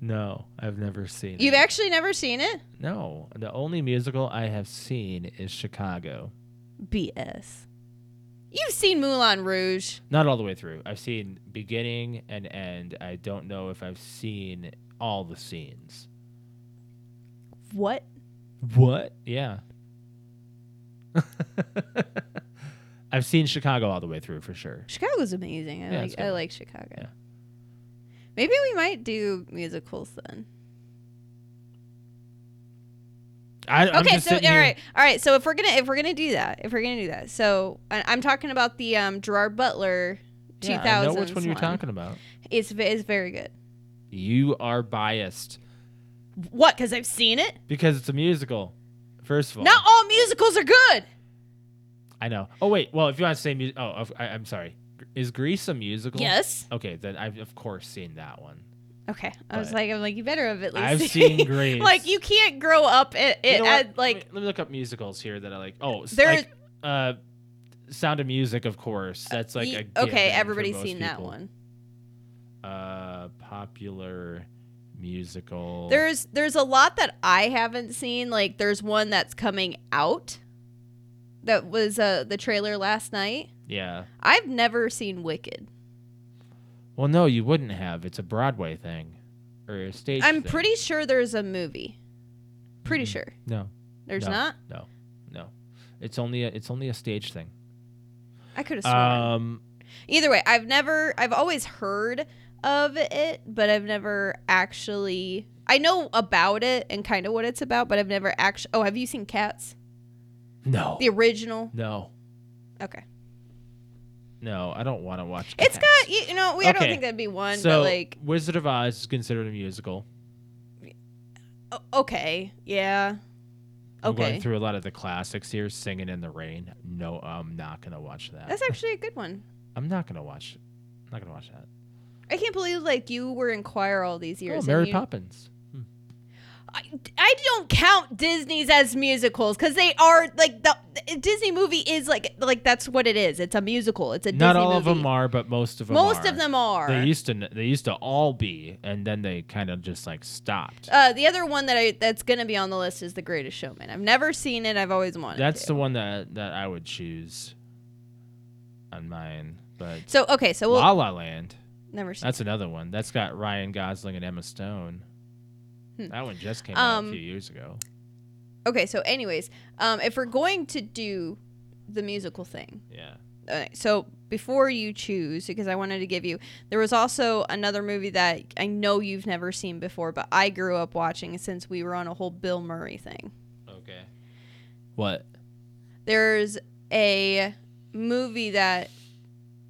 Speaker 1: No, I've never seen
Speaker 2: You've
Speaker 1: it.
Speaker 2: actually never seen it?
Speaker 1: no, the only musical I have seen is Chicago.
Speaker 2: BS. You've seen Moulin Rouge.
Speaker 1: Not all the way through. I've seen beginning and end. I don't know if I've seen all the scenes.
Speaker 2: What?
Speaker 1: What? Yeah. I've seen Chicago all the way through for sure.
Speaker 2: Chicago's amazing. I
Speaker 1: Yeah, it's
Speaker 2: like
Speaker 1: good.
Speaker 2: I like Chicago.
Speaker 1: Yeah.
Speaker 2: Maybe we might do musicals then.
Speaker 1: I, I'm
Speaker 2: okay,
Speaker 1: just
Speaker 2: so all
Speaker 1: sitting
Speaker 2: right,
Speaker 1: here-
Speaker 2: all right. So if we're gonna if we're gonna do that, if we're gonna do that, so I, I'm talking about the um, Gerard Butler 2000s.
Speaker 1: Yeah, I know which one you're talking about.
Speaker 2: It's ve- it's very good.
Speaker 1: You are biased
Speaker 2: What? Because I've seen it.
Speaker 1: because it's a musical. First of all,
Speaker 2: Not all musicals are good.
Speaker 1: I know. Oh wait, well if you want to say music, oh of- I, I'm sorry. Is Grease a musical?
Speaker 2: Yes.
Speaker 1: Okay, then I've of course seen that one.
Speaker 2: Okay. I was
Speaker 1: But-
Speaker 2: like, I'm like, you better have at least.
Speaker 1: I've seen Grease.
Speaker 2: like you can't grow up it,
Speaker 1: You
Speaker 2: it
Speaker 1: know what?
Speaker 2: at,
Speaker 1: Let
Speaker 2: like
Speaker 1: me- let me, look up musicals here that I like. Oh, there.
Speaker 2: There-
Speaker 1: Like, uh, Sound of Music, of course. That's like
Speaker 2: Uh, Ye-
Speaker 1: a given
Speaker 2: okay
Speaker 1: for
Speaker 2: everybody's
Speaker 1: most
Speaker 2: seen that
Speaker 1: people.
Speaker 2: one
Speaker 1: Uh, popular musical.
Speaker 2: there's there's a lot that i haven't seen like there's one that's coming out that was uh the trailer last night
Speaker 1: yeah.
Speaker 2: i've never seen wicked
Speaker 1: Well, no, you wouldn't have. It's a Broadway thing, or a stage.
Speaker 2: i'm
Speaker 1: thing.
Speaker 2: pretty sure there's a movie pretty
Speaker 1: Mhm.
Speaker 2: sure
Speaker 1: No,
Speaker 2: there's
Speaker 1: No.
Speaker 2: not
Speaker 1: no, no. It's only a, it's only a stage thing.
Speaker 2: i could have sworn
Speaker 1: Um,
Speaker 2: either way i've never i've always heard of it but i've never actually i know about it and kind of what it's about but i've never actually oh have you seen cats
Speaker 1: no,
Speaker 2: the original
Speaker 1: no,
Speaker 2: okay
Speaker 1: no. I don't want to watch.
Speaker 2: It's
Speaker 1: Cats.
Speaker 2: got you you know we I don't
Speaker 1: Okay.
Speaker 2: think that'd be one,
Speaker 1: so
Speaker 2: but like
Speaker 1: Wizard of Oz is considered a musical.
Speaker 2: o- okay, yeah,
Speaker 1: I'm going
Speaker 2: okay.
Speaker 1: through a lot of the classics here. Singing in the Rain. No, I'm not gonna watch that.
Speaker 2: That's actually a good one.
Speaker 1: I'm not gonna watch. I'm not gonna watch that.
Speaker 2: I can't believe like you were in choir all these years.
Speaker 1: Oh,
Speaker 2: and
Speaker 1: Mary
Speaker 2: you-
Speaker 1: Poppins.
Speaker 2: I, I don't count Disney's as musicals because they are like the a Disney movie is like like that's what it is. It's a musical. It's a
Speaker 1: Not
Speaker 2: Disney
Speaker 1: all of
Speaker 2: movie.
Speaker 1: them are, but most of them.
Speaker 2: Most
Speaker 1: are.
Speaker 2: of them are.
Speaker 1: They used to. They used to all be, and then they kind of just like stopped.
Speaker 2: Uh, the other one that I that's gonna be on the list is The Greatest Showman. I've never seen it. I've always wanted.
Speaker 1: That's
Speaker 2: to.
Speaker 1: the one that that I would choose on mine. But
Speaker 2: so okay. So we'll
Speaker 1: La La Land.
Speaker 2: never seen.
Speaker 1: That's another one. That's got Ryan Gosling and Emma Stone. That one just came out a
Speaker 2: Hmm. Um,
Speaker 1: few years ago.
Speaker 2: Okay. So anyways, um, if we're going to do the musical thing,
Speaker 1: Yeah.
Speaker 2: uh, so before you choose because i wanted to give you there was also another movie that i know you've never seen before but i grew up watching since we were on a whole bill murray thing
Speaker 1: Okay. What?
Speaker 2: there's a movie that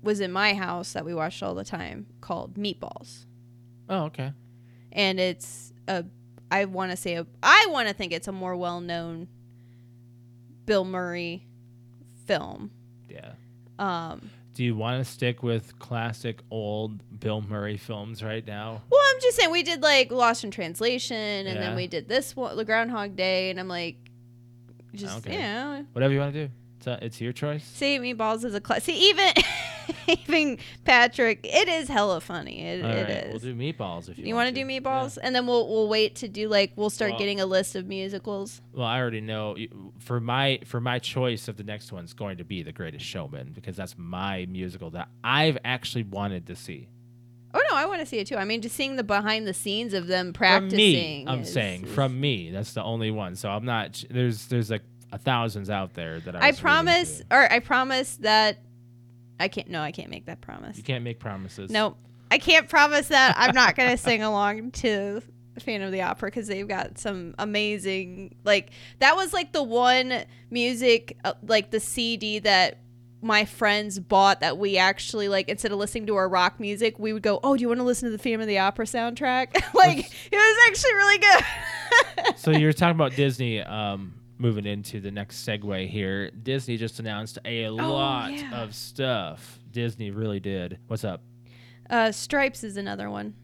Speaker 2: was in my house that we watched all the time called meatballs
Speaker 1: Oh, okay.
Speaker 2: and it's a i want to say a, i want to think it's a more well-known bill murray film
Speaker 1: Yeah.
Speaker 2: um
Speaker 1: Do you want to stick with classic old Bill Murray films right now?
Speaker 2: Well, I'm just saying we did like Lost in Translation, and
Speaker 1: Yeah.
Speaker 2: then we did this one, the Groundhog Day, and I'm like, just
Speaker 1: Okay.
Speaker 2: you know,
Speaker 1: Whatever you want to do. It's, uh, it's your choice.
Speaker 2: say meatballs is a class. See, even even Patrick, it is hella funny. It,
Speaker 1: All
Speaker 2: it
Speaker 1: right,
Speaker 2: is.
Speaker 1: We'll do meatballs if you,
Speaker 2: you want to do meatballs, and then we'll we'll wait to do like we'll start
Speaker 1: Well-
Speaker 2: getting a list of musicals.
Speaker 1: Well, I already know you- for my for my choice of the next one's going to be The Greatest Showman because that's my musical that I've actually wanted to see.
Speaker 2: Oh no, I want to see it too. I mean, just seeing the behind the scenes of them
Speaker 1: From
Speaker 2: practicing.
Speaker 1: me, I'm
Speaker 2: is-
Speaker 1: saying from me. That's the only one. So I'm not. ch- There's there's like a thousands out there that I.
Speaker 2: I
Speaker 1: was reading
Speaker 2: promise,
Speaker 1: through.
Speaker 2: or I promise that I can't. No, I can't make that promise.
Speaker 1: You can't make promises.
Speaker 2: No, I can't promise that I'm not going to sing along to Phantom of the Opera because they've got some amazing like that was like the one music uh, like the CD that my friends bought that we actually like instead of listening to our rock music we would go oh do you want to listen to the Phantom of the Opera soundtrack like it was actually really good
Speaker 1: so you're talking about Disney. Um, moving into the next segue here. Disney just announced a lot
Speaker 2: Oh, yeah.
Speaker 1: of stuff. Disney really did. What's up?
Speaker 2: uh Stripes is another one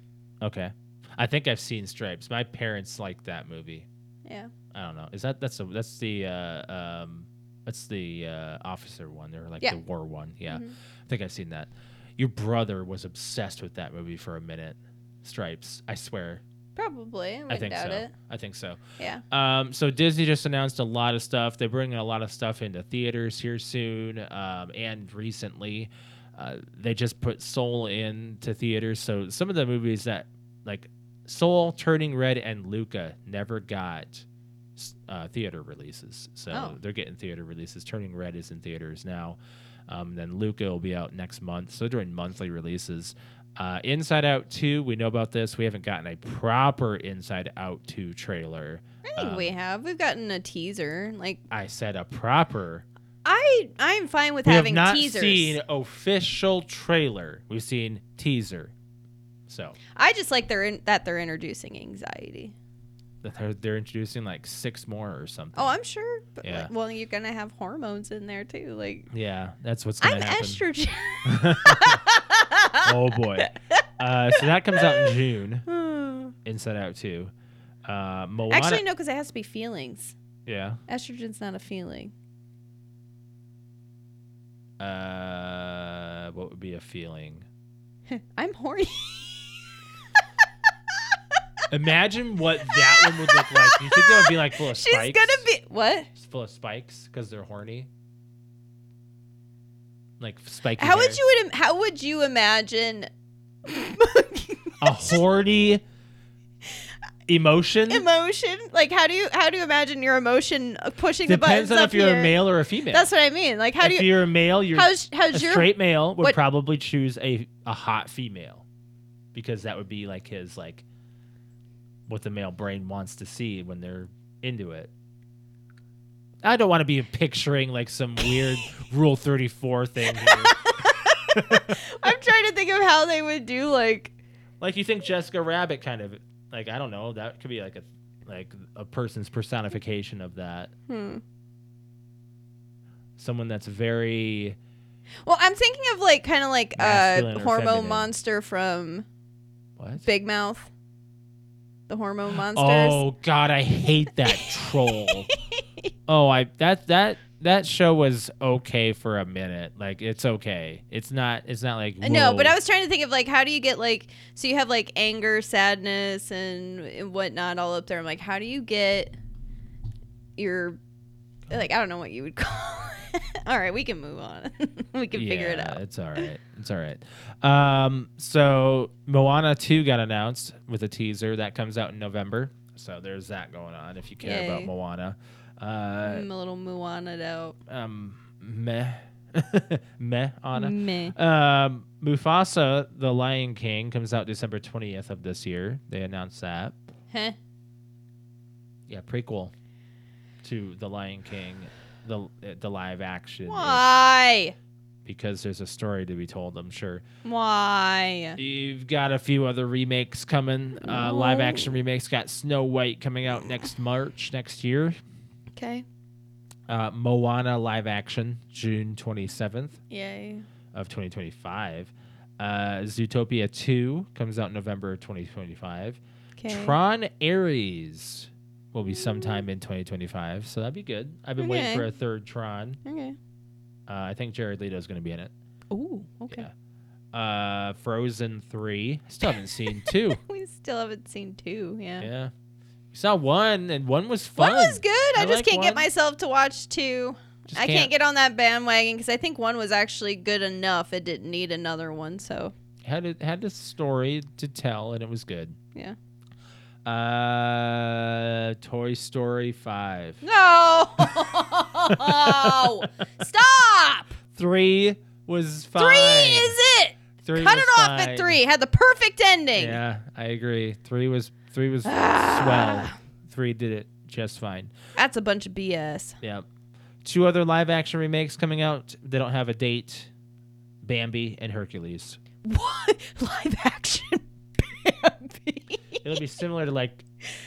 Speaker 1: Okay. I think I've seen Stripes. My parents liked that movie.
Speaker 2: yeah
Speaker 1: I don't know. Is that that's the that's the uh, um that's the uh, officer one or like
Speaker 2: Yeah. Mm-hmm.
Speaker 1: the war one? Yeah, I think I've seen that. Your brother was obsessed with that movie for a minute. Stripes. I swear.
Speaker 2: probably I, wouldn't
Speaker 1: I think
Speaker 2: doubt
Speaker 1: so.
Speaker 2: it
Speaker 1: I think so.
Speaker 2: yeah
Speaker 1: Um, so Disney just announced a lot of stuff. They're bringing a lot of stuff into theaters here soon um, and recently. Uh, they just put Soul into theaters. So some of the movies that like Soul, Turning Red, and Luca never got s- uh, theater releases. So
Speaker 2: Oh.
Speaker 1: they're getting theater releases. Turning Red is in theaters now. Um, then Luca will be out next month. So they're doing monthly releases. Uh, Inside Out 2, we know about this. We haven't gotten a proper Inside Out 2 trailer.
Speaker 2: I think
Speaker 1: Um,
Speaker 2: we have we've gotten a teaser like
Speaker 1: I said a proper.
Speaker 2: I I'm fine with
Speaker 1: we have
Speaker 2: having
Speaker 1: not
Speaker 2: teasers.
Speaker 1: seen official trailer. We've seen teaser. So
Speaker 2: I just like they're in, that they're introducing anxiety.
Speaker 1: that they're, they're introducing like six more or something.
Speaker 2: Oh, I'm sure. But
Speaker 1: Yeah.
Speaker 2: like, well, you're gonna have hormones in there too. Like
Speaker 1: yeah, that's what's gonna
Speaker 2: I'm
Speaker 1: happen.
Speaker 2: estrogen.
Speaker 1: oh boy. Uh, so that comes out in June.
Speaker 2: Hmm.
Speaker 1: Inside Out 2. Uh, Moana.
Speaker 2: Actually, no, because it has to be feelings.
Speaker 1: yeah.
Speaker 2: Estrogen's not a feeling.
Speaker 1: Uh, what would be a feeling?
Speaker 2: I'm horny.
Speaker 1: Imagine what that one would look like. You think that would be like full of
Speaker 2: She's
Speaker 1: spikes?
Speaker 2: gonna be what?
Speaker 1: full of spikes because they're horny. Like spiky.
Speaker 2: How
Speaker 1: hair.
Speaker 2: would you would how would you imagine
Speaker 1: a horny emotion?
Speaker 2: emotion? Like how do you how do you imagine your emotion uh, pushing
Speaker 1: Depends
Speaker 2: the buttons
Speaker 1: on
Speaker 2: up
Speaker 1: if you're
Speaker 2: here?
Speaker 1: a male or a female.
Speaker 2: That's what I mean. Like how do
Speaker 1: if
Speaker 2: you
Speaker 1: are a male, you're
Speaker 2: how's
Speaker 1: a
Speaker 2: how's your
Speaker 1: straight male would
Speaker 2: what-
Speaker 1: probably choose a a hot female because that would be like his like what the male brain wants to see when they're into it. I don't want to be picturing like some weird Rule Thirty Four thing. Here.
Speaker 2: I'm trying to think of how they would do like
Speaker 1: like you think Jessica Rabbit kind of like I don't know that could be like a like a person's personification of that
Speaker 2: hmm.
Speaker 1: someone that's very
Speaker 2: Well, I'm thinking of like kind of like uh, a
Speaker 1: Masculine
Speaker 2: uh,
Speaker 1: or
Speaker 2: hormone
Speaker 1: feminine?
Speaker 2: monster from
Speaker 1: what
Speaker 2: Big Mouth. the hormone monsters.
Speaker 1: Oh God, I hate that troll. oh, I that that that show was okay for a minute. Like it's okay. It's not. It's not like
Speaker 2: Uh, No,
Speaker 1: whoa.
Speaker 2: but I was trying to think of like how do you get like so you have like anger, sadness, and, and whatnot all up there. I'm like, how do you get your like I don't know what you would call. it. all right, we can move on. we can figure it
Speaker 1: Yeah,
Speaker 2: out.
Speaker 1: It's all right. It's all right. Um, so Moana two got announced with a teaser that comes out in November. So there's that going on. If you care about
Speaker 2: Yay.
Speaker 1: Moana, uh,
Speaker 2: I'm a little muana'd out.
Speaker 1: um, meh, meh, Anna.
Speaker 2: Meh.
Speaker 1: Um, Mufasa, the Lion King, comes out December 20th of this year. They announced that.
Speaker 2: Huh?
Speaker 1: Yeah, prequel to the Lion King, the uh, the live action, is-
Speaker 2: Why?
Speaker 1: because there's a story to be told. I'm sure.
Speaker 2: Why?
Speaker 1: You've got a few other remakes coming. Uh, live action remakes got Snow White coming out next March next year.
Speaker 2: Okay.
Speaker 1: Uh, Moana live action June 27th.
Speaker 2: Yay.
Speaker 1: of 2025. Uh, Zootopia 2 comes out November of 2025.
Speaker 2: Okay.
Speaker 1: Tron Ares will be sometime in 2025, so that'd be good. I've been
Speaker 2: Okay.
Speaker 1: waiting for a third Tron.
Speaker 2: okay.
Speaker 1: Uh, I think Jared Leto's going to be in it.
Speaker 2: Ooh. Okay.
Speaker 1: Uh, Frozen 3. I still haven't seen 2.
Speaker 2: We still haven't seen two. Yeah.
Speaker 1: Yeah. We saw one, and one was fun.
Speaker 2: One was good. I,
Speaker 1: I
Speaker 2: just
Speaker 1: like
Speaker 2: can't get
Speaker 1: one.
Speaker 2: myself to watch two.
Speaker 1: Just
Speaker 2: I can't get on that bandwagon because I think one was actually good enough. It didn't need another one. So
Speaker 1: had a, had a story to tell, and it was good.
Speaker 2: yeah.
Speaker 1: Uh, Toy Story 5.
Speaker 2: No. Stop.
Speaker 1: Three was fine.
Speaker 2: Three is it?
Speaker 1: Three
Speaker 2: Cut
Speaker 1: was
Speaker 2: it off
Speaker 1: fine.
Speaker 2: at three. Had the perfect ending.
Speaker 1: Yeah, I agree. Three was three was swell.
Speaker 2: Ah.
Speaker 1: Three did it just fine.
Speaker 2: That's a bunch of BS.
Speaker 1: Yeah. Two other live action remakes coming out. They don't have a date. Bambi and Hercules.
Speaker 2: What live action? Bambi.
Speaker 1: It'll be similar to like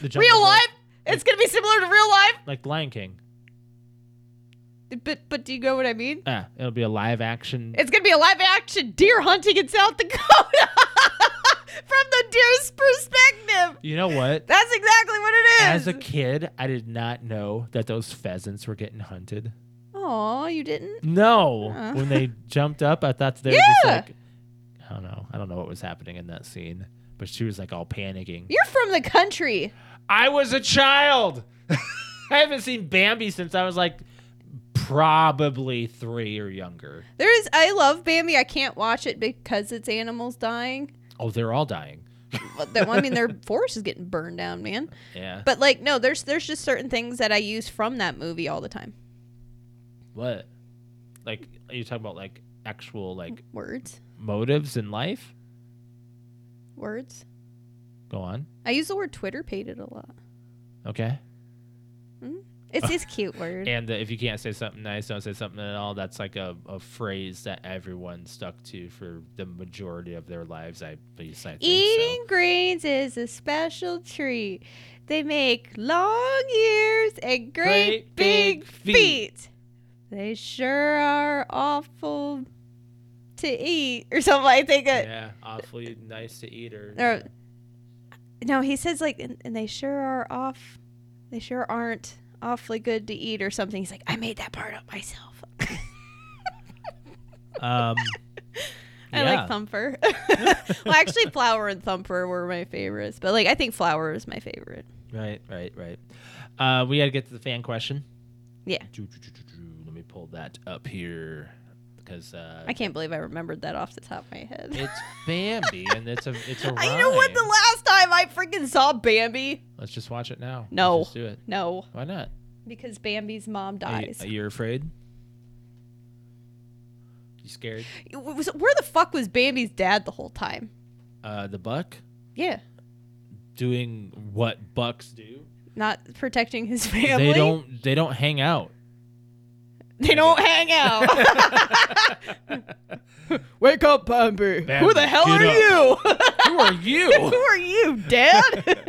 Speaker 1: the Jungle
Speaker 2: real
Speaker 1: Book-
Speaker 2: life. It's gonna be similar to real life.
Speaker 1: like Lion King.
Speaker 2: But but do you know what I mean?
Speaker 1: Ah, it'll be a live action.
Speaker 2: It's gonna be a live action deer hunting in South Dakota from the deer's perspective.
Speaker 1: You know what?
Speaker 2: That's exactly what it
Speaker 1: As
Speaker 2: is.
Speaker 1: a kid, I did not know that those pheasants were getting hunted.
Speaker 2: Aw, you didn't?
Speaker 1: No,
Speaker 2: Oh.
Speaker 1: when they jumped up, I thought they were just
Speaker 2: Yeah.
Speaker 1: like, I don't know, I don't know what was happening in that scene, but she was like all panicking.
Speaker 2: You're from the country.
Speaker 1: I was a child. I haven't seen Bambi since I was like probably three or younger.
Speaker 2: There is I love Bambi. I can't watch it because it's animals dying.
Speaker 1: Oh, they're all dying.
Speaker 2: But that, I mean their forest is getting burned down, man.
Speaker 1: Yeah.
Speaker 2: But like no, there's there's just certain things that I use from that movie all the time.
Speaker 1: What? Like, are you talking about like actual like
Speaker 2: Words.
Speaker 1: motives in life?
Speaker 2: Words.
Speaker 1: Go on.
Speaker 2: I use the word Twitter pated a lot.
Speaker 1: Okay.
Speaker 2: It's this cute word.
Speaker 1: And uh, if you can't say something nice, don't say something at all. That's like a, a phrase that everyone stuck to for the majority of their lives. I believe. I think so.
Speaker 2: Eating greens is a special treat. They make long ears and
Speaker 1: Great
Speaker 2: great, big,
Speaker 1: big
Speaker 2: feet. They sure are awful to eat, or something. I think. uh, that
Speaker 1: Yeah, awfully nice to eat or.
Speaker 2: Or- No, he says like, and, and they sure are off. They sure aren't awfully good to eat, or something. He's like, I made that part up myself.
Speaker 1: um.
Speaker 2: I
Speaker 1: yeah.
Speaker 2: like Thumper. well, actually, Flower and Thumper were my favorites, but like, I think Flower is my favorite.
Speaker 1: Right, right, right. Uh, we got to get to the fan question.
Speaker 2: Yeah.
Speaker 1: Doo, doo, doo, doo, doo. Let me pull that up here because uh,
Speaker 2: I can't believe I remembered that off the top of my head.
Speaker 1: it's Bambi and it's a it's a. Rhyme.
Speaker 2: I know what the last time I freaking saw Bambi.
Speaker 1: Let's just watch it now. Let's
Speaker 2: No.
Speaker 1: just do it.
Speaker 2: No,
Speaker 1: Why not?
Speaker 2: because Bambi's mom
Speaker 1: Are you,
Speaker 2: dies.
Speaker 1: are you afraid? You scared?
Speaker 2: It was- Where the fuck was Bambi's dad the whole time?
Speaker 1: Uh, the buck
Speaker 2: Yeah,
Speaker 1: doing what bucks do?
Speaker 2: not protecting his family.
Speaker 1: They don't. They don't hang out.
Speaker 2: They don't hang out. Wake up, Bambi. Who the
Speaker 1: Bambi,
Speaker 2: hell
Speaker 1: get
Speaker 2: are
Speaker 1: Who are
Speaker 2: you?
Speaker 1: you?
Speaker 2: Who are you, Dad?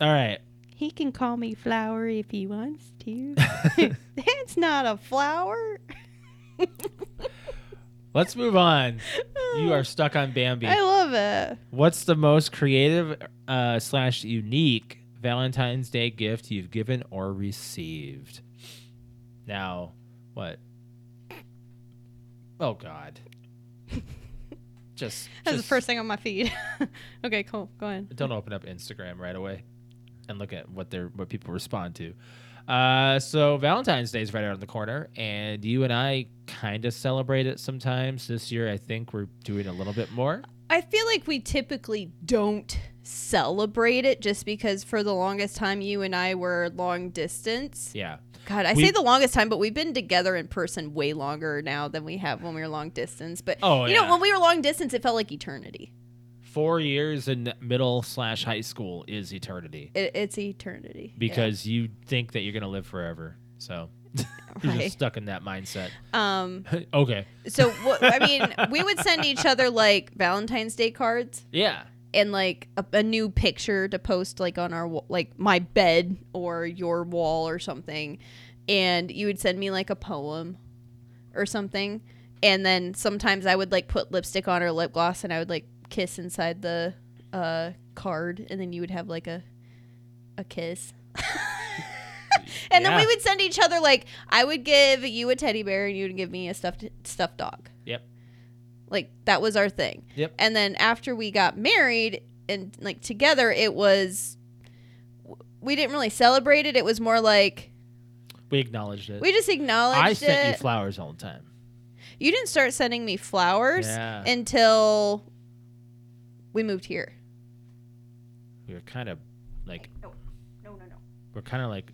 Speaker 1: All right.
Speaker 2: he can call me Flower if he wants to. That's not a flower.
Speaker 1: Let's move on You are stuck on Bambi.
Speaker 2: I love it.
Speaker 1: What's the most creative uh, slash unique Valentine's Day gift you've given or received? Now, what? Oh God! just, just
Speaker 2: That's the first thing on my feed. okay, cool. Go ahead.
Speaker 1: don't open up Instagram right away and look at what they're what people respond to. Uh, so Valentine's Day is right around the corner, and you and I kind of celebrate it sometimes. This year, I think we're doing a little bit more.
Speaker 2: I feel like we typically don't celebrate it just because for the longest time you and I were long distance.
Speaker 1: Yeah.
Speaker 2: God, I
Speaker 1: We-
Speaker 2: say the longest time, but we've been together in person way longer now than we have when we were long distance. But
Speaker 1: Oh,
Speaker 2: you
Speaker 1: yeah.
Speaker 2: know, when we were long distance, it felt like eternity.
Speaker 1: four years in middle slash high school is eternity
Speaker 2: It, it's eternity Yeah.
Speaker 1: because you think that you're gonna live forever so you're
Speaker 2: Right.
Speaker 1: just stuck in that mindset
Speaker 2: um.
Speaker 1: okay
Speaker 2: So what, I mean, we would send each other like Valentine's Day cards
Speaker 1: yeah
Speaker 2: and like a, a new picture to post like on our wa- like my bed or your wall or something and you would send me like a poem or something and then sometimes i would like put lipstick on or lip gloss and i would like kiss inside the uh card and then you would have like a a kiss and then
Speaker 1: Yeah.
Speaker 2: we would send each other like i would give you a teddy bear and you would give me a stuffed stuffed dog
Speaker 1: yep
Speaker 2: like that was our thing.
Speaker 1: Yep.
Speaker 2: And then after we got married and like together, it was we didn't really celebrate it. It was more like
Speaker 1: we acknowledged it
Speaker 2: we just acknowledged
Speaker 1: i sent
Speaker 2: it.
Speaker 1: you flowers all the time
Speaker 2: you didn't start sending me flowers
Speaker 1: Yeah.
Speaker 2: until we moved here.
Speaker 1: we were kind of like no no no we're kind of like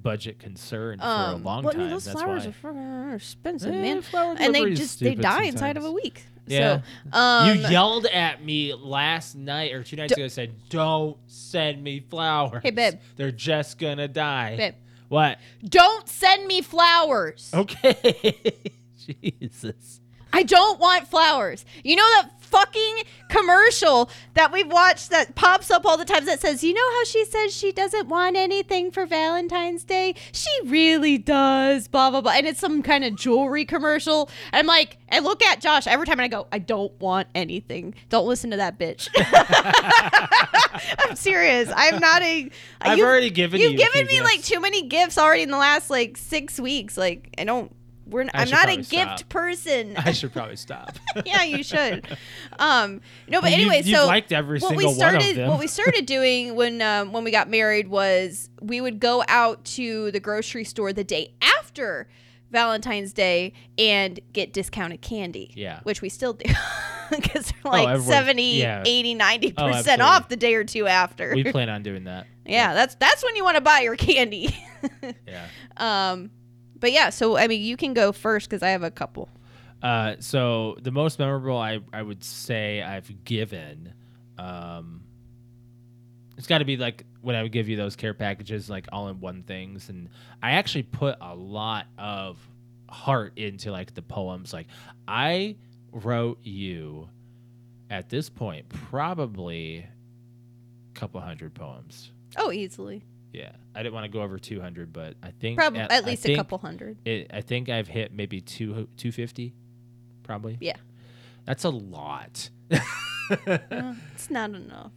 Speaker 1: budget concerned for a long
Speaker 2: Um, well,
Speaker 1: time
Speaker 2: No, those
Speaker 1: that's
Speaker 2: flowers
Speaker 1: why
Speaker 2: are fucking expensive,
Speaker 1: Eh,
Speaker 2: man.
Speaker 1: flower
Speaker 2: And they
Speaker 1: delivery is
Speaker 2: just they
Speaker 1: stupid
Speaker 2: die inside of a
Speaker 1: sometimes.
Speaker 2: week.
Speaker 1: Yeah.
Speaker 2: So, um,
Speaker 1: you yelled at me last night or two nights ago. Said, "Don't send me flowers.
Speaker 2: Hey, babe.
Speaker 1: They're just gonna die."
Speaker 2: Babe.
Speaker 1: What?
Speaker 2: don't send me flowers.
Speaker 1: Oh. Okay. Jesus.
Speaker 2: I don't want flowers. You know that fucking commercial that we've watched that pops up all the time that says, "You know how she says she doesn't want anything for Valentine's Day? She really does." Blah blah blah. And it's some kind of jewelry commercial. And I'm like, I look at Josh every time and I go, "I don't want anything. Don't listen to that bitch." I'm serious. I'm not a.
Speaker 1: I've
Speaker 2: you've-
Speaker 1: already given
Speaker 2: You've
Speaker 1: you a
Speaker 2: given
Speaker 1: few
Speaker 2: me like
Speaker 1: gifts.
Speaker 2: too many gifts already in the last like six weeks. Like I don't. We're. N-
Speaker 1: I
Speaker 2: I'm
Speaker 1: should
Speaker 2: not a
Speaker 1: probably
Speaker 2: gift
Speaker 1: stop.
Speaker 2: person
Speaker 1: I should probably stop.
Speaker 2: yeah, you should. Um, no, but
Speaker 1: You-
Speaker 2: anyway,
Speaker 1: you
Speaker 2: so
Speaker 1: liked every
Speaker 2: what we
Speaker 1: single one of
Speaker 2: started,
Speaker 1: them.
Speaker 2: what we started doing when um, when we got married was we would go out to the grocery store the day after Valentine's Day and get discounted candy.
Speaker 1: Yeah.
Speaker 2: which we still do because they're like
Speaker 1: everyone's-
Speaker 2: 70,
Speaker 1: yeah.
Speaker 2: 80, 90
Speaker 1: Oh,
Speaker 2: percent
Speaker 1: absolutely.
Speaker 2: off the day or two after.
Speaker 1: we plan on doing that.
Speaker 2: yeah, that's that's when you want to buy your candy.
Speaker 1: Yeah.
Speaker 2: um, but yeah, so I mean, you can go first because I have a couple.
Speaker 1: Uh, so the most memorable I, I would say I've given, um, it's got to be like when I would give you those care packages, like all in one things, and I actually put a lot of heart into like the poems. Like I wrote you at this point probably a couple hundred poems.
Speaker 2: Oh, easily,
Speaker 1: Yeah, I didn't want to go over two hundred, but I think
Speaker 2: probably at,
Speaker 1: I
Speaker 2: least a
Speaker 1: think-
Speaker 2: couple hundred.
Speaker 1: it, I think I've hit maybe two two fifty, probably.
Speaker 2: Yeah.
Speaker 1: that's a lot.
Speaker 2: Uh, it's not enough.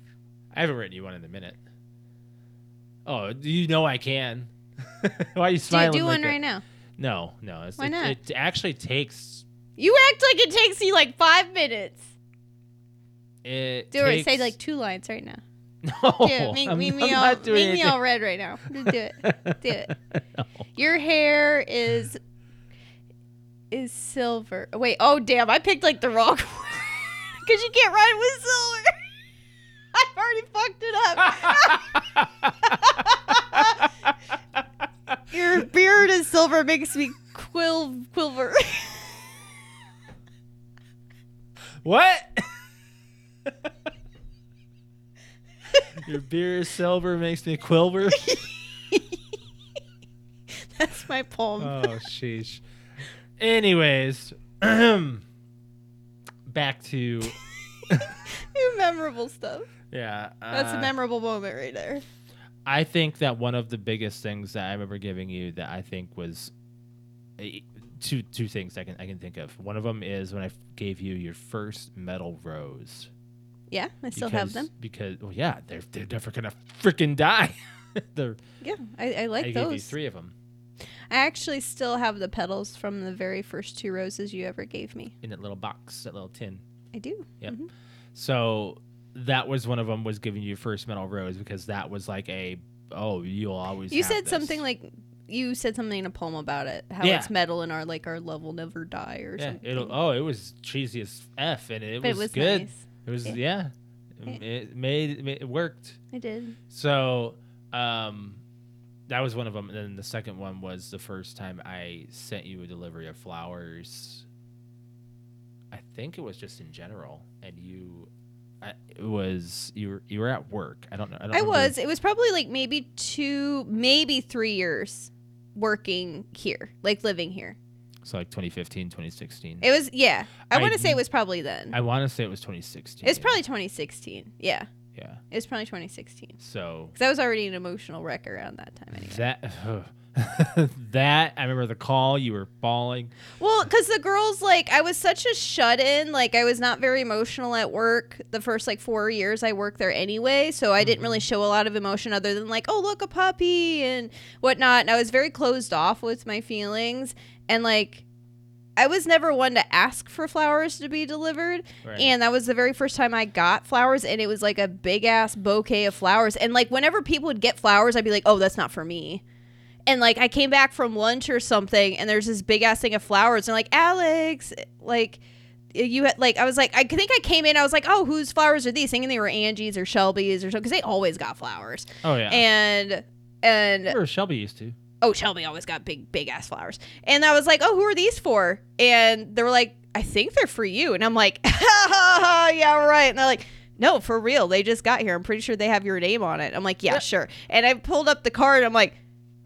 Speaker 1: I haven't written you one in a minute. Oh, you know I can. Why are you
Speaker 2: Do you
Speaker 1: smiling?
Speaker 2: do
Speaker 1: like
Speaker 2: one
Speaker 1: that?
Speaker 2: right now?
Speaker 1: No, no. It's,
Speaker 2: Why
Speaker 1: it,
Speaker 2: not?
Speaker 1: It actually takes.
Speaker 2: You act like it takes you like five minutes.
Speaker 1: It
Speaker 2: Do it.
Speaker 1: takes,
Speaker 2: Say like two lines right now.
Speaker 1: no.
Speaker 2: Do it. Make,
Speaker 1: I'm,
Speaker 2: make
Speaker 1: I'm
Speaker 2: me all
Speaker 1: not
Speaker 2: make
Speaker 1: doing
Speaker 2: me
Speaker 1: anything.
Speaker 2: all red right now. Just do it. Do it. Your hair is is silver. Wait. Oh damn! I picked like the wrong one because you can't rhyme with silver. I've already fucked it up. Your beard is silver. Makes me quil quilver.
Speaker 1: What? Your beer is silver, makes me quilver.
Speaker 2: That's my poem.
Speaker 1: oh sheesh. Anyways, back to
Speaker 2: memorable stuff.
Speaker 1: yeah.
Speaker 2: That's
Speaker 1: uh,
Speaker 2: a memorable moment right there.
Speaker 1: I think that one of the biggest things that I remember giving you that I think was eh, two two things I can I can think of. One of them is when I f- gave you your first metal rose.
Speaker 2: Yeah, I still have them.
Speaker 1: because well, yeah, they're they're never gonna freaking die. they're,
Speaker 2: Yeah, I, I
Speaker 1: I
Speaker 2: like
Speaker 1: gave you
Speaker 2: those.
Speaker 1: three of them.
Speaker 2: I actually still have the petals from the very first two roses you ever gave me.
Speaker 1: in that little box, that little tin.
Speaker 2: I do.
Speaker 1: Yep. So that was one of them was giving you first metal rose because that was like a oh you'll always.
Speaker 2: You
Speaker 1: have
Speaker 2: said
Speaker 1: this.
Speaker 2: something like you said something in a poem about it, how
Speaker 1: Yeah.
Speaker 2: it's metal and our like our love will never die or
Speaker 1: yeah,
Speaker 2: something.
Speaker 1: it'll oh it was cheesy as f and it,
Speaker 2: But it
Speaker 1: was,
Speaker 2: was
Speaker 1: good.
Speaker 2: nice.
Speaker 1: It was
Speaker 2: Yeah.
Speaker 1: yeah, it made it made- it worked.
Speaker 2: I did.
Speaker 1: So um, that was one of them. And then the second one was the first time I sent you a delivery of flowers. I think it was just in general, and you, I, it was you were you were at work. I don't know. I, don't
Speaker 2: I
Speaker 1: remember-
Speaker 2: was. It was probably like maybe two, maybe three years working here, like living here.
Speaker 1: So like 2015, 2016.
Speaker 2: It was yeah. I
Speaker 1: I-
Speaker 2: want to say it was probably then.
Speaker 1: I want to say it was 2016.
Speaker 2: it's probably 2016. Yeah,
Speaker 1: yeah.
Speaker 2: it was probably 2016
Speaker 1: So
Speaker 2: because I was already an emotional wreck around that time. Anyway.
Speaker 1: that that I remember the call. You were bawling.
Speaker 2: Well, because the girls like I was such a shut in. Like I was not very emotional at work the first like four years I worked there anyway, so I didn't really show a lot of emotion other than like oh look a puppy and whatnot. And I was very closed off with my feelings and like. I was never one to ask for flowers to be delivered.
Speaker 1: Right.
Speaker 2: And that was the very first time I got flowers. And it was like a big ass bouquet of flowers. And like, whenever people would get flowers, I'd be like, oh, that's not for me and like I came back from lunch or something, and there's this big ass thing of flowers, and like Alex, like you had like I was like I think I came in, I was like, oh, whose flowers are these? Thinking they were Angie's or Shelby's or so, because they always got flowers,
Speaker 1: oh yeah.
Speaker 2: and and
Speaker 1: or Shelby used to.
Speaker 2: oh, Shelby always got big big ass flowers, and I was like, oh, who are these for? And they were like, I think they're for you, and I'm like, yeah, right, and they're like. No, for real. They just got here. I'm pretty sure they have your name on it. I'm like, yeah, sure. And I pulled up the card. I'm like,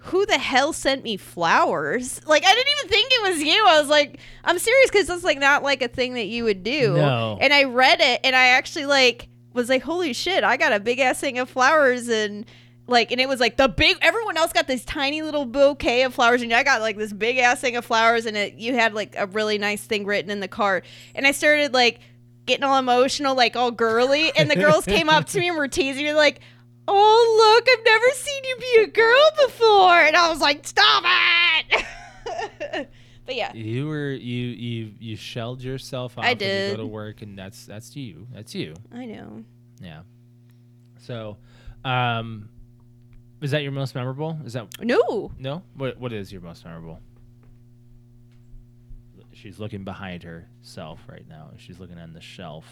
Speaker 2: who the hell sent me flowers? Like, I didn't even think it was you. I was like, I'm serious because that's like not like a thing that you would do.
Speaker 1: No.
Speaker 2: And I read it and I actually like was like, holy shit, I got a big ass thing of flowers and like, and it was like the big, everyone else got this tiny little bouquet of flowers and I got like this big ass thing of flowers and it, you had like a really nice thing written in the card. And I started like getting all emotional, like all girly. And the girls came up to me and were teasing me like, Oh, look, I've never seen you be a girl before. And I was like, stop it. but yeah,
Speaker 1: You were you you you shelled yourself off.
Speaker 2: I
Speaker 1: When you
Speaker 2: did.
Speaker 1: go to work, and that's that's you. That's you.
Speaker 2: I know.
Speaker 1: Yeah. So, um, is that your most memorable? Is that
Speaker 2: No.
Speaker 1: no? What what is your most memorable? She's looking behind herself right now. She's looking on the shelf.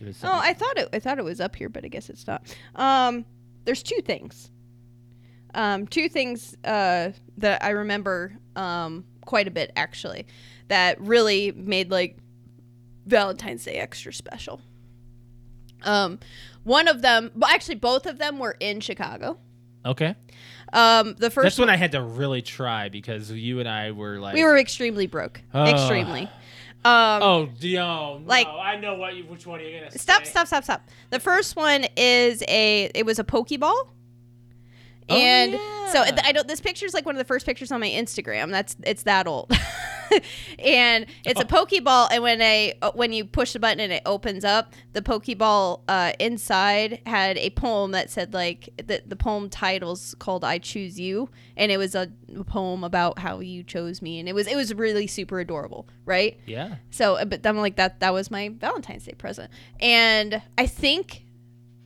Speaker 1: It was
Speaker 2: Oh,
Speaker 1: something-
Speaker 2: I thought it I thought it was up here, but I guess it's not. Um there's two things. Um two things uh that I remember um quite a bit actually that really made like Valentine's Day extra special. Um one of them, well, actually both of them were in Chicago.
Speaker 1: okay.
Speaker 2: Um the first
Speaker 1: That's when I had to really try because you and I were like
Speaker 2: we were extremely broke
Speaker 1: Oh.
Speaker 2: extremely um
Speaker 1: Oh, yo, no,
Speaker 2: Like-
Speaker 1: I know what you, which one you're gonna
Speaker 2: stop
Speaker 1: say.
Speaker 2: stop stop stop the first one is a it was a pokeball
Speaker 1: Oh,
Speaker 2: and so
Speaker 1: yeah.
Speaker 2: I don't. This picture's like one of the first pictures on my Instagram. That's it's that old, and it's a pokeball. And when I uh, when you push the button and it opens up, the pokeball uh, inside had a poem that said like the the poem title's called "I Choose You," and it was a poem about how you chose me, and it was it was really super adorable, right?
Speaker 1: Yeah.
Speaker 2: So, uh, but I'm like that. That was my Valentine's Day present, and I think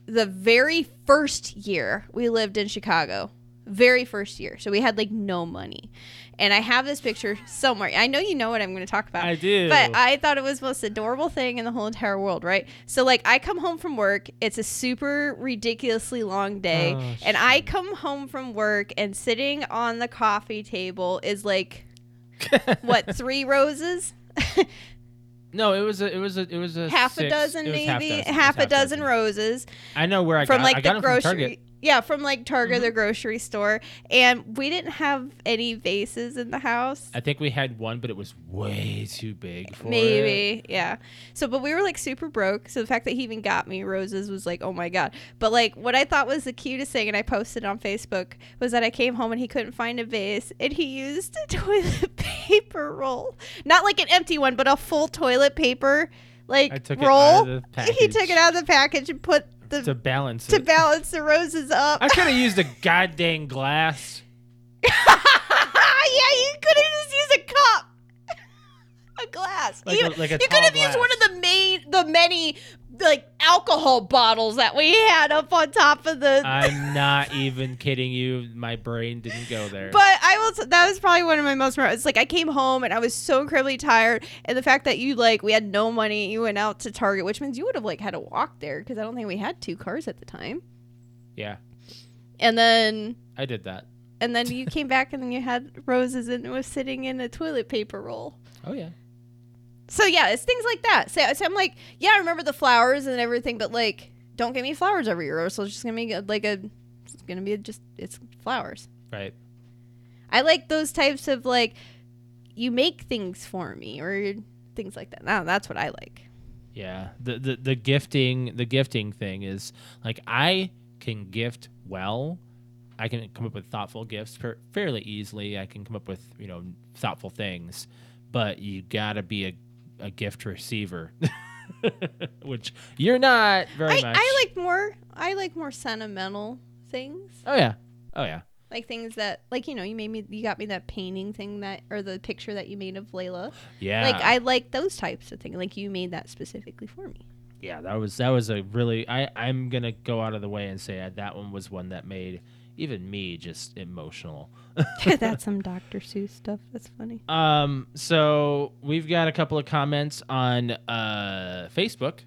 Speaker 2: the very first year we lived in Chicago, very first year, so we had like no money, and I have this picture somewhere. I know you know what I'm going to talk about.
Speaker 1: I do.
Speaker 2: But I thought it was the most adorable thing in the whole entire world, right? So like I come home from work, it's a super ridiculously long day,
Speaker 1: Oh,
Speaker 2: and I come home from work and sitting on the coffee table is like what, three roses?
Speaker 1: No, it was a it was a it was a
Speaker 2: half a
Speaker 1: six-
Speaker 2: dozen
Speaker 1: it was
Speaker 2: maybe
Speaker 1: Half,
Speaker 2: half,
Speaker 1: dozen, it was
Speaker 2: a dozen roses
Speaker 1: I know where I
Speaker 2: from
Speaker 1: got,
Speaker 2: like
Speaker 1: I got them
Speaker 2: the
Speaker 1: from
Speaker 2: grocery
Speaker 1: Target. Mm-hmm.
Speaker 2: Yeah, from like Target, the grocery store, and we didn't have any vases in the house.
Speaker 1: I think we had one, but it was way too big for it.
Speaker 2: Maybe, yeah. So, but we were like super broke. So the fact that he even got me roses was like, oh my god. But like, what I thought was the cutest thing, and I posted on Facebook, was that I came home and he couldn't find a vase, and he used a toilet paper roll, not like an empty one, but a full toilet paper like
Speaker 1: I took it
Speaker 2: roll.
Speaker 1: out of the
Speaker 2: he
Speaker 1: package.
Speaker 2: took it out of the package and put the
Speaker 1: to balance
Speaker 2: to
Speaker 1: it.
Speaker 2: balance the roses up.
Speaker 1: I could have used a goddamn glass.
Speaker 2: yeah, you could have just used a cup, a glass.
Speaker 1: Like a-
Speaker 2: you
Speaker 1: like a
Speaker 2: you
Speaker 1: tall
Speaker 2: could have used
Speaker 1: glass.
Speaker 2: one of the main, the many like alcohol bottles that we had up on top of the.
Speaker 1: I'm not even kidding you. My brain didn't go there.
Speaker 2: but I will. T- that was probably one of my most. memorable- It's like I came home and I was so incredibly tired, and the fact that you like we had no money, you went out to Target, which means you would have like had to walk there because I don't think we had two cars at the time.
Speaker 1: yeah,
Speaker 2: And then,
Speaker 1: I did that.
Speaker 2: and then you came back and then you had roses and it was sitting in a toilet paper roll.
Speaker 1: Oh yeah.
Speaker 2: So yeah, it's things like that. So, so I'm like, yeah, I remember the flowers and everything, but like, don't get me flowers every year, or so it's just gonna be like a, it's gonna be just it's flowers.
Speaker 1: Right.
Speaker 2: I like those types of like, you make things for me or things like that. Now that's what I like.
Speaker 1: Yeah. The, the the gifting the gifting thing is like I can gift well. I can come up with thoughtful gifts per- fairly easily. I can come up with, you know, thoughtful things, but you got to be a, a gift receiver. Which you're not very
Speaker 2: I,
Speaker 1: much.
Speaker 2: I like more. I like more sentimental things,
Speaker 1: Oh yeah. Oh yeah.
Speaker 2: like things that like you know you made me you got me that painting thing that or the picture that you made of Layla.
Speaker 1: Yeah.
Speaker 2: Like I like those types of things. Like you made that specifically for me.
Speaker 1: yeah that was that was a really i i'm gonna go out of the way and say that that one was one that made even me just emotional
Speaker 2: That's some Dr. Seuss stuff. That's funny.
Speaker 1: um so we've got a couple of comments on uh facebook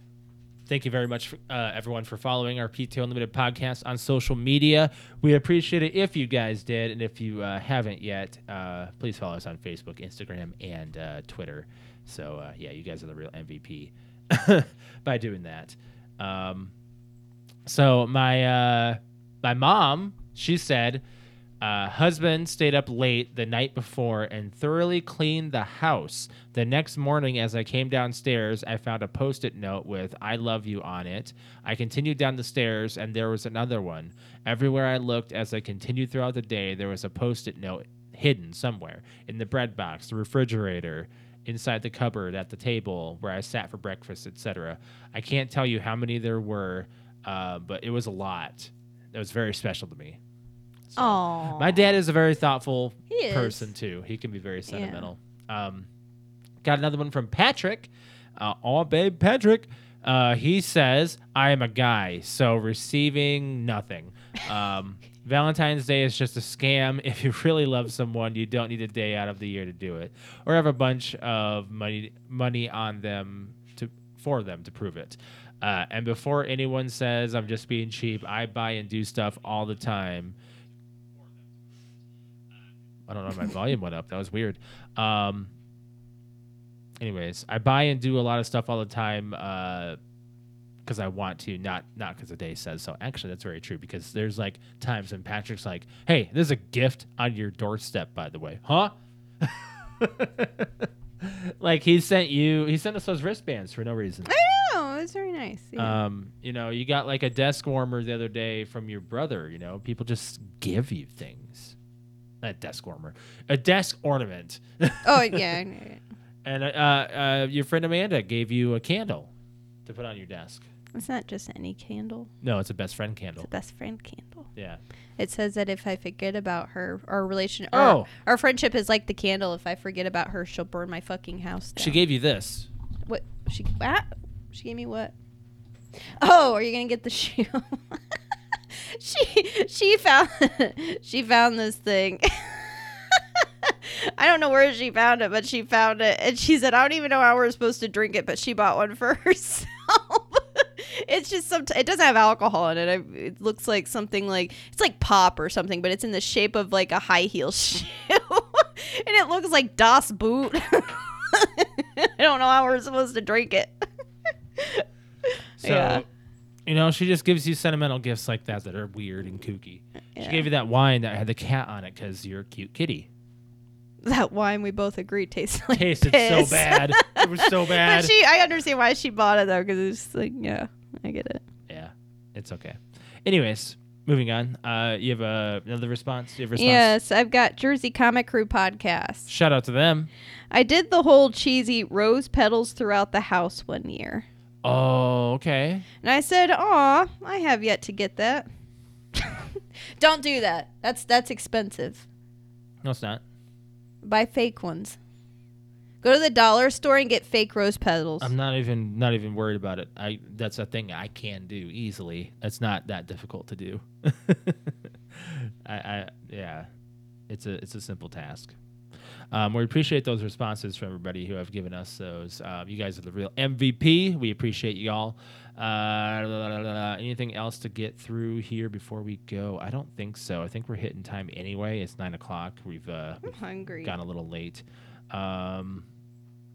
Speaker 1: Thank you very much, for, uh, everyone, for following our PTO Unlimited podcast on social media. We appreciate it if you guys did, and if you uh, haven't yet, uh, please follow us on Facebook, Instagram, and uh, Twitter. So uh, yeah, you guys are the real MVP by doing that. Um, so my uh, my mom, she said, uh, husband stayed up late the night before and thoroughly cleaned the house. The next morning, as I came downstairs, I found a post-it note with "I love you" on it. I continued down the stairs, and there was another one. Everywhere I looked, as I continued throughout the day, there was a post-it note hidden somewhere in the bread box, the refrigerator, inside the cupboard, at the table where I sat for breakfast, etc. I can't tell you how many there were, uh, but it was a lot. It was very special to me. So,
Speaker 2: Oh,
Speaker 1: my dad is a very thoughtful
Speaker 2: He is.
Speaker 1: person too. He can be very sentimental. Um, got another one from Patrick. Uh, all babe Patrick. Uh, he says, "I am a guy, so receiving nothing." Um, Valentine's Day is just a scam. If you really love someone, you don't need a day out of the year to do it, or have a bunch of money money on them to for them to prove it. Uh, and before anyone says I'm just being cheap, I buy and do stuff all the time. I don't know. My volume went up. That was weird. Um, anyways, I buy and do a lot of stuff all the time because I want to, not not because the day says so. Actually, that's very true because there's like times when Patrick's like, "Hey, there's a gift on your doorstep, by the way, huh?" like he sent you, he sent us those wristbands for no reason.
Speaker 2: oh, it's very nice. Yeah.
Speaker 1: Um, you know, you got like a desk warmer the other day from your brother. You know, people just give you things. Not A desk warmer, a desk ornament,
Speaker 2: oh yeah, I knew it.
Speaker 1: and uh, uh, your friend Amanda gave you a candle to put on your desk.
Speaker 2: it's not just any candle.
Speaker 1: No, it's a best friend
Speaker 2: It's a
Speaker 1: candle.
Speaker 2: best friend candle.
Speaker 1: Yeah,
Speaker 2: It says that if I forget about her, our relation, our,
Speaker 1: Oh.
Speaker 2: our friendship is like the candle. If I forget about her, she'll burn my fucking house down.
Speaker 1: she gave you this.
Speaker 2: what? She ah, she gave me what? Oh, are you gonna get the shoe? she she found she found this thing. I don't know where she found it, but she found it, and she said, "I don't even know how we're supposed to drink it," but she bought one for herself. it's just some. It doesn't have alcohol in it. I, it looks like something like it's like pop or something, but it's in the shape of like a high heel shoe, and it looks like Das Boot. I don't know how we're supposed to drink it.
Speaker 1: So
Speaker 2: Yeah.
Speaker 1: You know, she just gives you sentimental gifts like that that are weird and kooky. She
Speaker 2: Yeah.
Speaker 1: gave you that wine that had the cat on it because you're a cute kitty.
Speaker 2: That wine we both agreed tasted like
Speaker 1: Tasted
Speaker 2: piss.
Speaker 1: so bad. it was so bad.
Speaker 2: But she, I understand why she bought it though, because it's just like, yeah, I get it.
Speaker 1: yeah, it's okay. Anyways, moving on. Uh, you have uh, another response? You have a response?
Speaker 2: Yes, I've got Jersey Comic Crew podcast.
Speaker 1: Shout out to them.
Speaker 2: I did the whole cheesy rose petals throughout the house one year.
Speaker 1: Oh, okay.
Speaker 2: And I said, "Aw, I have yet to get that." Don't do that. That's that's expensive.
Speaker 1: No, it's not.
Speaker 2: Buy fake ones. Go to the dollar store and get fake rose petals.
Speaker 1: I'm not even not even worried about it. I that's a thing I can do easily. That's not that difficult to do. I, I yeah, it's a it's a simple task. Um, we appreciate those responses from everybody who have given us those. Um, you guys are the real MVP. We appreciate y'all. Uh, la, la, la, la, la. anything else to get through here before we go? I don't think so. I think we're hitting time anyway. It's nine o'clock. We've uh,
Speaker 2: I'm hungry.
Speaker 1: Got a little late. Um,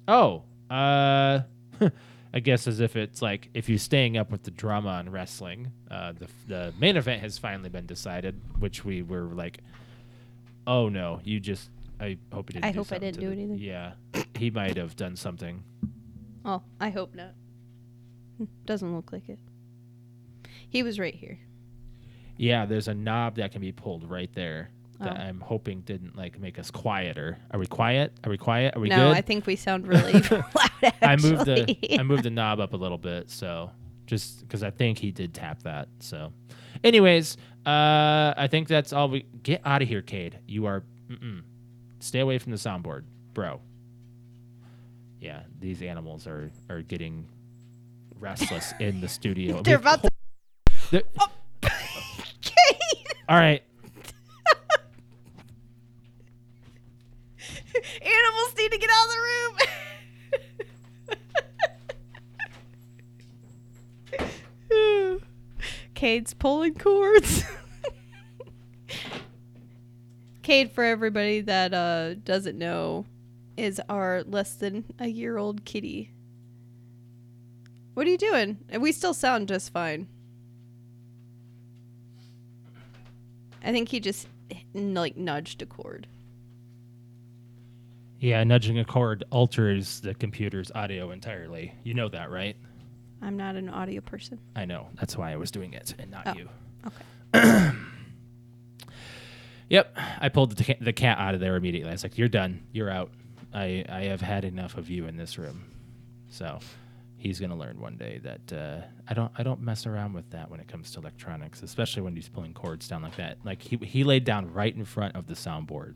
Speaker 1: oh, uh, I guess as if it's like if you're staying up with the drama on wrestling, uh, the the main event has finally been decided, which we were like, oh no, you just. I hope you didn't.
Speaker 2: I
Speaker 1: do
Speaker 2: hope I
Speaker 1: something
Speaker 2: didn't
Speaker 1: to
Speaker 2: do
Speaker 1: the-
Speaker 2: it either.
Speaker 1: Yeah, he might have done something.
Speaker 2: Oh, I hope not. Doesn't look like it. He was right here.
Speaker 1: Yeah, there's a knob that can be pulled right there. That
Speaker 2: Oh.
Speaker 1: I'm hoping didn't like make us quieter. Are we quiet? Are we quiet? Are we
Speaker 2: no,
Speaker 1: good?
Speaker 2: I think we sound really loud. Actually.
Speaker 1: I moved the I moved the knob up a little bit, so just because I think he did tap that. So, anyways, uh, I think that's all we get out of here, Cade. You are mm-mm. stay away from the soundboard, bro. Yeah, these animals are are getting restless in the studio.
Speaker 2: They're about to. Oh,
Speaker 1: They're- all right,
Speaker 2: Animals need to get out of the room. Cade's pulling cords. Cade, for everybody that uh, doesn't know, is our less than a year old kitty. What are you doing? And we still sound just fine. I think he just like nudged a cord.
Speaker 1: yeah, nudging a cord alters the computer's audio entirely. You know that, right?
Speaker 2: I'm not an audio person.
Speaker 1: I know. That's why I was doing it and not
Speaker 2: Oh,
Speaker 1: you.
Speaker 2: okay.
Speaker 1: yep. I pulled the, ca- the cat out of there immediately. I was like, you're done. You're out. I, I have had enough of you in this room. So he's going to learn one day that uh, I don't I don't mess around with that when it comes to electronics, especially when he's pulling cords down like that. Like he, he laid down right in front of the soundboard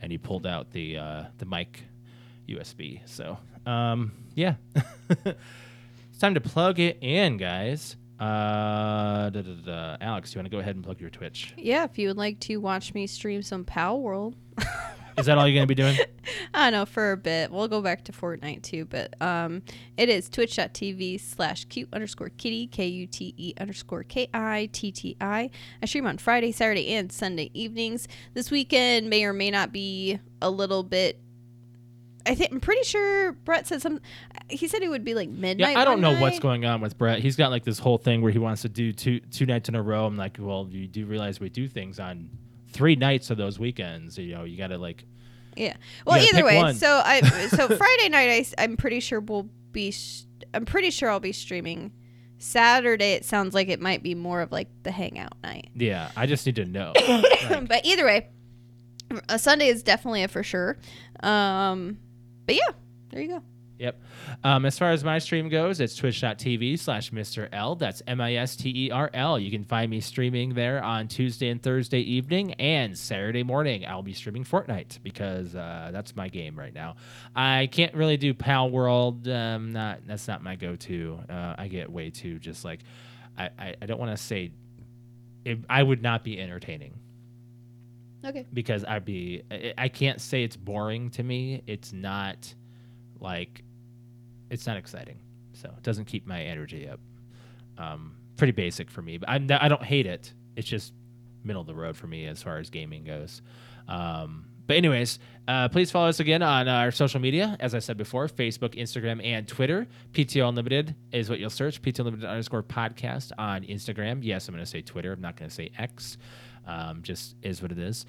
Speaker 1: and he pulled out the uh, the mic USB. So um, yeah. It's time to plug it in, guys. Uh, da, da, da. Alex, you want to go ahead and plug your Twitch?
Speaker 2: Yeah, if you would like to watch me stream some Pal World,
Speaker 1: Is that all you're gonna be doing?
Speaker 2: I don't know for a bit. We'll go back to Fortnite too, but um, it is twitch.tv slash cute underscore kitty k u t e underscore k i t t i. I stream on Friday, Saturday, and Sunday evenings. This weekend may or may not be a little bit. I think I'm pretty sure Brett said some. He said it would be like midnight.
Speaker 1: Yeah, I don't
Speaker 2: one
Speaker 1: know
Speaker 2: night.
Speaker 1: what's going on with Brett. He's got like this whole thing where he wants to do two two nights in a row. I'm like, well, you do realize we do things on three nights of those weekends. You know, you gotta like,
Speaker 2: Yeah. Well,
Speaker 1: gotta
Speaker 2: either
Speaker 1: pick
Speaker 2: way,
Speaker 1: one.
Speaker 2: so I so Friday night I am pretty sure we'll be s- I'm pretty sure I'll be streaming. Saturday it sounds like it might be more of like the hangout night.
Speaker 1: yeah. I just need to know.
Speaker 2: but either way, a Sunday is definitely a for sure. Um but yeah, there you go.
Speaker 1: Yep. Um, as far as my stream goes, it's twitch.tv slash Mr. L. That's M I S T E R L. You can find me streaming there on Tuesday and Thursday evening and Saturday morning. I'll be streaming Fortnite because uh, that's my game right now. I can't really do Pal World. Um, not That's not my go to. Uh, I get way too just like, I, I, I don't want to say, it, I would not be entertaining
Speaker 2: Okay.
Speaker 1: because I'd be I- I can't say it's boring to me. It's not like it's not exciting, so it doesn't keep my energy up. Um, pretty basic for me, but I'm not, I don't hate it. It's just middle of the road for me as far as gaming goes. Um, But anyways, uh, please follow us again on our social media. As I said before, Facebook, Instagram, and Twitter. PTO Unlimited is what you'll search. PTO Unlimited underscore podcast on Instagram. Yes, I'm going to say Twitter. I'm not going to say X. Um, just is what it is.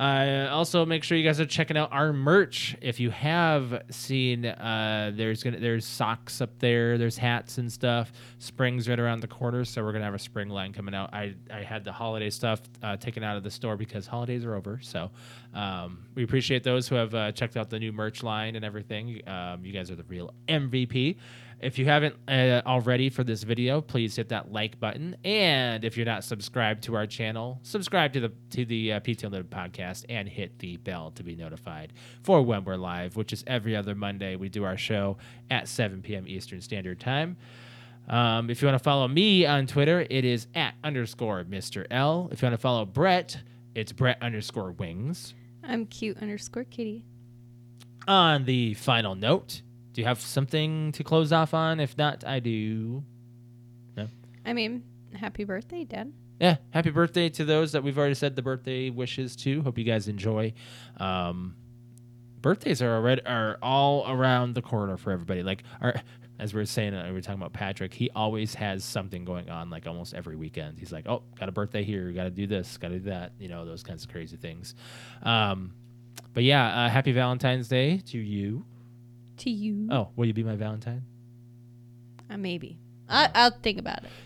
Speaker 1: Uh, also, make sure you guys are checking out our merch. If you have seen, uh, there's gonna there's socks up there, there's hats and stuff. Spring's right around the corner, so we're gonna have a spring line coming out. I I had the holiday stuff uh, taken out of the store because holidays are over. So um, we appreciate those who have uh, checked out the new merch line and everything. Um, you guys are the real MVP. If you haven't uh, already for this video, please hit that like button. And if you're not subscribed to our channel, subscribe to the to the uh, PT Unlimited podcast and hit the bell to be notified for when we're live, which is every other Monday. We do our show at 7 p.m. Eastern Standard Time. Um, if you want to follow me on Twitter, it is at underscore Mr. L. If you want to follow Brett, it's Brett underscore Wings.
Speaker 3: I'm cute underscore kitty.
Speaker 1: On the final note, do you have something to close off on? If not, I do.
Speaker 3: I mean, happy birthday, Dad.
Speaker 1: yeah, happy birthday to those that we've already said the birthday wishes to. Hope you guys enjoy. Um, birthdays are already are all around the corner for everybody. Like our, as we were saying, uh, we were talking about Patrick. He always has something going on. Like almost every weekend, he's like, "Oh, got a birthday here. Got to do this. Got to do that." You know, those kinds of crazy things. Um, but yeah, uh, happy Valentine's Day to you.
Speaker 3: To you.
Speaker 1: Oh, will you be my Valentine?
Speaker 3: Uh, maybe. I- I'll think about it.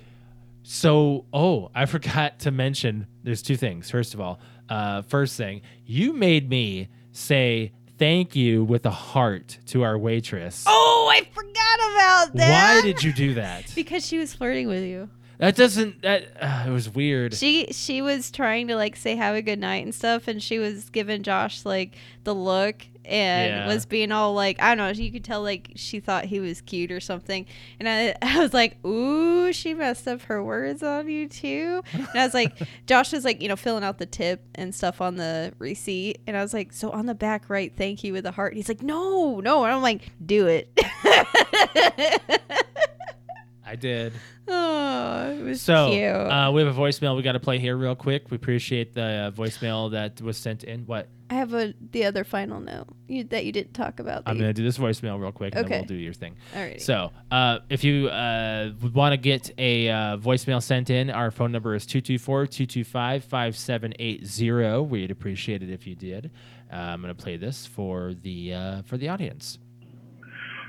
Speaker 1: So, oh, I forgot to mention there's two things. First of all, uh, first thing, you made me say thank you with a heart to our waitress.
Speaker 2: Oh, I forgot about that.
Speaker 1: Why did you do that?
Speaker 3: Because she was flirting with you.
Speaker 1: That doesn't, that, uh, it was weird.
Speaker 3: She she was trying to like say have a good night and stuff, and she was giving Josh like the look and
Speaker 1: Yeah.
Speaker 3: was being all like I don't know. You could tell like she thought he was cute or something, and I I was like, ooh, she messed up her words on you too. And I was like, Josh was like you know filling out the tip and stuff on the receipt, and I was like, so on the back right, thank you with a heart. And he's like, no, no, and I'm like, do it.
Speaker 1: I did.
Speaker 3: oh, it was
Speaker 1: So,
Speaker 3: cute.
Speaker 1: uh, we have a voicemail we got to play here real quick. We appreciate the uh, voicemail that was sent in. What?
Speaker 3: I have a the other final note you, that you didn't talk about. that
Speaker 1: I'm
Speaker 3: you-
Speaker 1: going to do this voicemail real quick and
Speaker 3: Okay.
Speaker 1: then we'll do your thing.
Speaker 3: Alrighty.
Speaker 1: So, uh, if you uh, want to get a uh, voicemail sent in, our phone number is 224 225 5780. We'd appreciate it if you did. Uh, I'm going to play this for the uh, for the audience.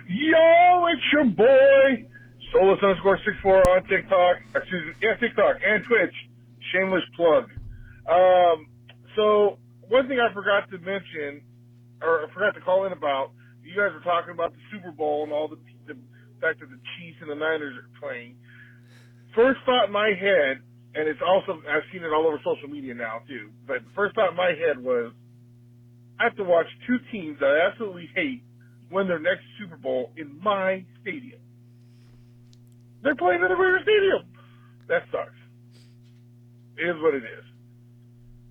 Speaker 5: Yo, it's your boy, Solus underscore six four on TikTok. Excuse me, yeah, TikTok and Twitch. Shameless plug. Um, so one thing I forgot to mention, or I forgot to call in about, you guys were talking about the Super Bowl and all the, the fact that the Chiefs and the Niners are playing. First thought in my head, and it's also I've seen it all over social media now too. But the first thought in my head was, I have to watch two teams that I absolutely hate win their next Super Bowl in my stadium. They're playing in the Raider Stadium. That sucks. It is what it is.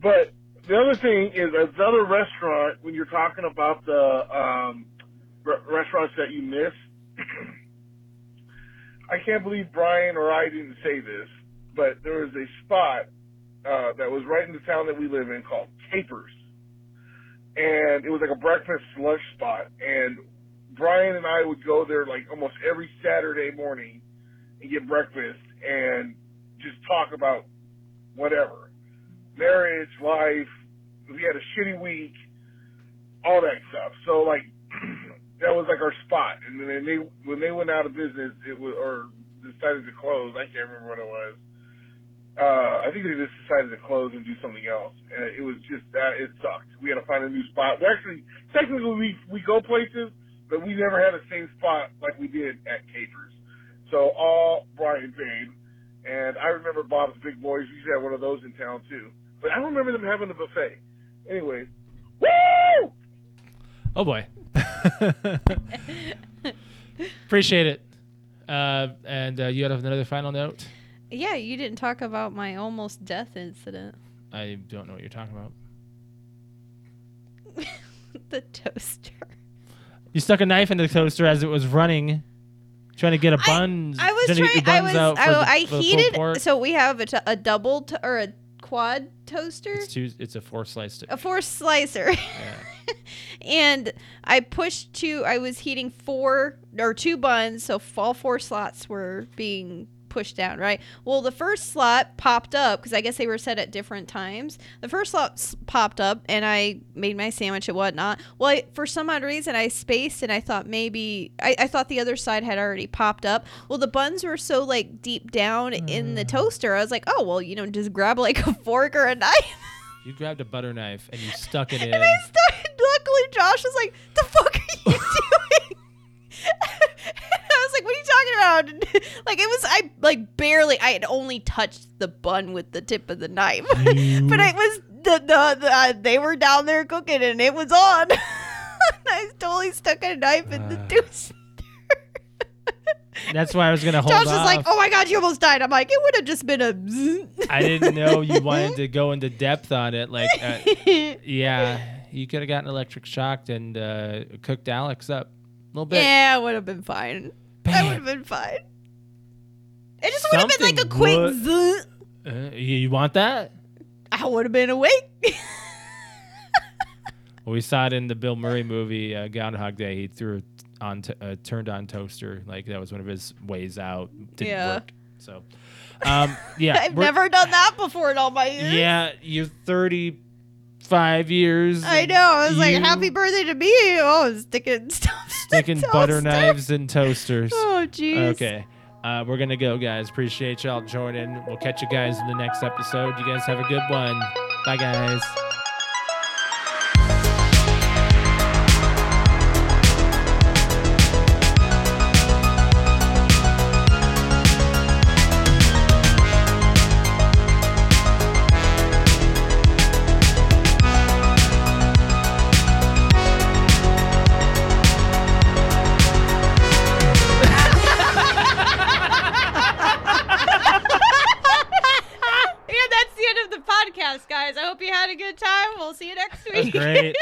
Speaker 5: But the other thing is another restaurant when you're talking about the um, re- restaurants that you miss. I can't believe Brian or I didn't say this, but there was a spot uh, that was right in the town that we live in called Capers and it was like a breakfast lunch spot. And Brian and I would go there like almost every Saturday morning and get breakfast and just talk about whatever marriage, life. We had a shitty week, all that stuff. So like that was like our spot. And then they when they went out of business, it was or decided to close. I can't remember what it was. Uh, I think they just decided to close and do something else. And it was just that it sucked. We had to find a new spot. We actually technically we we go places, but we never had the same spot like we did at Capers. So all Brian paid. And I remember Bob's Big Boys. We used to have one of those in town too. But I don't remember them having a buffet. Anyway, woo!
Speaker 1: Oh, boy. appreciate it. Uh, and uh, you had another final note?
Speaker 3: Yeah, you didn't talk about my almost death incident.
Speaker 1: I don't know what you're talking about.
Speaker 3: the toaster.
Speaker 1: You stuck a knife in the toaster as it was running, trying to get a bun.
Speaker 3: I was
Speaker 1: trying to get
Speaker 3: trying.
Speaker 1: your
Speaker 3: I
Speaker 1: buns
Speaker 3: was.
Speaker 1: out for
Speaker 3: I,
Speaker 1: the-
Speaker 3: I
Speaker 1: for the pulled
Speaker 3: heated.
Speaker 1: pork.
Speaker 3: So we have a, t- a double t- or a
Speaker 2: quad toaster,
Speaker 1: It's two. It's a four slice.
Speaker 2: a four slicer.
Speaker 1: Yeah.
Speaker 2: and I pushed two. I was heating four or two buns, so all four slots were being pushed down, right? Well, the first slot popped up because I guess they were set at different times. The first slot s- popped up, and I made my sandwich and whatnot. Well, I, for some odd reason, I spaced, and I thought maybe I, I thought the other side had already popped up. Well, the buns were so like deep down in the toaster, I was like, oh well, you know, just grab like a fork or a knife.
Speaker 1: You grabbed a butter knife and you stuck it in.
Speaker 2: And I started. Luckily, Josh was like, "The fuck are you doing?" I was like, "What are you talking about?" like it was, I like barely. I had only touched the bun with the tip of the knife,
Speaker 1: Mm-hmm.
Speaker 2: but it was the the, the uh, they were down there cooking and it was on. I totally stuck a knife in the
Speaker 1: Ah.
Speaker 2: deuce.
Speaker 1: That's why I was gonna hold
Speaker 2: Josh was
Speaker 1: off.
Speaker 2: like, "Oh my god, you almost died!" I'm like, "It would have just been a."
Speaker 1: I didn't
Speaker 2: oh.
Speaker 1: know you wanted to go into depth on it. Like, uh, yeah, you could have gotten electric shocked and uh, cooked Alex up a little bit.
Speaker 2: yeah, it would have been fine. I would
Speaker 1: Bam.
Speaker 2: have been fine. It just would have been like a
Speaker 1: Something
Speaker 2: quick.
Speaker 1: would-
Speaker 2: zzz.
Speaker 1: Uh, you- you want that?
Speaker 2: I would have been awake.
Speaker 1: Well, we saw it in the Bill Murray movie uh, Groundhog Day. He threw it on t- uh, turned on toaster. Like that was one of his ways out. Didn't
Speaker 2: Yeah.
Speaker 1: work. So, um, yeah,
Speaker 2: I've
Speaker 1: we're-
Speaker 2: never done that before in all my years.
Speaker 1: Yeah, you're 35 years.
Speaker 2: I know. I was like,
Speaker 1: You-
Speaker 2: happy birthday to me. Oh, I'm sticking stuff.
Speaker 1: Sticking
Speaker 2: Toaster.
Speaker 1: butter knives and toasters.
Speaker 2: Oh, jeez.
Speaker 1: Okay. Uh, we're going to go, guys. Appreciate y'all joining. We'll catch you guys in the next episode. You guys have a good one. Bye, guys.
Speaker 2: yeah, that's the end of the podcast, guys. I hope you had a good time. We'll see you next
Speaker 1: That was
Speaker 2: week.
Speaker 1: great.